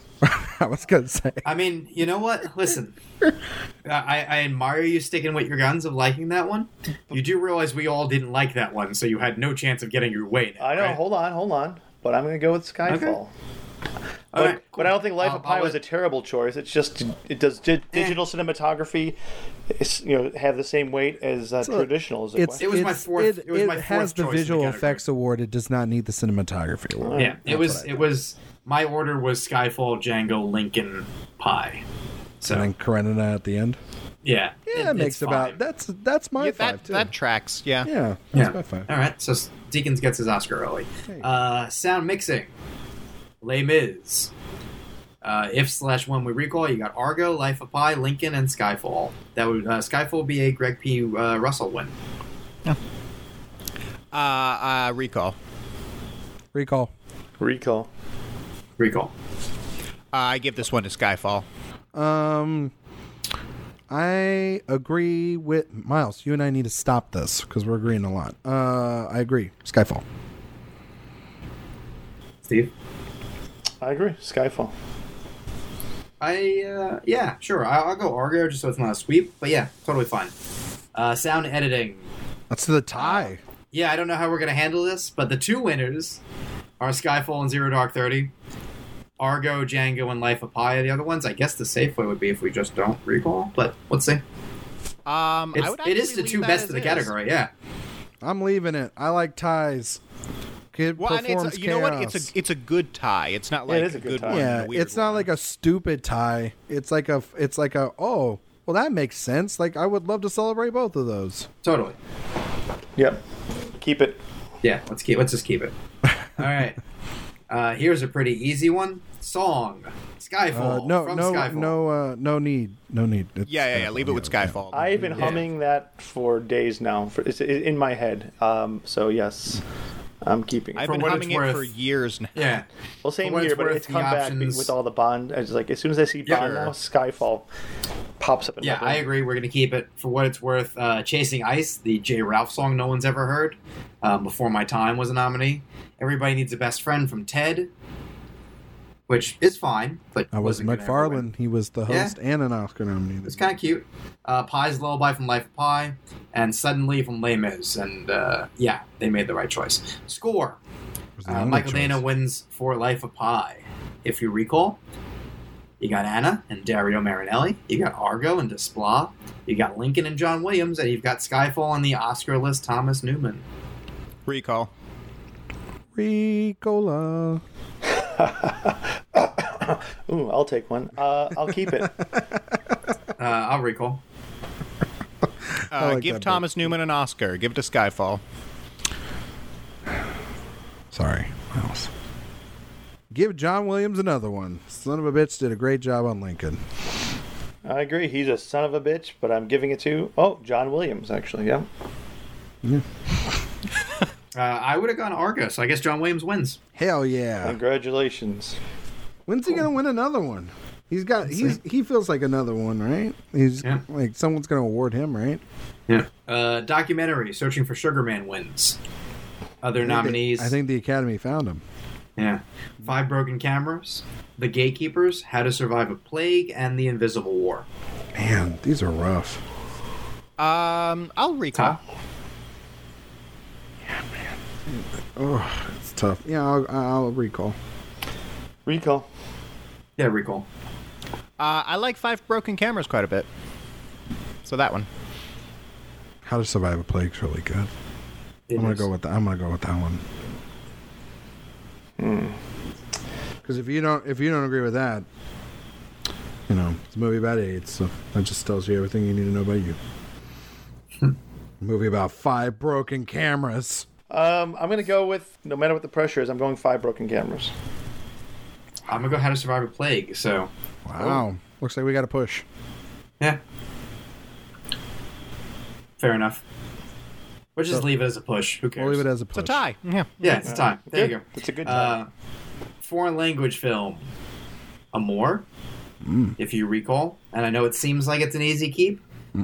Speaker 4: I was going to say.
Speaker 2: I mean, you know what? Listen, I, I admire you sticking with your guns of liking that one. You do realize we all didn't like that one, so you had no chance of getting your way. Now,
Speaker 5: I know.
Speaker 2: right?
Speaker 5: Hold on, hold on. But I'm going to go with Skyfall. But,
Speaker 2: Alright,
Speaker 5: but I don't think Life
Speaker 2: I'll-
Speaker 5: of Pi
Speaker 2: I'll
Speaker 5: was a
Speaker 2: let-
Speaker 5: terrible choice. It's just it does di- digital cinematography, it's, you know, have the same weight as uh, traditional. As it
Speaker 4: It's,
Speaker 5: was.
Speaker 2: It was my
Speaker 4: it's-
Speaker 2: fourth- it was my
Speaker 4: has
Speaker 2: fourth
Speaker 4: the
Speaker 2: choice in the
Speaker 4: visual
Speaker 2: category.
Speaker 4: effects award. It does not need the cinematography award.
Speaker 2: Yeah, it was. It was. My order was Skyfall, Django, Lincoln, Pie. So
Speaker 4: And then Karenina at the end.
Speaker 2: yeah,
Speaker 4: Yeah, it makes about that's that's my
Speaker 3: yeah,
Speaker 4: five
Speaker 3: that,
Speaker 4: too.
Speaker 3: that tracks. Yeah.
Speaker 4: yeah,
Speaker 2: Yeah.
Speaker 4: that's my five.
Speaker 2: All right. So Deacons gets his Oscar early. Uh, sound mixing. Les Mis. Uh, if slash when we recall, you got Argo, Life of Pi, Lincoln, and Skyfall. That would uh, Skyfall would be a Greg P. Uh, Russell win.
Speaker 3: Uh, uh, recall.
Speaker 4: Recall.
Speaker 5: Recall.
Speaker 2: Recall.
Speaker 3: Uh, I give this one to Skyfall.
Speaker 4: Um, I agree with Miles. You and I need to stop this because we're agreeing a lot. Uh, I agree. Skyfall.
Speaker 2: Steve.
Speaker 5: I agree. Skyfall.
Speaker 2: I uh, yeah, sure. I, I'll go Argo just so it's not a sweep. But yeah, totally fine. Uh, sound editing.
Speaker 4: That's the tie.
Speaker 2: Yeah, I don't know how we're gonna handle this, but the two winners are Skyfall and Zero Dark Thirty. Argo, Django, and Life of Pi are the other ones. I guess the safe way would be if we just don't recall, but let's see.
Speaker 3: Um, I
Speaker 2: It's,
Speaker 3: would
Speaker 2: it is
Speaker 3: actually
Speaker 2: the
Speaker 3: leave
Speaker 2: two
Speaker 3: that
Speaker 2: best
Speaker 3: as
Speaker 2: of the
Speaker 3: is.
Speaker 2: category, yeah.
Speaker 4: I'm leaving it. I like ties. Kid
Speaker 3: Well, and
Speaker 4: performs
Speaker 3: it's a, you know what? It's
Speaker 4: chaos.
Speaker 3: a it's a good tie. It's not
Speaker 5: Yeah,
Speaker 3: like
Speaker 5: it is a good tie.
Speaker 3: one.
Speaker 4: yeah.
Speaker 3: and a weird
Speaker 4: It's not
Speaker 3: one.
Speaker 4: like a stupid tie. It's like a. It's like a. Oh, well, that makes sense. Like I would love to celebrate both of those.
Speaker 2: Totally.
Speaker 5: Yep. Keep it.
Speaker 2: Yeah, let's keep let's just keep it. Alright. Uh, here's a pretty easy one. Song.
Speaker 4: Uh,
Speaker 2: Skyfall.
Speaker 4: no,
Speaker 2: from
Speaker 4: no,
Speaker 2: Skyfall.
Speaker 4: no, uh, no need, no need. It's
Speaker 3: Oh, Yeah, yeah, yeah. Leave it with
Speaker 4: yeah.
Speaker 3: Skyfall.
Speaker 5: I've been humming that for days now. For, it's i- in my head. Um, so yes, I'm keeping. it.
Speaker 3: I've
Speaker 5: From
Speaker 3: been
Speaker 2: what it's
Speaker 3: humming it
Speaker 2: worth-
Speaker 3: for years now.
Speaker 2: Yeah.
Speaker 5: well, same
Speaker 2: for what
Speaker 5: here,
Speaker 2: it's
Speaker 5: but
Speaker 2: worth,
Speaker 5: it's
Speaker 2: the
Speaker 5: come back be-
Speaker 2: options-
Speaker 5: with all the Bond. I was like, as soon as I see
Speaker 2: Yeah.
Speaker 5: Bond, now, Skyfall pops up in
Speaker 2: Yeah,
Speaker 5: my brain.
Speaker 2: I agree. We're going to keep it for what it's worth. Uh, Chasing Ice, the J. Ralph song no one's ever heard. Um, Before My Time was a nominee. Everybody Needs a Best Friend from Ted, which is fine, but
Speaker 4: That was
Speaker 2: wasn't gonna ever win.
Speaker 4: McFarlane. He was the
Speaker 2: Yeah.
Speaker 4: host and an Oscar nominee.
Speaker 2: It's kind of cute. Uh, Pie's Lullaby from Life of Pie, and Suddenly from Les Mis. And uh, yeah, they made the right choice. Score
Speaker 4: Was the
Speaker 2: uh,
Speaker 4: only
Speaker 2: Michael
Speaker 4: choice.
Speaker 2: Dana wins for Life of Pi. If you recall, you got Anna and Dario Marinelli, you got Argo and Desplat, you got Lincoln and John Williams, and you've got Skyfall on the Oscar list, Thomas Newman.
Speaker 3: Recall.
Speaker 4: Ricola.
Speaker 5: Ooh, I'll take one. Uh, I'll keep it.
Speaker 2: Uh, I'll recall.
Speaker 3: Uh,
Speaker 4: like
Speaker 3: give
Speaker 4: that bit.
Speaker 3: Thomas Newman an Oscar. Give it to Skyfall.
Speaker 4: Sorry, Miles. Give John Williams another one. Son of a bitch did a great job on Lincoln.
Speaker 5: I agree. He's a son of a bitch, but I'm giving it to oh John Williams actually. Yeah.
Speaker 2: Uh, I would have gone Argo, so I guess John Williams wins.
Speaker 4: Hell yeah.
Speaker 5: Congratulations.
Speaker 4: When's he gonna win another one? He's got he's he feels like another one, right? He's
Speaker 2: Yeah.
Speaker 4: like someone's gonna award him, right?
Speaker 2: Yeah. Uh, documentary Searching for Sugar Man wins. Other nominees.
Speaker 4: I think the Academy found him.
Speaker 2: Yeah. Five Broken Cameras, The Gatekeepers, How to Survive a Plague, and The Invisible War.
Speaker 4: Man, these are rough.
Speaker 3: Um, I'll recall.
Speaker 2: Huh?
Speaker 4: Oh, it's tough. Yeah, I'll, I'll recall.
Speaker 5: Recall.
Speaker 2: Yeah, recall.
Speaker 3: Uh, I like Five Broken Cameras quite a bit. So that one.
Speaker 4: How to Survive a Plague's really good.
Speaker 2: It
Speaker 4: I'm gonna
Speaker 2: is.
Speaker 4: go with that. I'm gonna go with that one.
Speaker 2: Hmm.
Speaker 4: Because if you don't, if you don't agree with that, you know it's a movie about AIDS, so that just tells you everything you need to know about you.
Speaker 2: Hmm.
Speaker 4: movie about five broken cameras.
Speaker 5: Um, I'm gonna go with no matter what the pressure is. I'm going five broken cameras.
Speaker 2: I'm gonna go How to Survive a Plague. So, Oh.
Speaker 4: Wow, looks like we got to push.
Speaker 2: yeah. Fair enough. We'll just leave it as a push. Who cares?
Speaker 4: We'll leave it as a push.
Speaker 3: It's a tie. Yeah.
Speaker 2: yeah, it's time. There you
Speaker 5: Good.
Speaker 2: go.
Speaker 5: It's a good
Speaker 2: Uh, foreign language film. Amor, if you recall. And I know it seems like it's an easy keep.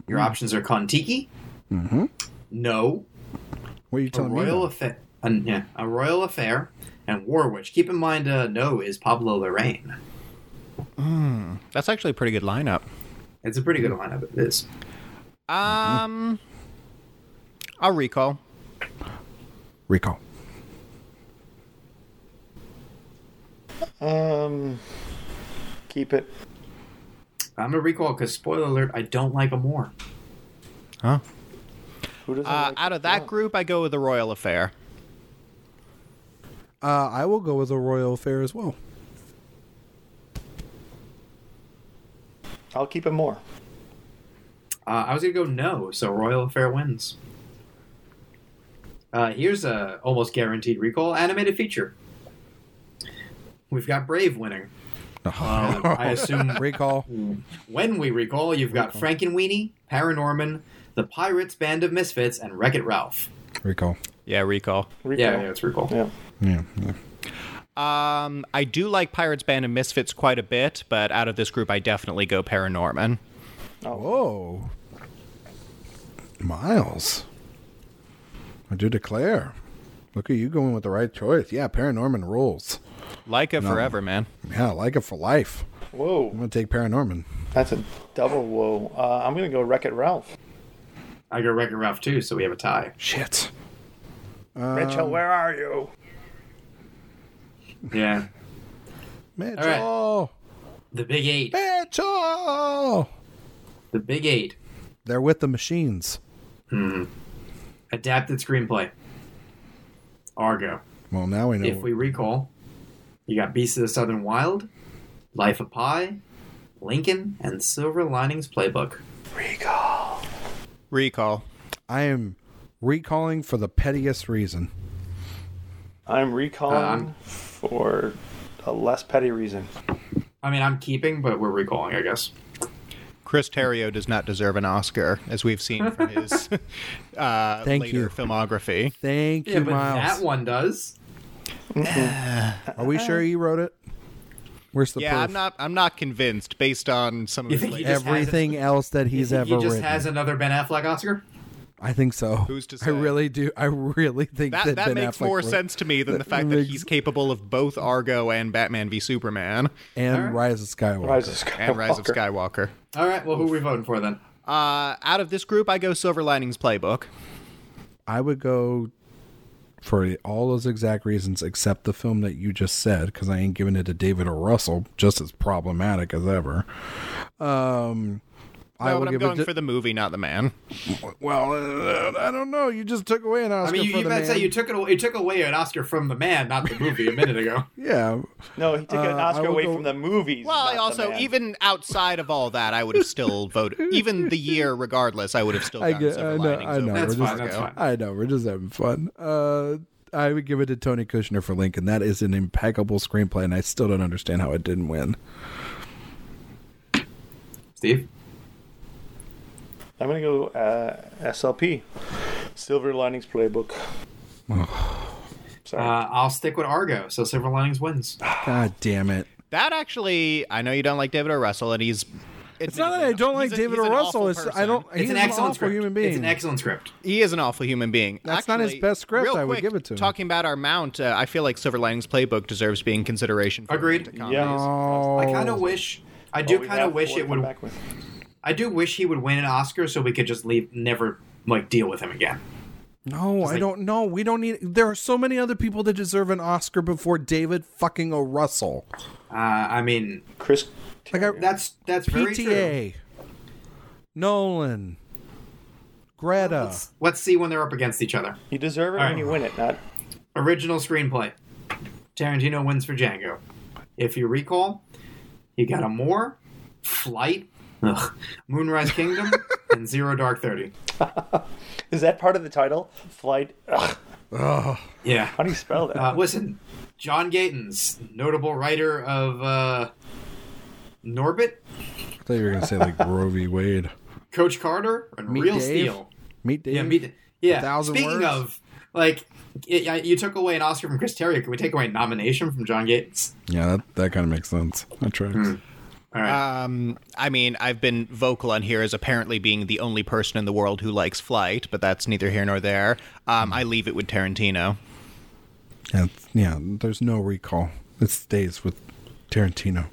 Speaker 2: Your options are Kontiki. No.
Speaker 4: What are you
Speaker 2: A
Speaker 4: telling
Speaker 2: royal
Speaker 4: me?
Speaker 2: affair. An, yeah, a royal affair and Warwitch. Keep in mind, uh, no is Pablo Lorraine.
Speaker 3: That's actually a pretty good lineup.
Speaker 2: It's a pretty good lineup. It is.
Speaker 3: Um, I'll recall.
Speaker 4: Recall.
Speaker 5: Um, keep it.
Speaker 2: I'm gonna recall because spoiler alert, I don't like Amor.
Speaker 3: Huh?
Speaker 5: Who doesn't
Speaker 3: Uh,
Speaker 5: like-
Speaker 3: out of that group, I go with the Royal Affair.
Speaker 4: Uh, I will go with a royal affair as well.
Speaker 5: I'll keep it more.
Speaker 2: Uh, I was gonna go no, so royal affair wins. Uh, here's a almost guaranteed recall animated feature. We've got Brave winning. Uh, I assume
Speaker 4: Recall.
Speaker 2: when we recall, you've got Frankenweenie, Paranorman, The Pirates Band of Misfits, and Wreck It Ralph.
Speaker 4: Recall.
Speaker 3: Yeah, recall.
Speaker 5: Recall.
Speaker 2: Yeah, yeah, it's recall.
Speaker 5: Yeah.
Speaker 4: Yeah. yeah.
Speaker 3: Um, I do like Pirates Band and Misfits quite a bit, but out of this group, I definitely go Paranorman.
Speaker 4: Whoa. Miles. I do declare. Look at you going with the right choice. Yeah, Paranorman rules.
Speaker 3: Leica forever, man.
Speaker 4: Yeah, I like it for life. I'm
Speaker 5: Whoa,
Speaker 4: going to take Paranorman.
Speaker 5: that's a double whoa. Uh, I'm gonna go Wreck It Ralph.
Speaker 2: I go Wreck It Ralph too, so we have a tie.
Speaker 4: Shit.
Speaker 5: Mitchell, where are you?
Speaker 2: Yeah.
Speaker 4: Mitchell!
Speaker 2: The Big Eight.
Speaker 4: Mitchell!
Speaker 2: The Big Eight.
Speaker 4: They're with the machines.
Speaker 2: Adapted screenplay. Argo.
Speaker 4: Well, now we know.
Speaker 2: If we recall, you got Beasts of the Southern Wild, Life of Pi, Lincoln, and Silver Linings Playbook.
Speaker 3: Recall.
Speaker 4: I am recalling for the pettiest reason.
Speaker 5: I'm recalling
Speaker 2: Um,
Speaker 5: for a less petty reason.
Speaker 2: I mean, I'm keeping, but we're recalling, I guess.
Speaker 3: Chris Terrio does not deserve an Oscar, as we've seen from his uh,
Speaker 4: Thank
Speaker 3: later
Speaker 4: you.
Speaker 3: filmography.
Speaker 4: Thank
Speaker 2: Yeah,
Speaker 4: you,
Speaker 2: but
Speaker 4: Miles.
Speaker 2: that one does.
Speaker 4: Are we sure you wrote it? Where's the
Speaker 3: Yeah,
Speaker 4: proof?
Speaker 3: I'm not. I'm not convinced based on some of
Speaker 2: You
Speaker 3: his
Speaker 2: think he
Speaker 3: later-
Speaker 2: just has
Speaker 4: Everything else that he's ever
Speaker 2: he just
Speaker 4: written.
Speaker 2: has another Ben Affleck Oscar.
Speaker 4: I think so.
Speaker 3: Who's to say?
Speaker 4: I really do. I really think that
Speaker 3: that that
Speaker 4: Ben
Speaker 3: makes
Speaker 4: Affleck
Speaker 3: more
Speaker 4: wrote-
Speaker 3: sense to me than the fact that
Speaker 4: makes-
Speaker 3: he's capable of both Argo and Batman v Superman
Speaker 4: And
Speaker 2: Alright.
Speaker 4: Rise of Skywalker.
Speaker 5: Rise of Skywalker.
Speaker 3: and Rise of Skywalker.
Speaker 2: All right, well, who are we voting for then?
Speaker 3: Uh, out of this group, I go Silver Linings Playbook.
Speaker 4: I would go for all those exact reasons except the film that you just said because I ain't giving it to David or Russell. Just as problematic as ever. Um, I
Speaker 3: No,
Speaker 4: will
Speaker 3: but I'm
Speaker 4: give
Speaker 3: going
Speaker 4: it. To,
Speaker 3: for the movie, not the man.
Speaker 4: well, uh, I don't know. You just took away an
Speaker 2: I
Speaker 4: Oscar
Speaker 2: mean, you,
Speaker 4: for
Speaker 2: you
Speaker 4: the
Speaker 2: might
Speaker 4: man.
Speaker 2: say you took it, away- you took away an Oscar from the man, not the movie, a minute ago.
Speaker 4: yeah,
Speaker 5: No, he took
Speaker 4: Uh,
Speaker 5: an
Speaker 4: I
Speaker 5: Oscar
Speaker 4: will
Speaker 5: away
Speaker 4: go-
Speaker 5: from the movies.
Speaker 3: Well,
Speaker 5: not
Speaker 3: I
Speaker 5: the
Speaker 3: also,
Speaker 5: man.
Speaker 3: even outside of all that, I would have still voted. Even the year, regardless, I would have still
Speaker 4: I
Speaker 3: gotten
Speaker 4: get.
Speaker 3: Silver
Speaker 4: I know.
Speaker 3: Linings
Speaker 4: I know.
Speaker 3: over
Speaker 4: We're
Speaker 2: That's
Speaker 4: just,
Speaker 2: fine. That's fine.
Speaker 4: I know. We're just having fun. Uh, I would give it to Tony Kushner for Lincoln. That is an impeccable screenplay, and I still don't understand how it didn't win.
Speaker 2: Steve?
Speaker 5: I'm gonna go uh, SLP, Silver Linings Playbook. Sorry.
Speaker 2: Uh, I'll stick with Argo, so Silver Linings wins.
Speaker 4: God damn it!
Speaker 3: That actually, I know you don't like David O. Russell, and he's.
Speaker 4: It's not that I don't like David O. Russell. It's I don't.
Speaker 2: It's
Speaker 4: he's
Speaker 2: an
Speaker 4: an
Speaker 2: excellent
Speaker 4: awful
Speaker 2: script.
Speaker 4: human being.
Speaker 2: It's an excellent script.
Speaker 3: He is an awful human being.
Speaker 4: That's not his
Speaker 3: Actually,
Speaker 4: best script,
Speaker 3: real
Speaker 4: I would
Speaker 3: quick,
Speaker 4: give it to him.
Speaker 3: Talking about our mount, uh, I feel like Silver Linings Playbook deserves being consideration. For
Speaker 2: Agreed.
Speaker 3: romantic
Speaker 2: Yeah.
Speaker 3: comedies.
Speaker 4: Oh,
Speaker 2: I kind of wish. I do
Speaker 5: What we
Speaker 2: kind
Speaker 5: have
Speaker 2: of wish
Speaker 5: for
Speaker 2: it
Speaker 5: come
Speaker 2: would.
Speaker 5: back with.
Speaker 2: I do wish he would win an Oscar so we could just leave, never like deal with him again.
Speaker 4: no, I
Speaker 2: like-
Speaker 4: don't know. We don't need. There are so many other people that deserve an Oscar before David fucking O. Russell.
Speaker 2: Uh, I mean,
Speaker 5: Chris.
Speaker 4: Like I,
Speaker 2: that's that's very true.
Speaker 4: PTA, Nolan, Greta.
Speaker 2: Let's, let's see when they're up against each other.
Speaker 5: You deserve it
Speaker 2: All
Speaker 5: when
Speaker 2: right.
Speaker 5: you win it. Not
Speaker 2: Original screenplay. Tarantino wins for Django. If you recall, he got a Moore, Flight, ugh, Moonrise Kingdom, and Zero Dark Thirty.
Speaker 5: is that part of the title? Flight. Ugh,
Speaker 2: Yeah.
Speaker 5: how do you spell that?
Speaker 2: Uh, listen, John Gatons, notable writer of uh, Norbit,
Speaker 4: I thought you were gonna say like Roe v. Wade.
Speaker 2: Coach Carter, and
Speaker 4: Meet
Speaker 2: Real
Speaker 4: Dave.
Speaker 2: Steel.
Speaker 4: Meet Dave.
Speaker 2: Yeah, meet, yeah.
Speaker 4: Mm-hmm. A thousand
Speaker 2: Speaking
Speaker 4: words?
Speaker 2: of, like, it, I- you took away an Oscar from Chris Terrio. Can we take away a nomination from John Gates?
Speaker 4: Yeah, that, that kind of makes sense. That tracks.
Speaker 2: All right.
Speaker 3: Um, I mean, I've been vocal on here as apparently being the only person in the world who likes Flight, but that's neither here nor there. Um, I leave it with Tarantino.
Speaker 4: Yeah, it's- yeah, there's no recall. It stays with Tarantino.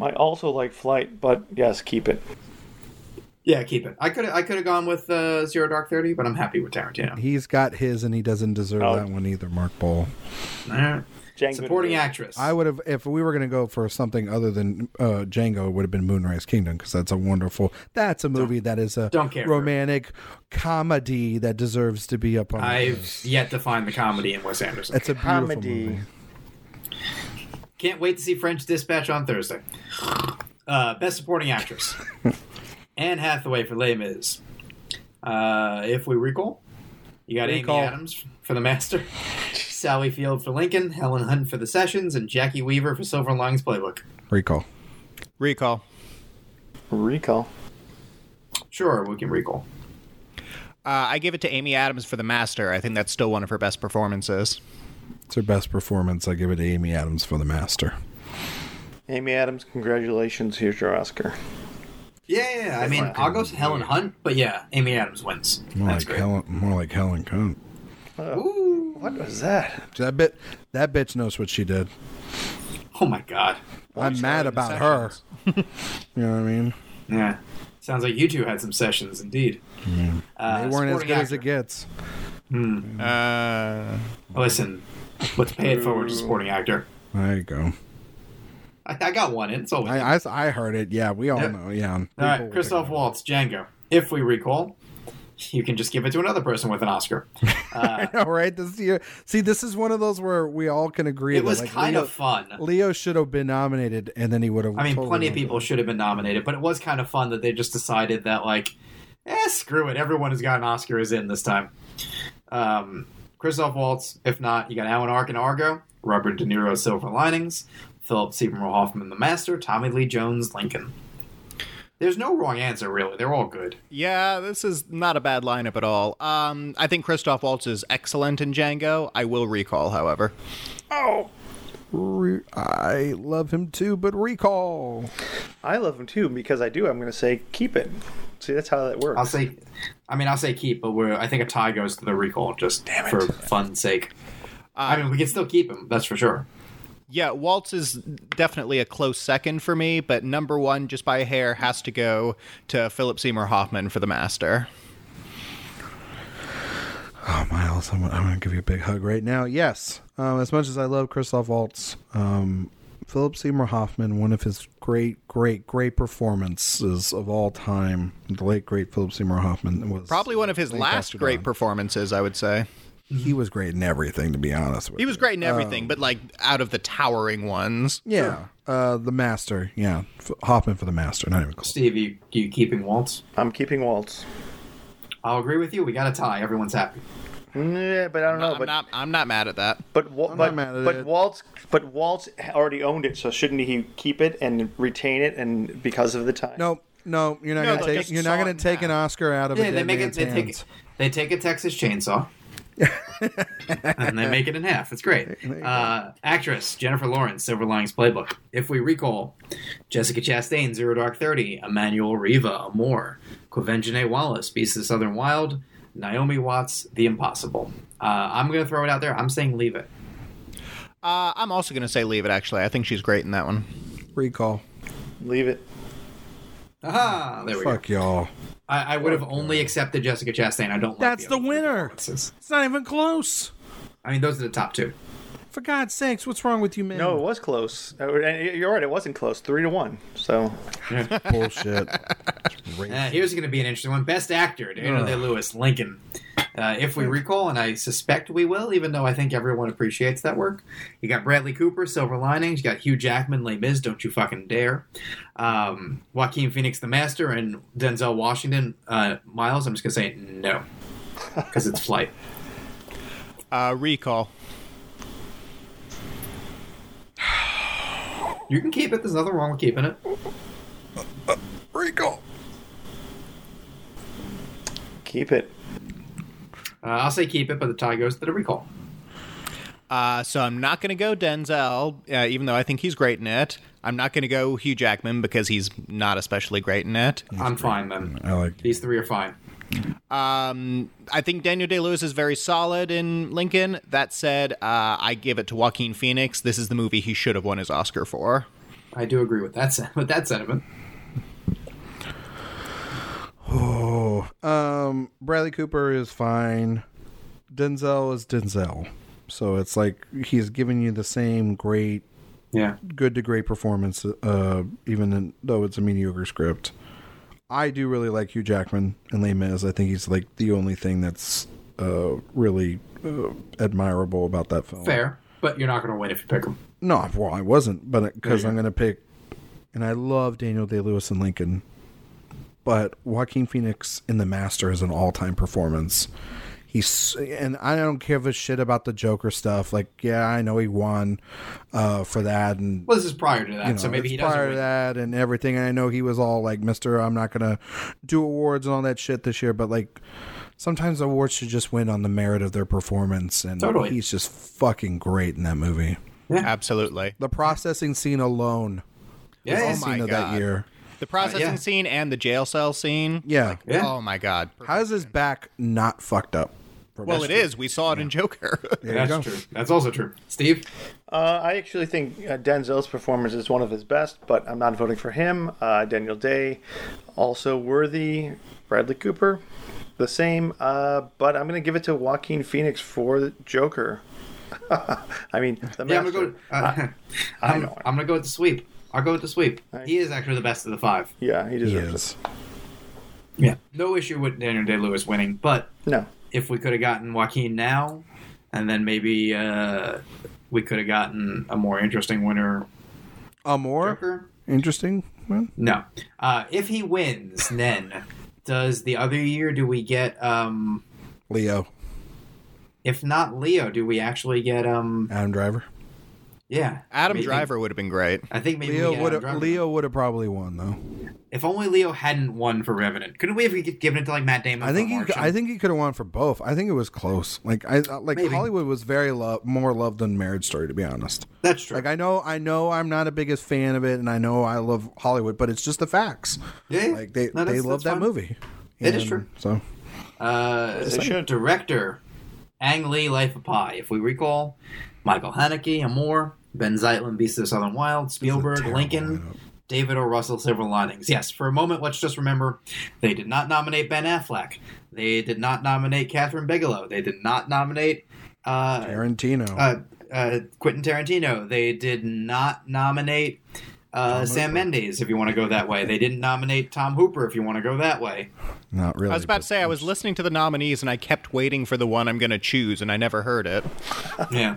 Speaker 5: I also like flight, but yes, keep it.
Speaker 2: yeah, keep it. I could I could have gone with uh, Zero Dark Thirty, but I'm happy with Tarantino.
Speaker 4: He's got his, and he doesn't deserve
Speaker 5: Oh.
Speaker 4: that one either. Mark Ball.
Speaker 2: All right.
Speaker 5: Django
Speaker 2: Supporting
Speaker 5: Unchained.
Speaker 2: actress.
Speaker 4: I would have, if we were going to go for something other than uh, Django, it would have been Moonrise Kingdom because that's a wonderful. That's a movie that is a
Speaker 2: don't care for it.
Speaker 4: romantic comedy that deserves to be up on. the
Speaker 2: I've
Speaker 4: list.
Speaker 2: yet to find the comedy in Wes Anderson.
Speaker 4: It's a beautiful movie.
Speaker 2: Can't wait to see French Dispatch on Thursday. Uh, best supporting actress. Anne Hathaway for Les Mis. Uh, if we recall, you got
Speaker 4: Recall.
Speaker 2: Amy Adams for The Master, Sally Field for Lincoln, Helen Hunt for The Sessions, and Jackie Weaver for Silver Linings Playbook.
Speaker 4: Recall.
Speaker 3: Recall.
Speaker 5: Recall.
Speaker 2: Sure, we can recall.
Speaker 3: Uh, I give it to Amy Adams for The Master. I think that's still one of her best performances.
Speaker 4: It's her best performance. I give it to Amy Adams for The Master.
Speaker 5: Amy Adams, congratulations. Here's your Oscar.
Speaker 2: Yeah, yeah, yeah. I mean, I'll go to Helen Hunt, but yeah, Amy Adams wins.
Speaker 4: More
Speaker 2: That's
Speaker 4: like
Speaker 2: great.
Speaker 4: Helen. More like Helen Cohn.
Speaker 2: Ooh.
Speaker 5: What was that?
Speaker 4: That bit. That bitch knows what she did.
Speaker 2: Oh my God.
Speaker 4: I'm mad about her. you know what I mean?
Speaker 2: Yeah. Sounds like you two had some sessions, indeed. Uh,
Speaker 4: They weren't as
Speaker 2: supporting
Speaker 4: good as it
Speaker 2: actor.
Speaker 4: gets. Mm.
Speaker 3: Uh,
Speaker 2: Listen, let's pay it forward to supporting actor.
Speaker 4: There you go.
Speaker 2: I, I got one in. It's always
Speaker 4: I, I, I heard it. Yeah, we all
Speaker 2: Yeah.
Speaker 4: know. Yeah.
Speaker 2: all
Speaker 4: People
Speaker 2: right.
Speaker 4: will
Speaker 2: Christoph
Speaker 4: pick
Speaker 2: Waltz, Django. If we recall, you can just give it to another person with an Oscar. Uh,
Speaker 4: it up. All right. This year. See, this is one of those where we all can agree.
Speaker 2: it
Speaker 4: that,
Speaker 2: was
Speaker 4: like,
Speaker 2: kind
Speaker 4: Leo,
Speaker 2: of fun.
Speaker 4: Leo should have been nominated, and then he would have.
Speaker 2: I mean,
Speaker 4: totally
Speaker 2: plenty of
Speaker 4: won.
Speaker 2: people should have been nominated, but it was kind of fun that they just decided that like, eh, screw it. Everyone who's got an Oscar is in this time. Um, Christoph Waltz. If not, you got Alan Arkin, Argo, Robert De Niro, Silver Linings, Philip Seymour Hoffman, The Master, Tommy Lee Jones, Lincoln. There's no wrong answer, really. They're all good.
Speaker 3: yeah, this is not a bad lineup at all. Um, I think Christoph Waltz is excellent in Django. I will recall, however.
Speaker 4: Re- I love him too, but recall.
Speaker 5: I love him too because I do. I'm going to say keep it. See, that's how that works.
Speaker 2: I'll say, I mean, I'll say keep, but we're, I think a tie goes to the recall just for fun's sake. I mean, we can still keep him, that's for sure.
Speaker 3: Yeah, Waltz is definitely a close second for me, but number one, just by a hair, has to go to Philip Seymour Hoffman for The Master.
Speaker 4: Oh, Miles, I'm, I'm going to give you a big hug right now. Yes, um, as much as I love Christoph Waltz, um, Philip Seymour Hoffman, one of his great, great, great performances of all time, the late great Philip Seymour Hoffman was
Speaker 3: Probably one of his last
Speaker 4: Dr.
Speaker 3: great
Speaker 4: Don.
Speaker 3: performances, I would say.
Speaker 4: He was great in everything, to be honest with
Speaker 3: He
Speaker 4: you.
Speaker 3: was great in everything, but like out of the towering ones.
Speaker 4: Yeah, uh, the master. Yeah, F- Hoffman for the master. Not even close.
Speaker 2: Steve, you, you keeping Waltz?
Speaker 5: I'm keeping Waltz.
Speaker 2: I'll agree with you. We got a tie. Everyone's happy.
Speaker 5: Yeah, but I don't know.
Speaker 3: I'm
Speaker 5: but
Speaker 3: not. I'm not mad at that.
Speaker 5: but Wa-
Speaker 4: I'm not
Speaker 5: but
Speaker 4: mad at
Speaker 5: but
Speaker 4: it.
Speaker 5: Waltz but Waltz already owned it, so shouldn't he keep it and retain it? And because of the time,
Speaker 4: No, no, you're not
Speaker 3: No,
Speaker 4: gonna
Speaker 3: they
Speaker 4: take
Speaker 3: just
Speaker 4: you're not
Speaker 3: saw
Speaker 4: gonna
Speaker 3: it
Speaker 4: take an
Speaker 3: now.
Speaker 4: Oscar out of a
Speaker 2: Yeah,
Speaker 4: dead
Speaker 2: they make it.
Speaker 4: man's
Speaker 2: They take
Speaker 4: hands.
Speaker 2: it. They take a Texas chainsaw. and they make it in half. It's great. Uh, actress Jennifer Lawrence, Silver Linings Playbook. If we recall, Jessica Chastain, Zero Dark Thirty, Emmanuel Riva, Amore, Quvenzhané Wallace, Beast of the Southern Wild, Naomi Watts, The Impossible. Uh, I'm going to throw it out there. I'm saying leave it.
Speaker 3: Uh, I'm also gonna say leave it. Actually, I think she's great in that one.
Speaker 4: Recall.
Speaker 5: leave it.
Speaker 2: Aha! There we go.
Speaker 4: Fuck y'all.
Speaker 2: I, I would have only accepted Jessica Chastain. I don't.
Speaker 4: That's
Speaker 2: like
Speaker 4: the
Speaker 2: other
Speaker 4: winner.
Speaker 2: performances.
Speaker 4: It's not even close.
Speaker 2: I mean, those are the top two.
Speaker 4: For God's sakes, what's wrong with you, man?
Speaker 5: No, it was close. Uh, and You're right. It wasn't close. Three to one. So
Speaker 4: bullshit.
Speaker 2: Uh, here's going to be an interesting one. Best actor, Daniel Day Lewis, Lincoln. Uh, if
Speaker 4: Hmm.
Speaker 2: we recall, and I suspect we will, even though I think everyone appreciates that work. You got Bradley Cooper, Silver Linings. You got Hugh Jackman, Les Mis, Don't You Fucking Dare. Um, Joaquin Phoenix, The Master, and Denzel Washington, uh, Miles. I'm just going to say no, because it's Flight.
Speaker 3: Uh, recall.
Speaker 2: You can keep it. There's nothing wrong with keeping it. Uh,
Speaker 4: Recall.
Speaker 5: keep it.
Speaker 2: Uh, I'll say keep it, but the tie goes to the recall.
Speaker 3: Uh, so I'm not gonna go Denzel, uh, even though I think he's great in it. I'm not gonna go Hugh Jackman because he's not especially great in it.
Speaker 2: I'm fine then.
Speaker 4: I like
Speaker 2: These three are fine.
Speaker 3: Um, I think Daniel Day Lewis is very solid in Lincoln. That said, uh, I give it to Joaquin Phoenix. This is the movie he should have won his Oscar for.
Speaker 2: I do agree with that sen- with that sentiment.
Speaker 4: Oh, um, Bradley Cooper is fine. Denzel is Denzel. So it's like he's giving you the same great,
Speaker 2: Yeah.
Speaker 4: good to great performance, uh, even in, though it's a mediocre script. I do really like Hugh Jackman and Les Mis. I think he's like the only thing that's uh, really uh, admirable about that film.
Speaker 2: Fair, but you're not going to win if you pick them.
Speaker 4: No, well, I wasn't, but because I'm going to pick, and I love Daniel Day Lewis and Lincoln, but Joaquin Phoenix in The Master is an all time performance. He's and I don't give a shit about the Joker stuff. Like, yeah, I know he won uh, for that, and
Speaker 2: Well, this is prior to that,
Speaker 4: you know,
Speaker 2: so maybe
Speaker 4: it's
Speaker 2: he doesn't.
Speaker 4: prior
Speaker 2: win.
Speaker 4: to that and everything. And I know he was all like, "Mister, I'm not gonna do awards and all that shit this year," but like. Sometimes awards should just win on the merit of their performance, and
Speaker 2: Totally.
Speaker 4: he's just fucking great in that movie.
Speaker 3: Absolutely.
Speaker 4: The processing scene alone,
Speaker 2: Yeah,
Speaker 3: Oh
Speaker 2: yeah,
Speaker 3: my
Speaker 4: scene of
Speaker 3: God.
Speaker 4: that year.
Speaker 3: The processing
Speaker 2: yeah.
Speaker 3: scene and the jail cell scene.
Speaker 4: Yeah.
Speaker 2: Yeah.
Speaker 3: Oh my god.
Speaker 4: How is his back not fucked up?
Speaker 3: well, it is. We saw it in Joker.
Speaker 4: you
Speaker 2: that's true. That's also true. Steve,
Speaker 5: Uh, I actually think uh, Denzel's performance is one of his best, but I'm not voting for him. Uh, Daniel Day, also worthy. Bradley Cooper, the same. Uh, but I'm going to give it to Joaquin Phoenix for the Joker. I mean, the
Speaker 2: yeah, I'm
Speaker 5: master.
Speaker 2: gonna go. Uh, I'm,
Speaker 5: know.
Speaker 2: I'm gonna go with the sweep. I'll go with the sweep. He is actually the best of the five.
Speaker 5: Yeah, he
Speaker 4: He
Speaker 5: deserves it.
Speaker 4: is.
Speaker 2: Yeah, no issue with Daniel Day Lewis winning, but
Speaker 5: No.
Speaker 2: if we could have gotten Joaquin now, and then maybe uh, we could have gotten a more interesting winner.
Speaker 4: A more
Speaker 2: Joker?
Speaker 4: interesting one?
Speaker 2: No, uh, if he wins, then does the other year? Do we get? Um,
Speaker 4: Leo,
Speaker 2: if not Leo, do we actually get? Um,
Speaker 4: Adam Driver.
Speaker 2: yeah,
Speaker 3: Adam
Speaker 2: maybe-
Speaker 3: Driver would have been great.
Speaker 2: I think maybe
Speaker 4: Leo
Speaker 2: we get
Speaker 4: would
Speaker 2: Adam Driver.
Speaker 4: have Leo would have probably won though.
Speaker 2: If only Leo hadn't won for Revenant. Couldn't we have given it to like Matt Damon?
Speaker 4: I
Speaker 2: for
Speaker 4: think he
Speaker 2: Martian?
Speaker 4: I think he could have won for both. I think it was close. Like I uh, like
Speaker 2: Maybe.
Speaker 4: Hollywood was very love more loved than Marriage Story to be honest.
Speaker 2: that's true.
Speaker 4: Like I know I know I'm not a biggest fan of it and I know I love Hollywood, but it's just the facts.
Speaker 2: Yeah, yeah.
Speaker 4: Like they
Speaker 2: Eh. No,
Speaker 4: they
Speaker 2: that's-
Speaker 4: love
Speaker 2: that's
Speaker 4: that
Speaker 2: fine.
Speaker 4: movie.
Speaker 2: It is
Speaker 4: And
Speaker 2: true.
Speaker 4: So
Speaker 2: uh, director Ang Lee, Life of Pi. If we recall, Michael Haneke, Amore, Ben Zeitlin, Beast of the Southern Wild, Spielberg,
Speaker 4: terrible
Speaker 2: Lincoln,
Speaker 4: lineup.
Speaker 2: David O. Russell, Silver Linings. Yes, for a moment, let's just remember they did not nominate Ben Affleck. They did not nominate Catherine Bigelow. They did not nominate uh,
Speaker 4: Tarantino.
Speaker 2: uh, uh, Quentin Tarantino. They did not nominate uh, Sam Mendes, if you want to go that way. They didn't nominate Tom Hooper, if you want to go that way.
Speaker 4: not really.
Speaker 3: I was about to
Speaker 4: but-
Speaker 3: say I was listening to the nominees and I kept waiting for the one I'm going to choose and I never heard it.
Speaker 2: Yeah.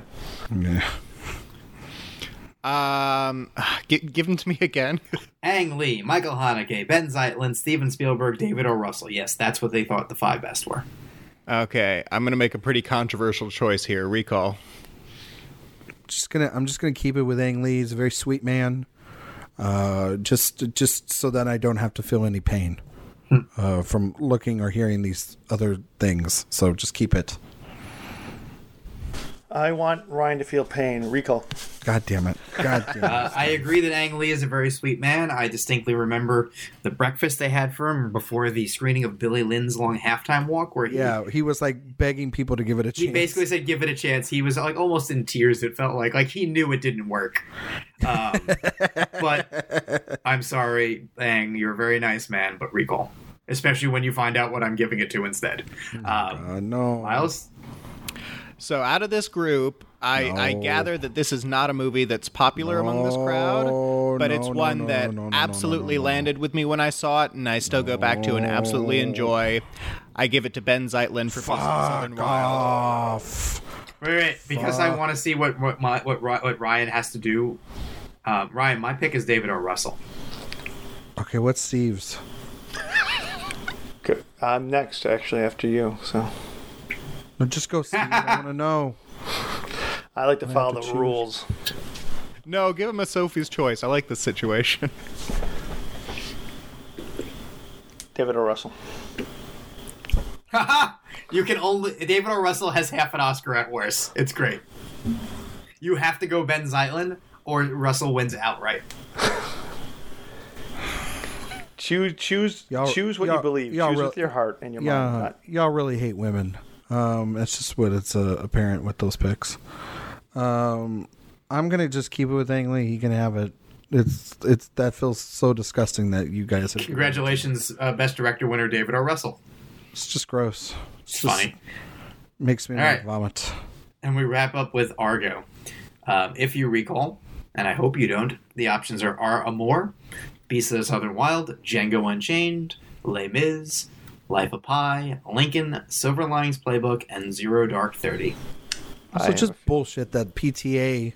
Speaker 4: Yeah.
Speaker 3: Um, gi- give them to me again.
Speaker 2: Ang Lee, Michael Haneke, Ben Zeitlin, Steven Spielberg, David O. Russell. Yes, that's what they thought the five best were.
Speaker 3: Okay, I'm gonna make a pretty controversial choice here. Recall.
Speaker 4: Just gonna, I'm just gonna keep it with Ang Lee. He's a very sweet man. Uh, just, just so that I don't have to feel any pain
Speaker 2: Hmm.
Speaker 4: uh, from looking or hearing these other things. So just keep it.
Speaker 5: I want Ryan to feel pain. Recall.
Speaker 4: God damn it. God damn it.
Speaker 2: Uh, I agree that Ang Lee is a very sweet man. I distinctly remember the breakfast they had for him before the screening of Billy Lynn's long halftime walk, where he,
Speaker 4: Yeah, he was like begging people to give it a
Speaker 2: he
Speaker 4: chance.
Speaker 2: basically said, "Give it a chance." He was like almost in tears. It felt like like he knew it didn't work. Um, but I'm sorry, Ang. You're a very nice man, but recall, especially when you find out what I'm giving it to instead. Um,
Speaker 4: uh, no.
Speaker 2: Miles,
Speaker 3: So out of this group, I, I
Speaker 4: No.
Speaker 3: gather that this is not a movie that's popular among this crowd,
Speaker 4: No,
Speaker 3: but it's
Speaker 4: no, no,
Speaker 3: one
Speaker 4: no,
Speaker 3: that
Speaker 4: no, no, no,
Speaker 3: absolutely
Speaker 4: no, no, no.
Speaker 3: landed with me when I saw it, and I still go back to and absolutely enjoy. I give it to Ben Zeitlin for Fist of the Southern Wild.
Speaker 4: Off.
Speaker 2: Wait, wait, because I want to see what what my, what Ry- what Ryan has to do. Um, Ryan, my pick is David O. Russell.
Speaker 4: Okay, what's Steve's?
Speaker 5: Good. I'm next, actually, after you. So
Speaker 4: No, just go Steve. I want to know.
Speaker 5: I like to follow
Speaker 4: to
Speaker 5: the
Speaker 4: choose.
Speaker 5: rules.
Speaker 3: No, give him a Sophie's Choice. I like this situation.
Speaker 5: David O. Russell.
Speaker 2: You can only David O. Russell has half an Oscar at worst. It's great. You have to go Ben Zeitlin or Russell wins outright.
Speaker 5: Choose, choose,
Speaker 4: Y'all-
Speaker 5: choose what
Speaker 4: y'all-
Speaker 5: you believe.
Speaker 4: y'all
Speaker 5: Choose
Speaker 4: real-
Speaker 5: with your heart and your mind.
Speaker 4: Yeah,
Speaker 5: Not-
Speaker 4: y'all really hate women. Um, that's just what it's uh, apparent with those picks. Um, I'm gonna just keep it with Ang Lee. He can have it. It's it's that feels so disgusting that you guys have.
Speaker 2: Congratulations, uh, Best Director winner David O. Russell.
Speaker 4: It's just gross.
Speaker 2: It's
Speaker 4: It's just
Speaker 2: funny.
Speaker 4: makes me
Speaker 2: All
Speaker 4: want
Speaker 2: right.
Speaker 4: to vomit.
Speaker 2: And we wrap up with Argo. Um, if you recall, and I hope you don't, the options are R. Amor, Beast of the Southern Wild, Django Unchained, Les Mis, Life of Pi, Lincoln, Silver Linings Playbook, and Zero Dark Thirty.
Speaker 5: I
Speaker 4: So
Speaker 5: have
Speaker 4: it's just
Speaker 5: a few-
Speaker 4: bullshit that PTA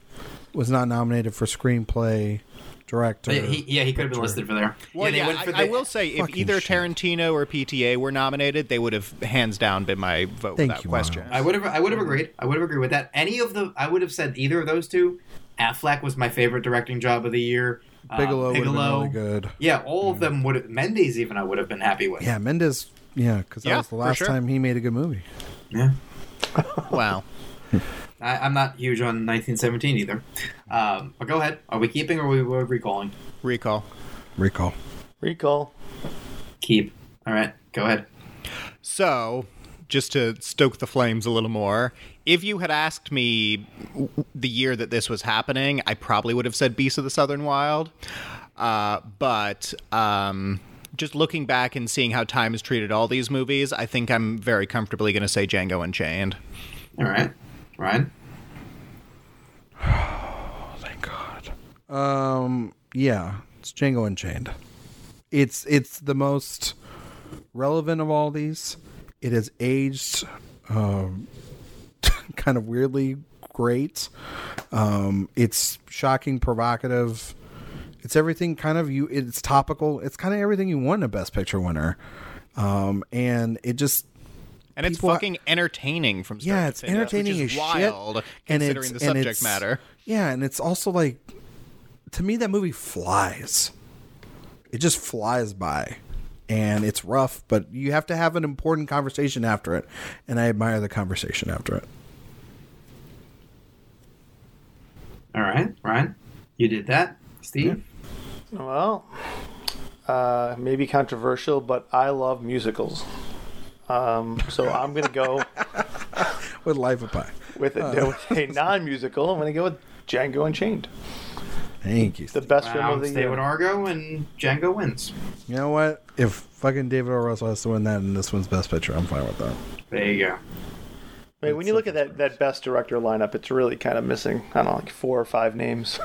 Speaker 4: was not nominated for screenplay director.
Speaker 2: But he, yeah, he could have been listed for there.
Speaker 3: Well,
Speaker 2: they
Speaker 3: yeah,
Speaker 2: went for
Speaker 3: I, I
Speaker 2: the-
Speaker 3: will say if
Speaker 4: Fucking
Speaker 3: either
Speaker 4: shit.
Speaker 3: Tarantino or PTA were nominated, they would have hands down been my vote
Speaker 4: Thank
Speaker 3: without
Speaker 4: you,
Speaker 3: question.
Speaker 2: I would have. I would have agreed. I would have agreed with that. Any of the. I would have said either of those two. Affleck was my favorite directing job of the year. Uh,
Speaker 4: Bigelow, would have been really good.
Speaker 2: Yeah, all of them would. have Mendes even I would have been happy with.
Speaker 4: Yeah, Mendes. Yeah, because that
Speaker 3: Yeah,
Speaker 4: was the
Speaker 3: for
Speaker 4: last
Speaker 3: sure.
Speaker 4: time he made a good movie.
Speaker 2: yeah.
Speaker 3: Wow.
Speaker 2: I, I'm not huge on 1917 either. Um, but go ahead. Are we keeping or are we we're recalling?
Speaker 3: Recall.
Speaker 4: Recall.
Speaker 5: Recall.
Speaker 2: Keep. All right. Go ahead.
Speaker 3: So, just to stoke the flames a little more, if you had asked me w- the year that this was happening, I probably would have said Beast of the Southern Wild. Uh, but um, just looking back and seeing how time has treated all these movies, I think I'm very comfortably going to say Django Unchained.
Speaker 2: All right. Ryan.
Speaker 4: Thank God. Um. Yeah, it's Django Unchained. It's it's the most relevant of all these. It has aged, um, kind of weirdly great. Um, it's shocking, provocative. It's everything kind of you. It's topical. It's kind of everything you want in a Best Picture winner. Um, and it just
Speaker 3: And it's
Speaker 4: People-
Speaker 3: fucking entertaining from start
Speaker 4: yeah,
Speaker 3: to
Speaker 4: it's
Speaker 3: finish, which
Speaker 4: entertaining
Speaker 3: is
Speaker 4: as
Speaker 3: wild,
Speaker 4: shit, and
Speaker 3: considering
Speaker 4: it's-
Speaker 3: the
Speaker 4: and
Speaker 3: subject
Speaker 4: it's-
Speaker 3: matter.
Speaker 4: Yeah, and it's also like, to me, that movie flies. It just flies by, and it's rough, but you have to have an important conversation after it, and I admire the conversation after it.
Speaker 2: All right. Ryan. You did that. Steve.
Speaker 5: Well, uh, maybe controversial, but I love musicals. Um, so I'm gonna go
Speaker 4: With Life of Pi,
Speaker 5: with a, with a non-musical. I'm gonna go with Django Unchained,
Speaker 4: thank you.
Speaker 5: the best film
Speaker 2: Wow,
Speaker 5: of the
Speaker 2: stay
Speaker 5: year.
Speaker 2: with Argo and Django wins.
Speaker 4: you know what? If fucking David O. Russell has to win that, and this one's Best Picture, I'm fine with that.
Speaker 2: There you go.
Speaker 5: I mean, when you look at that, that best director lineup, it's really kind of missing. I don't know, like four or five names.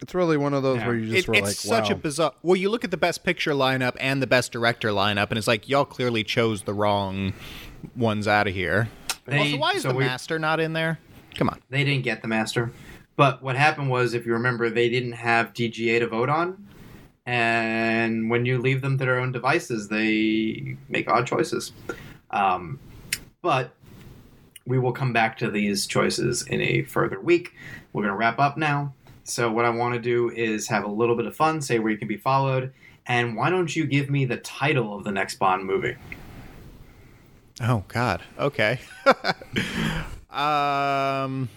Speaker 4: It's really one of those
Speaker 2: Yeah.
Speaker 4: where you just
Speaker 3: It-
Speaker 4: were
Speaker 3: it's
Speaker 4: like,
Speaker 3: such
Speaker 4: wow.
Speaker 3: a bizarre. Well, you look at the best picture lineup and the best director lineup, and it's like y'all clearly chose the wrong ones out of here.
Speaker 2: They-
Speaker 3: also, why is
Speaker 2: so
Speaker 3: the
Speaker 2: we-
Speaker 3: master not in there? Come on.
Speaker 2: They didn't get the master. But what happened was, if you remember, they didn't have DGA to vote on. And when you leave them to their own devices, they make odd choices. Um, But we will come back to these choices in a further week. We're going to wrap up now. So, what I want to do is have a little bit of fun, say where you can be followed, and why don't you give me the title of the next Bond movie?
Speaker 3: Oh God. Okay. um.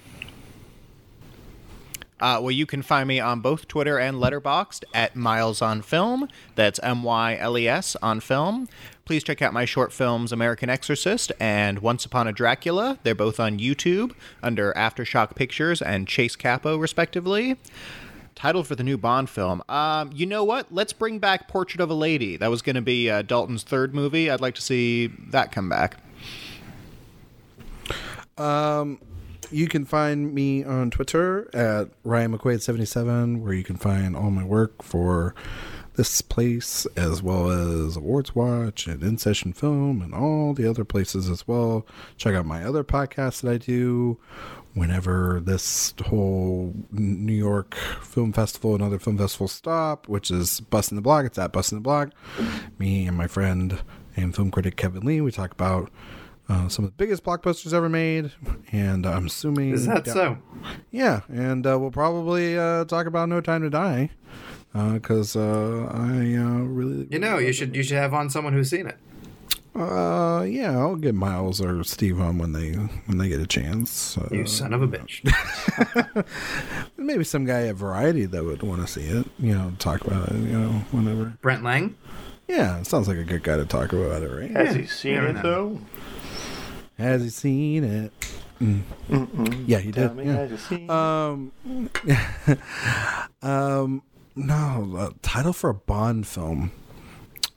Speaker 3: Uh, well, you can find me on both Twitter and Letterboxd at Miles on Film. That's M Y L E S on Film. Please check out my short films American Exorcist and Once Upon a Dracula. They're both on YouTube under Aftershock Pictures and Chase Capo, respectively. Title for the new Bond film. Um, you know what? Let's bring back Portrait of a Lady. That was going to be uh, Dalton's third movie. I'd like to see that come back.
Speaker 4: you can find me on Twitter at Ryan McQuaid77, where you can find all my work for this place, as well as Awards Watch and In Session Film and all the other places as well. Check out my other podcasts that I do whenever this whole New York Film Festival and other film festivals stop, which is Bustin' the Block. It's at Bustin' the Block. Me and my friend and film critic Kevin Lee, we talk about uh, some of the biggest blockbusters ever made, and I'm assuming
Speaker 2: Is that so?
Speaker 4: Yeah, and uh, we'll probably uh, talk about No Time to Die because uh, I uh, really
Speaker 2: You know, you should you should have on someone who's seen it.
Speaker 4: uh, yeah, I'll get Miles or Steve on when they when they get a chance. Uh,
Speaker 2: You son of a bitch.
Speaker 4: maybe some guy at Variety that would want to see it. You know, talk about it. You know, whenever.
Speaker 2: Brent Lang?
Speaker 4: Yeah, it sounds like a good guy to talk about it, right?
Speaker 5: Has he seen
Speaker 2: never
Speaker 5: it
Speaker 2: know.
Speaker 5: though?
Speaker 4: Has he seen it? Mm. Yeah, he
Speaker 5: Tell
Speaker 4: did.
Speaker 5: me,
Speaker 4: yeah.
Speaker 5: has he seen
Speaker 4: Um, um, no, uh, title for a Bond film.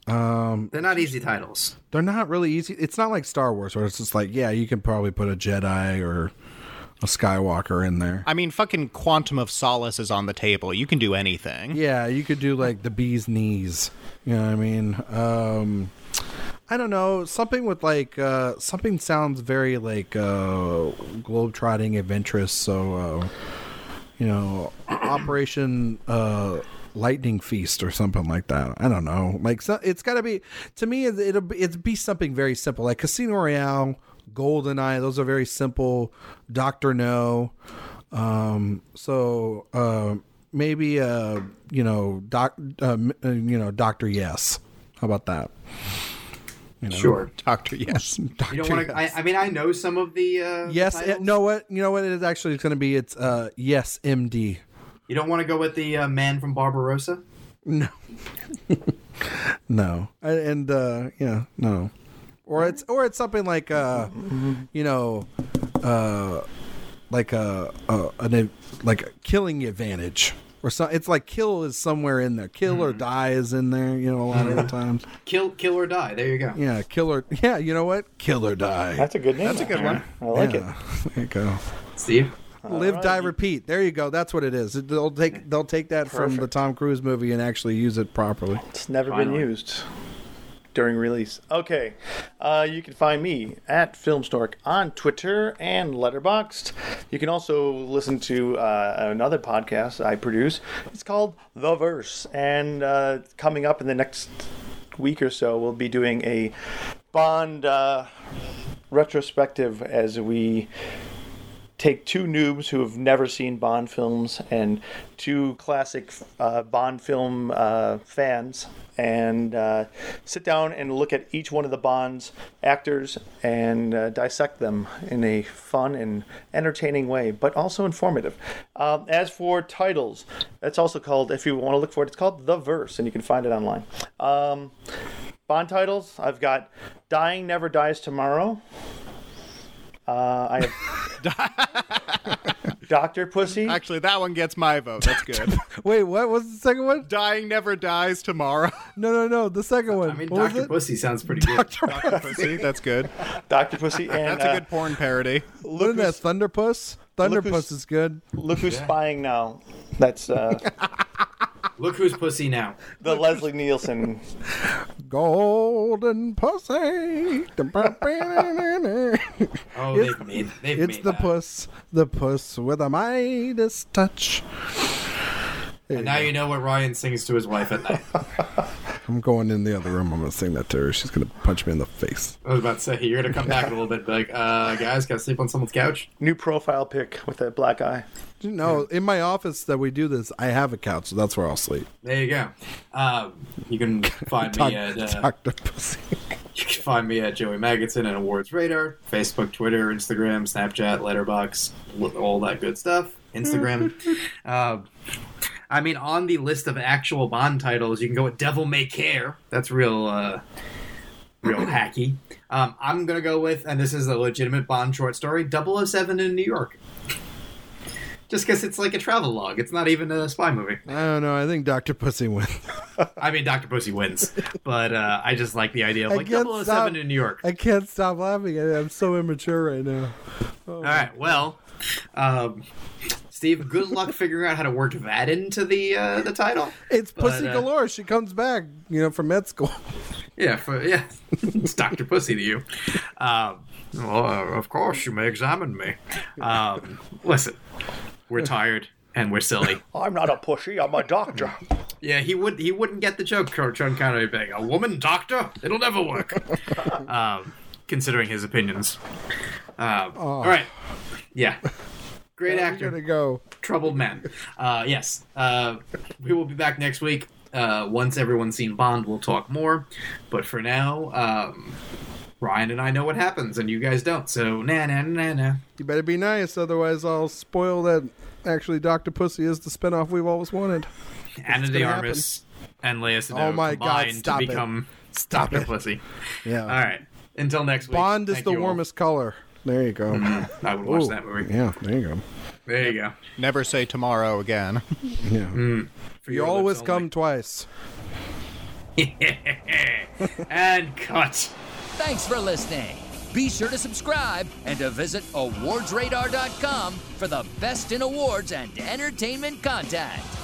Speaker 2: They're not easy titles.
Speaker 4: They're not really easy. It's not like Star Wars where it's just like, yeah, you can probably put a Jedi or a Skywalker in there.
Speaker 3: I mean, fucking Quantum of Solace is on the table. You can do anything.
Speaker 4: Yeah, you could do like the bee's knees. You know what I mean? Um I don't know, something with like uh something sounds very like uh globetrotting adventurous, so uh you know, Operation uh Lightning Feast or something like that. I don't know. Like so, it's got to be to me it- it'll be- it'd be something very simple like Casino Royale, GoldenEye, those are very simple. Doctor No, um, so uh, maybe uh, you know, doc, uh, m- uh, you know, Doctor Yes. How about that?
Speaker 2: Sure.
Speaker 3: Doctor, yes.
Speaker 2: You don't want to. I, I mean, I know some of the. Uh,
Speaker 4: Yes.
Speaker 2: titles.
Speaker 4: It, no. What you know? What it is actually going to be? It's uh, Yes, MD.
Speaker 2: You don't want to go with the uh, man from Barbarossa.
Speaker 4: No. I- And uh, yeah, no. Or it's or it's something like uh, you know, uh, like a, a an like a killing advantage. Or so, it's like kill is somewhere in there. Kill
Speaker 5: Mm-hmm.
Speaker 4: or die is in there, you know, a lot of the times.
Speaker 2: Kill, kill or die. There you go.
Speaker 4: Yeah, killer. Yeah, you know what? Killer die.
Speaker 5: That's a good name. That's a good one. I like it.
Speaker 4: yeah. There you go.
Speaker 2: Steve.
Speaker 4: Live, die, repeat. There you go. That's what it is. It- They'll take they'll take that from the Tom Cruise movie and actually use it properly.
Speaker 5: It's never
Speaker 2: Finally.
Speaker 5: been used during release. Okay, uh, you can find me at Filmstork on Twitter and Letterboxd. You can also listen to uh, another podcast I produce. It's called The Verse, and uh, coming up in the next week or so, we'll be doing a Bond uh, retrospective as we take two noobs who have never seen Bond films and two classic uh, Bond film uh, fans and uh, sit down and look at each one of the Bond's actors and uh, dissect them in a fun and entertaining way, but also informative. Um, as for titles, that's also called, if you want to look for it, it's called The Verse, and you can find it online. Um, Bond titles, I've got Dying Never Dies Tomorrow. Uh, I have Doctor Pussy.
Speaker 3: Actually, that one gets my vote. That's good.
Speaker 4: Wait, what was the second one?
Speaker 3: Dying never dies tomorrow.
Speaker 4: No, no, no. The second one.
Speaker 2: I mean,
Speaker 4: What was
Speaker 2: Doctor
Speaker 4: it?
Speaker 2: Pussy sounds pretty good.
Speaker 3: Doctor Pussy. That's good.
Speaker 5: Doctor Pussy and
Speaker 3: That's a good
Speaker 5: uh,
Speaker 3: porn parody.
Speaker 4: Wasn't
Speaker 5: look,
Speaker 4: that
Speaker 5: who's,
Speaker 4: Thunderpuss? Thunderpuss
Speaker 5: Lucas-
Speaker 4: is good.
Speaker 5: look who's spying now. That's uh,
Speaker 2: Look who's pussy now.
Speaker 5: the Leslie Nielsen.
Speaker 4: Golden pussy.
Speaker 2: Oh,
Speaker 4: It's-
Speaker 2: they've made. They've
Speaker 4: it's
Speaker 2: made
Speaker 4: the
Speaker 2: that.
Speaker 4: puss, the puss with a Midas touch.
Speaker 2: And now you know what Ryan sings to his wife at night.
Speaker 4: I'm going in the other room. I'm going to sing that to her. She's going to punch me in the face.
Speaker 2: I was about to say you're gonna come back a little bit, be like, uh, guys, gotta sleep on someone's couch.
Speaker 5: New profile pic with a black eye.
Speaker 4: You know, in my office that we do this, I have a couch, so that's where I'll sleep.
Speaker 2: There you go. Um, you can find
Speaker 4: Doc-
Speaker 2: me at uh,
Speaker 4: Dr. Pussy.
Speaker 2: you can find me at Joey Maggottson and Awards Radar, Facebook, Twitter, Instagram, Snapchat, Letterbox, all that good stuff. Instagram. uh, I mean, on the list of actual Bond titles, you can go with Devil May Care. That's real, uh, real hacky. Um, I'm gonna go with, and this is a legitimate Bond short story, 007 in New York. Just because it's like a travel log. It's not even a spy movie.
Speaker 4: I don't know. I think Dr. Pussy wins.
Speaker 2: I mean, Dr. Pussy wins, but uh, I just like the idea of
Speaker 4: I
Speaker 2: like
Speaker 4: can't
Speaker 2: 007
Speaker 4: stop.
Speaker 2: in New York.
Speaker 4: I can't stop laughing at it. I'm so immature right now.
Speaker 2: All right, well, um, Steve, good luck figuring out how to work that into the uh, the title.
Speaker 4: It's
Speaker 2: But,
Speaker 4: Pussy
Speaker 2: uh,
Speaker 4: Galore. She comes back, you know, from med school.
Speaker 2: Yeah, for, yeah, it's Doctor Pussy to you. Um, well, uh, of course, you may examine me. Um, listen, we're tired and we're silly.
Speaker 5: I'm not a pushy. I'm a doctor.
Speaker 2: Yeah, he would he wouldn't get the joke. Sean Connery being a woman doctor, it'll never work. um, considering his opinions. Um, All right, yeah, great
Speaker 4: I'm
Speaker 2: actor.
Speaker 4: gonna go.
Speaker 2: troubled man. Uh, yes, uh, we will be back next week. Uh, once everyone's seen Bond, we'll talk more. But for now, um, Ryan and I know what happens, and you guys don't. So na na na na.
Speaker 4: You better be nice, otherwise I'll spoil that. Actually, Doctor Pussy is the spinoff we've always wanted.
Speaker 2: Anna de
Speaker 4: gonna happen.
Speaker 2: Armas and Leia Sado
Speaker 4: Oh my God,
Speaker 2: combine
Speaker 4: stop
Speaker 2: to
Speaker 4: it.
Speaker 2: become
Speaker 4: Stop
Speaker 2: Dr.
Speaker 4: it.
Speaker 2: Pussy.
Speaker 4: Yeah.
Speaker 2: All right. Until next week.
Speaker 4: Bond is
Speaker 2: thank
Speaker 4: the
Speaker 2: you all.
Speaker 4: warmest color. There you go.
Speaker 2: I would watch
Speaker 4: Ooh,
Speaker 2: that movie.
Speaker 4: Yeah, there you go.
Speaker 2: There you go.
Speaker 3: Never say tomorrow again.
Speaker 4: Yeah.
Speaker 2: For
Speaker 4: You
Speaker 2: your lips
Speaker 4: always
Speaker 2: only.
Speaker 4: come twice.
Speaker 2: and cut.
Speaker 1: Thanks for listening. Be sure to subscribe and to visit awardsradar.com for the best in awards and entertainment content.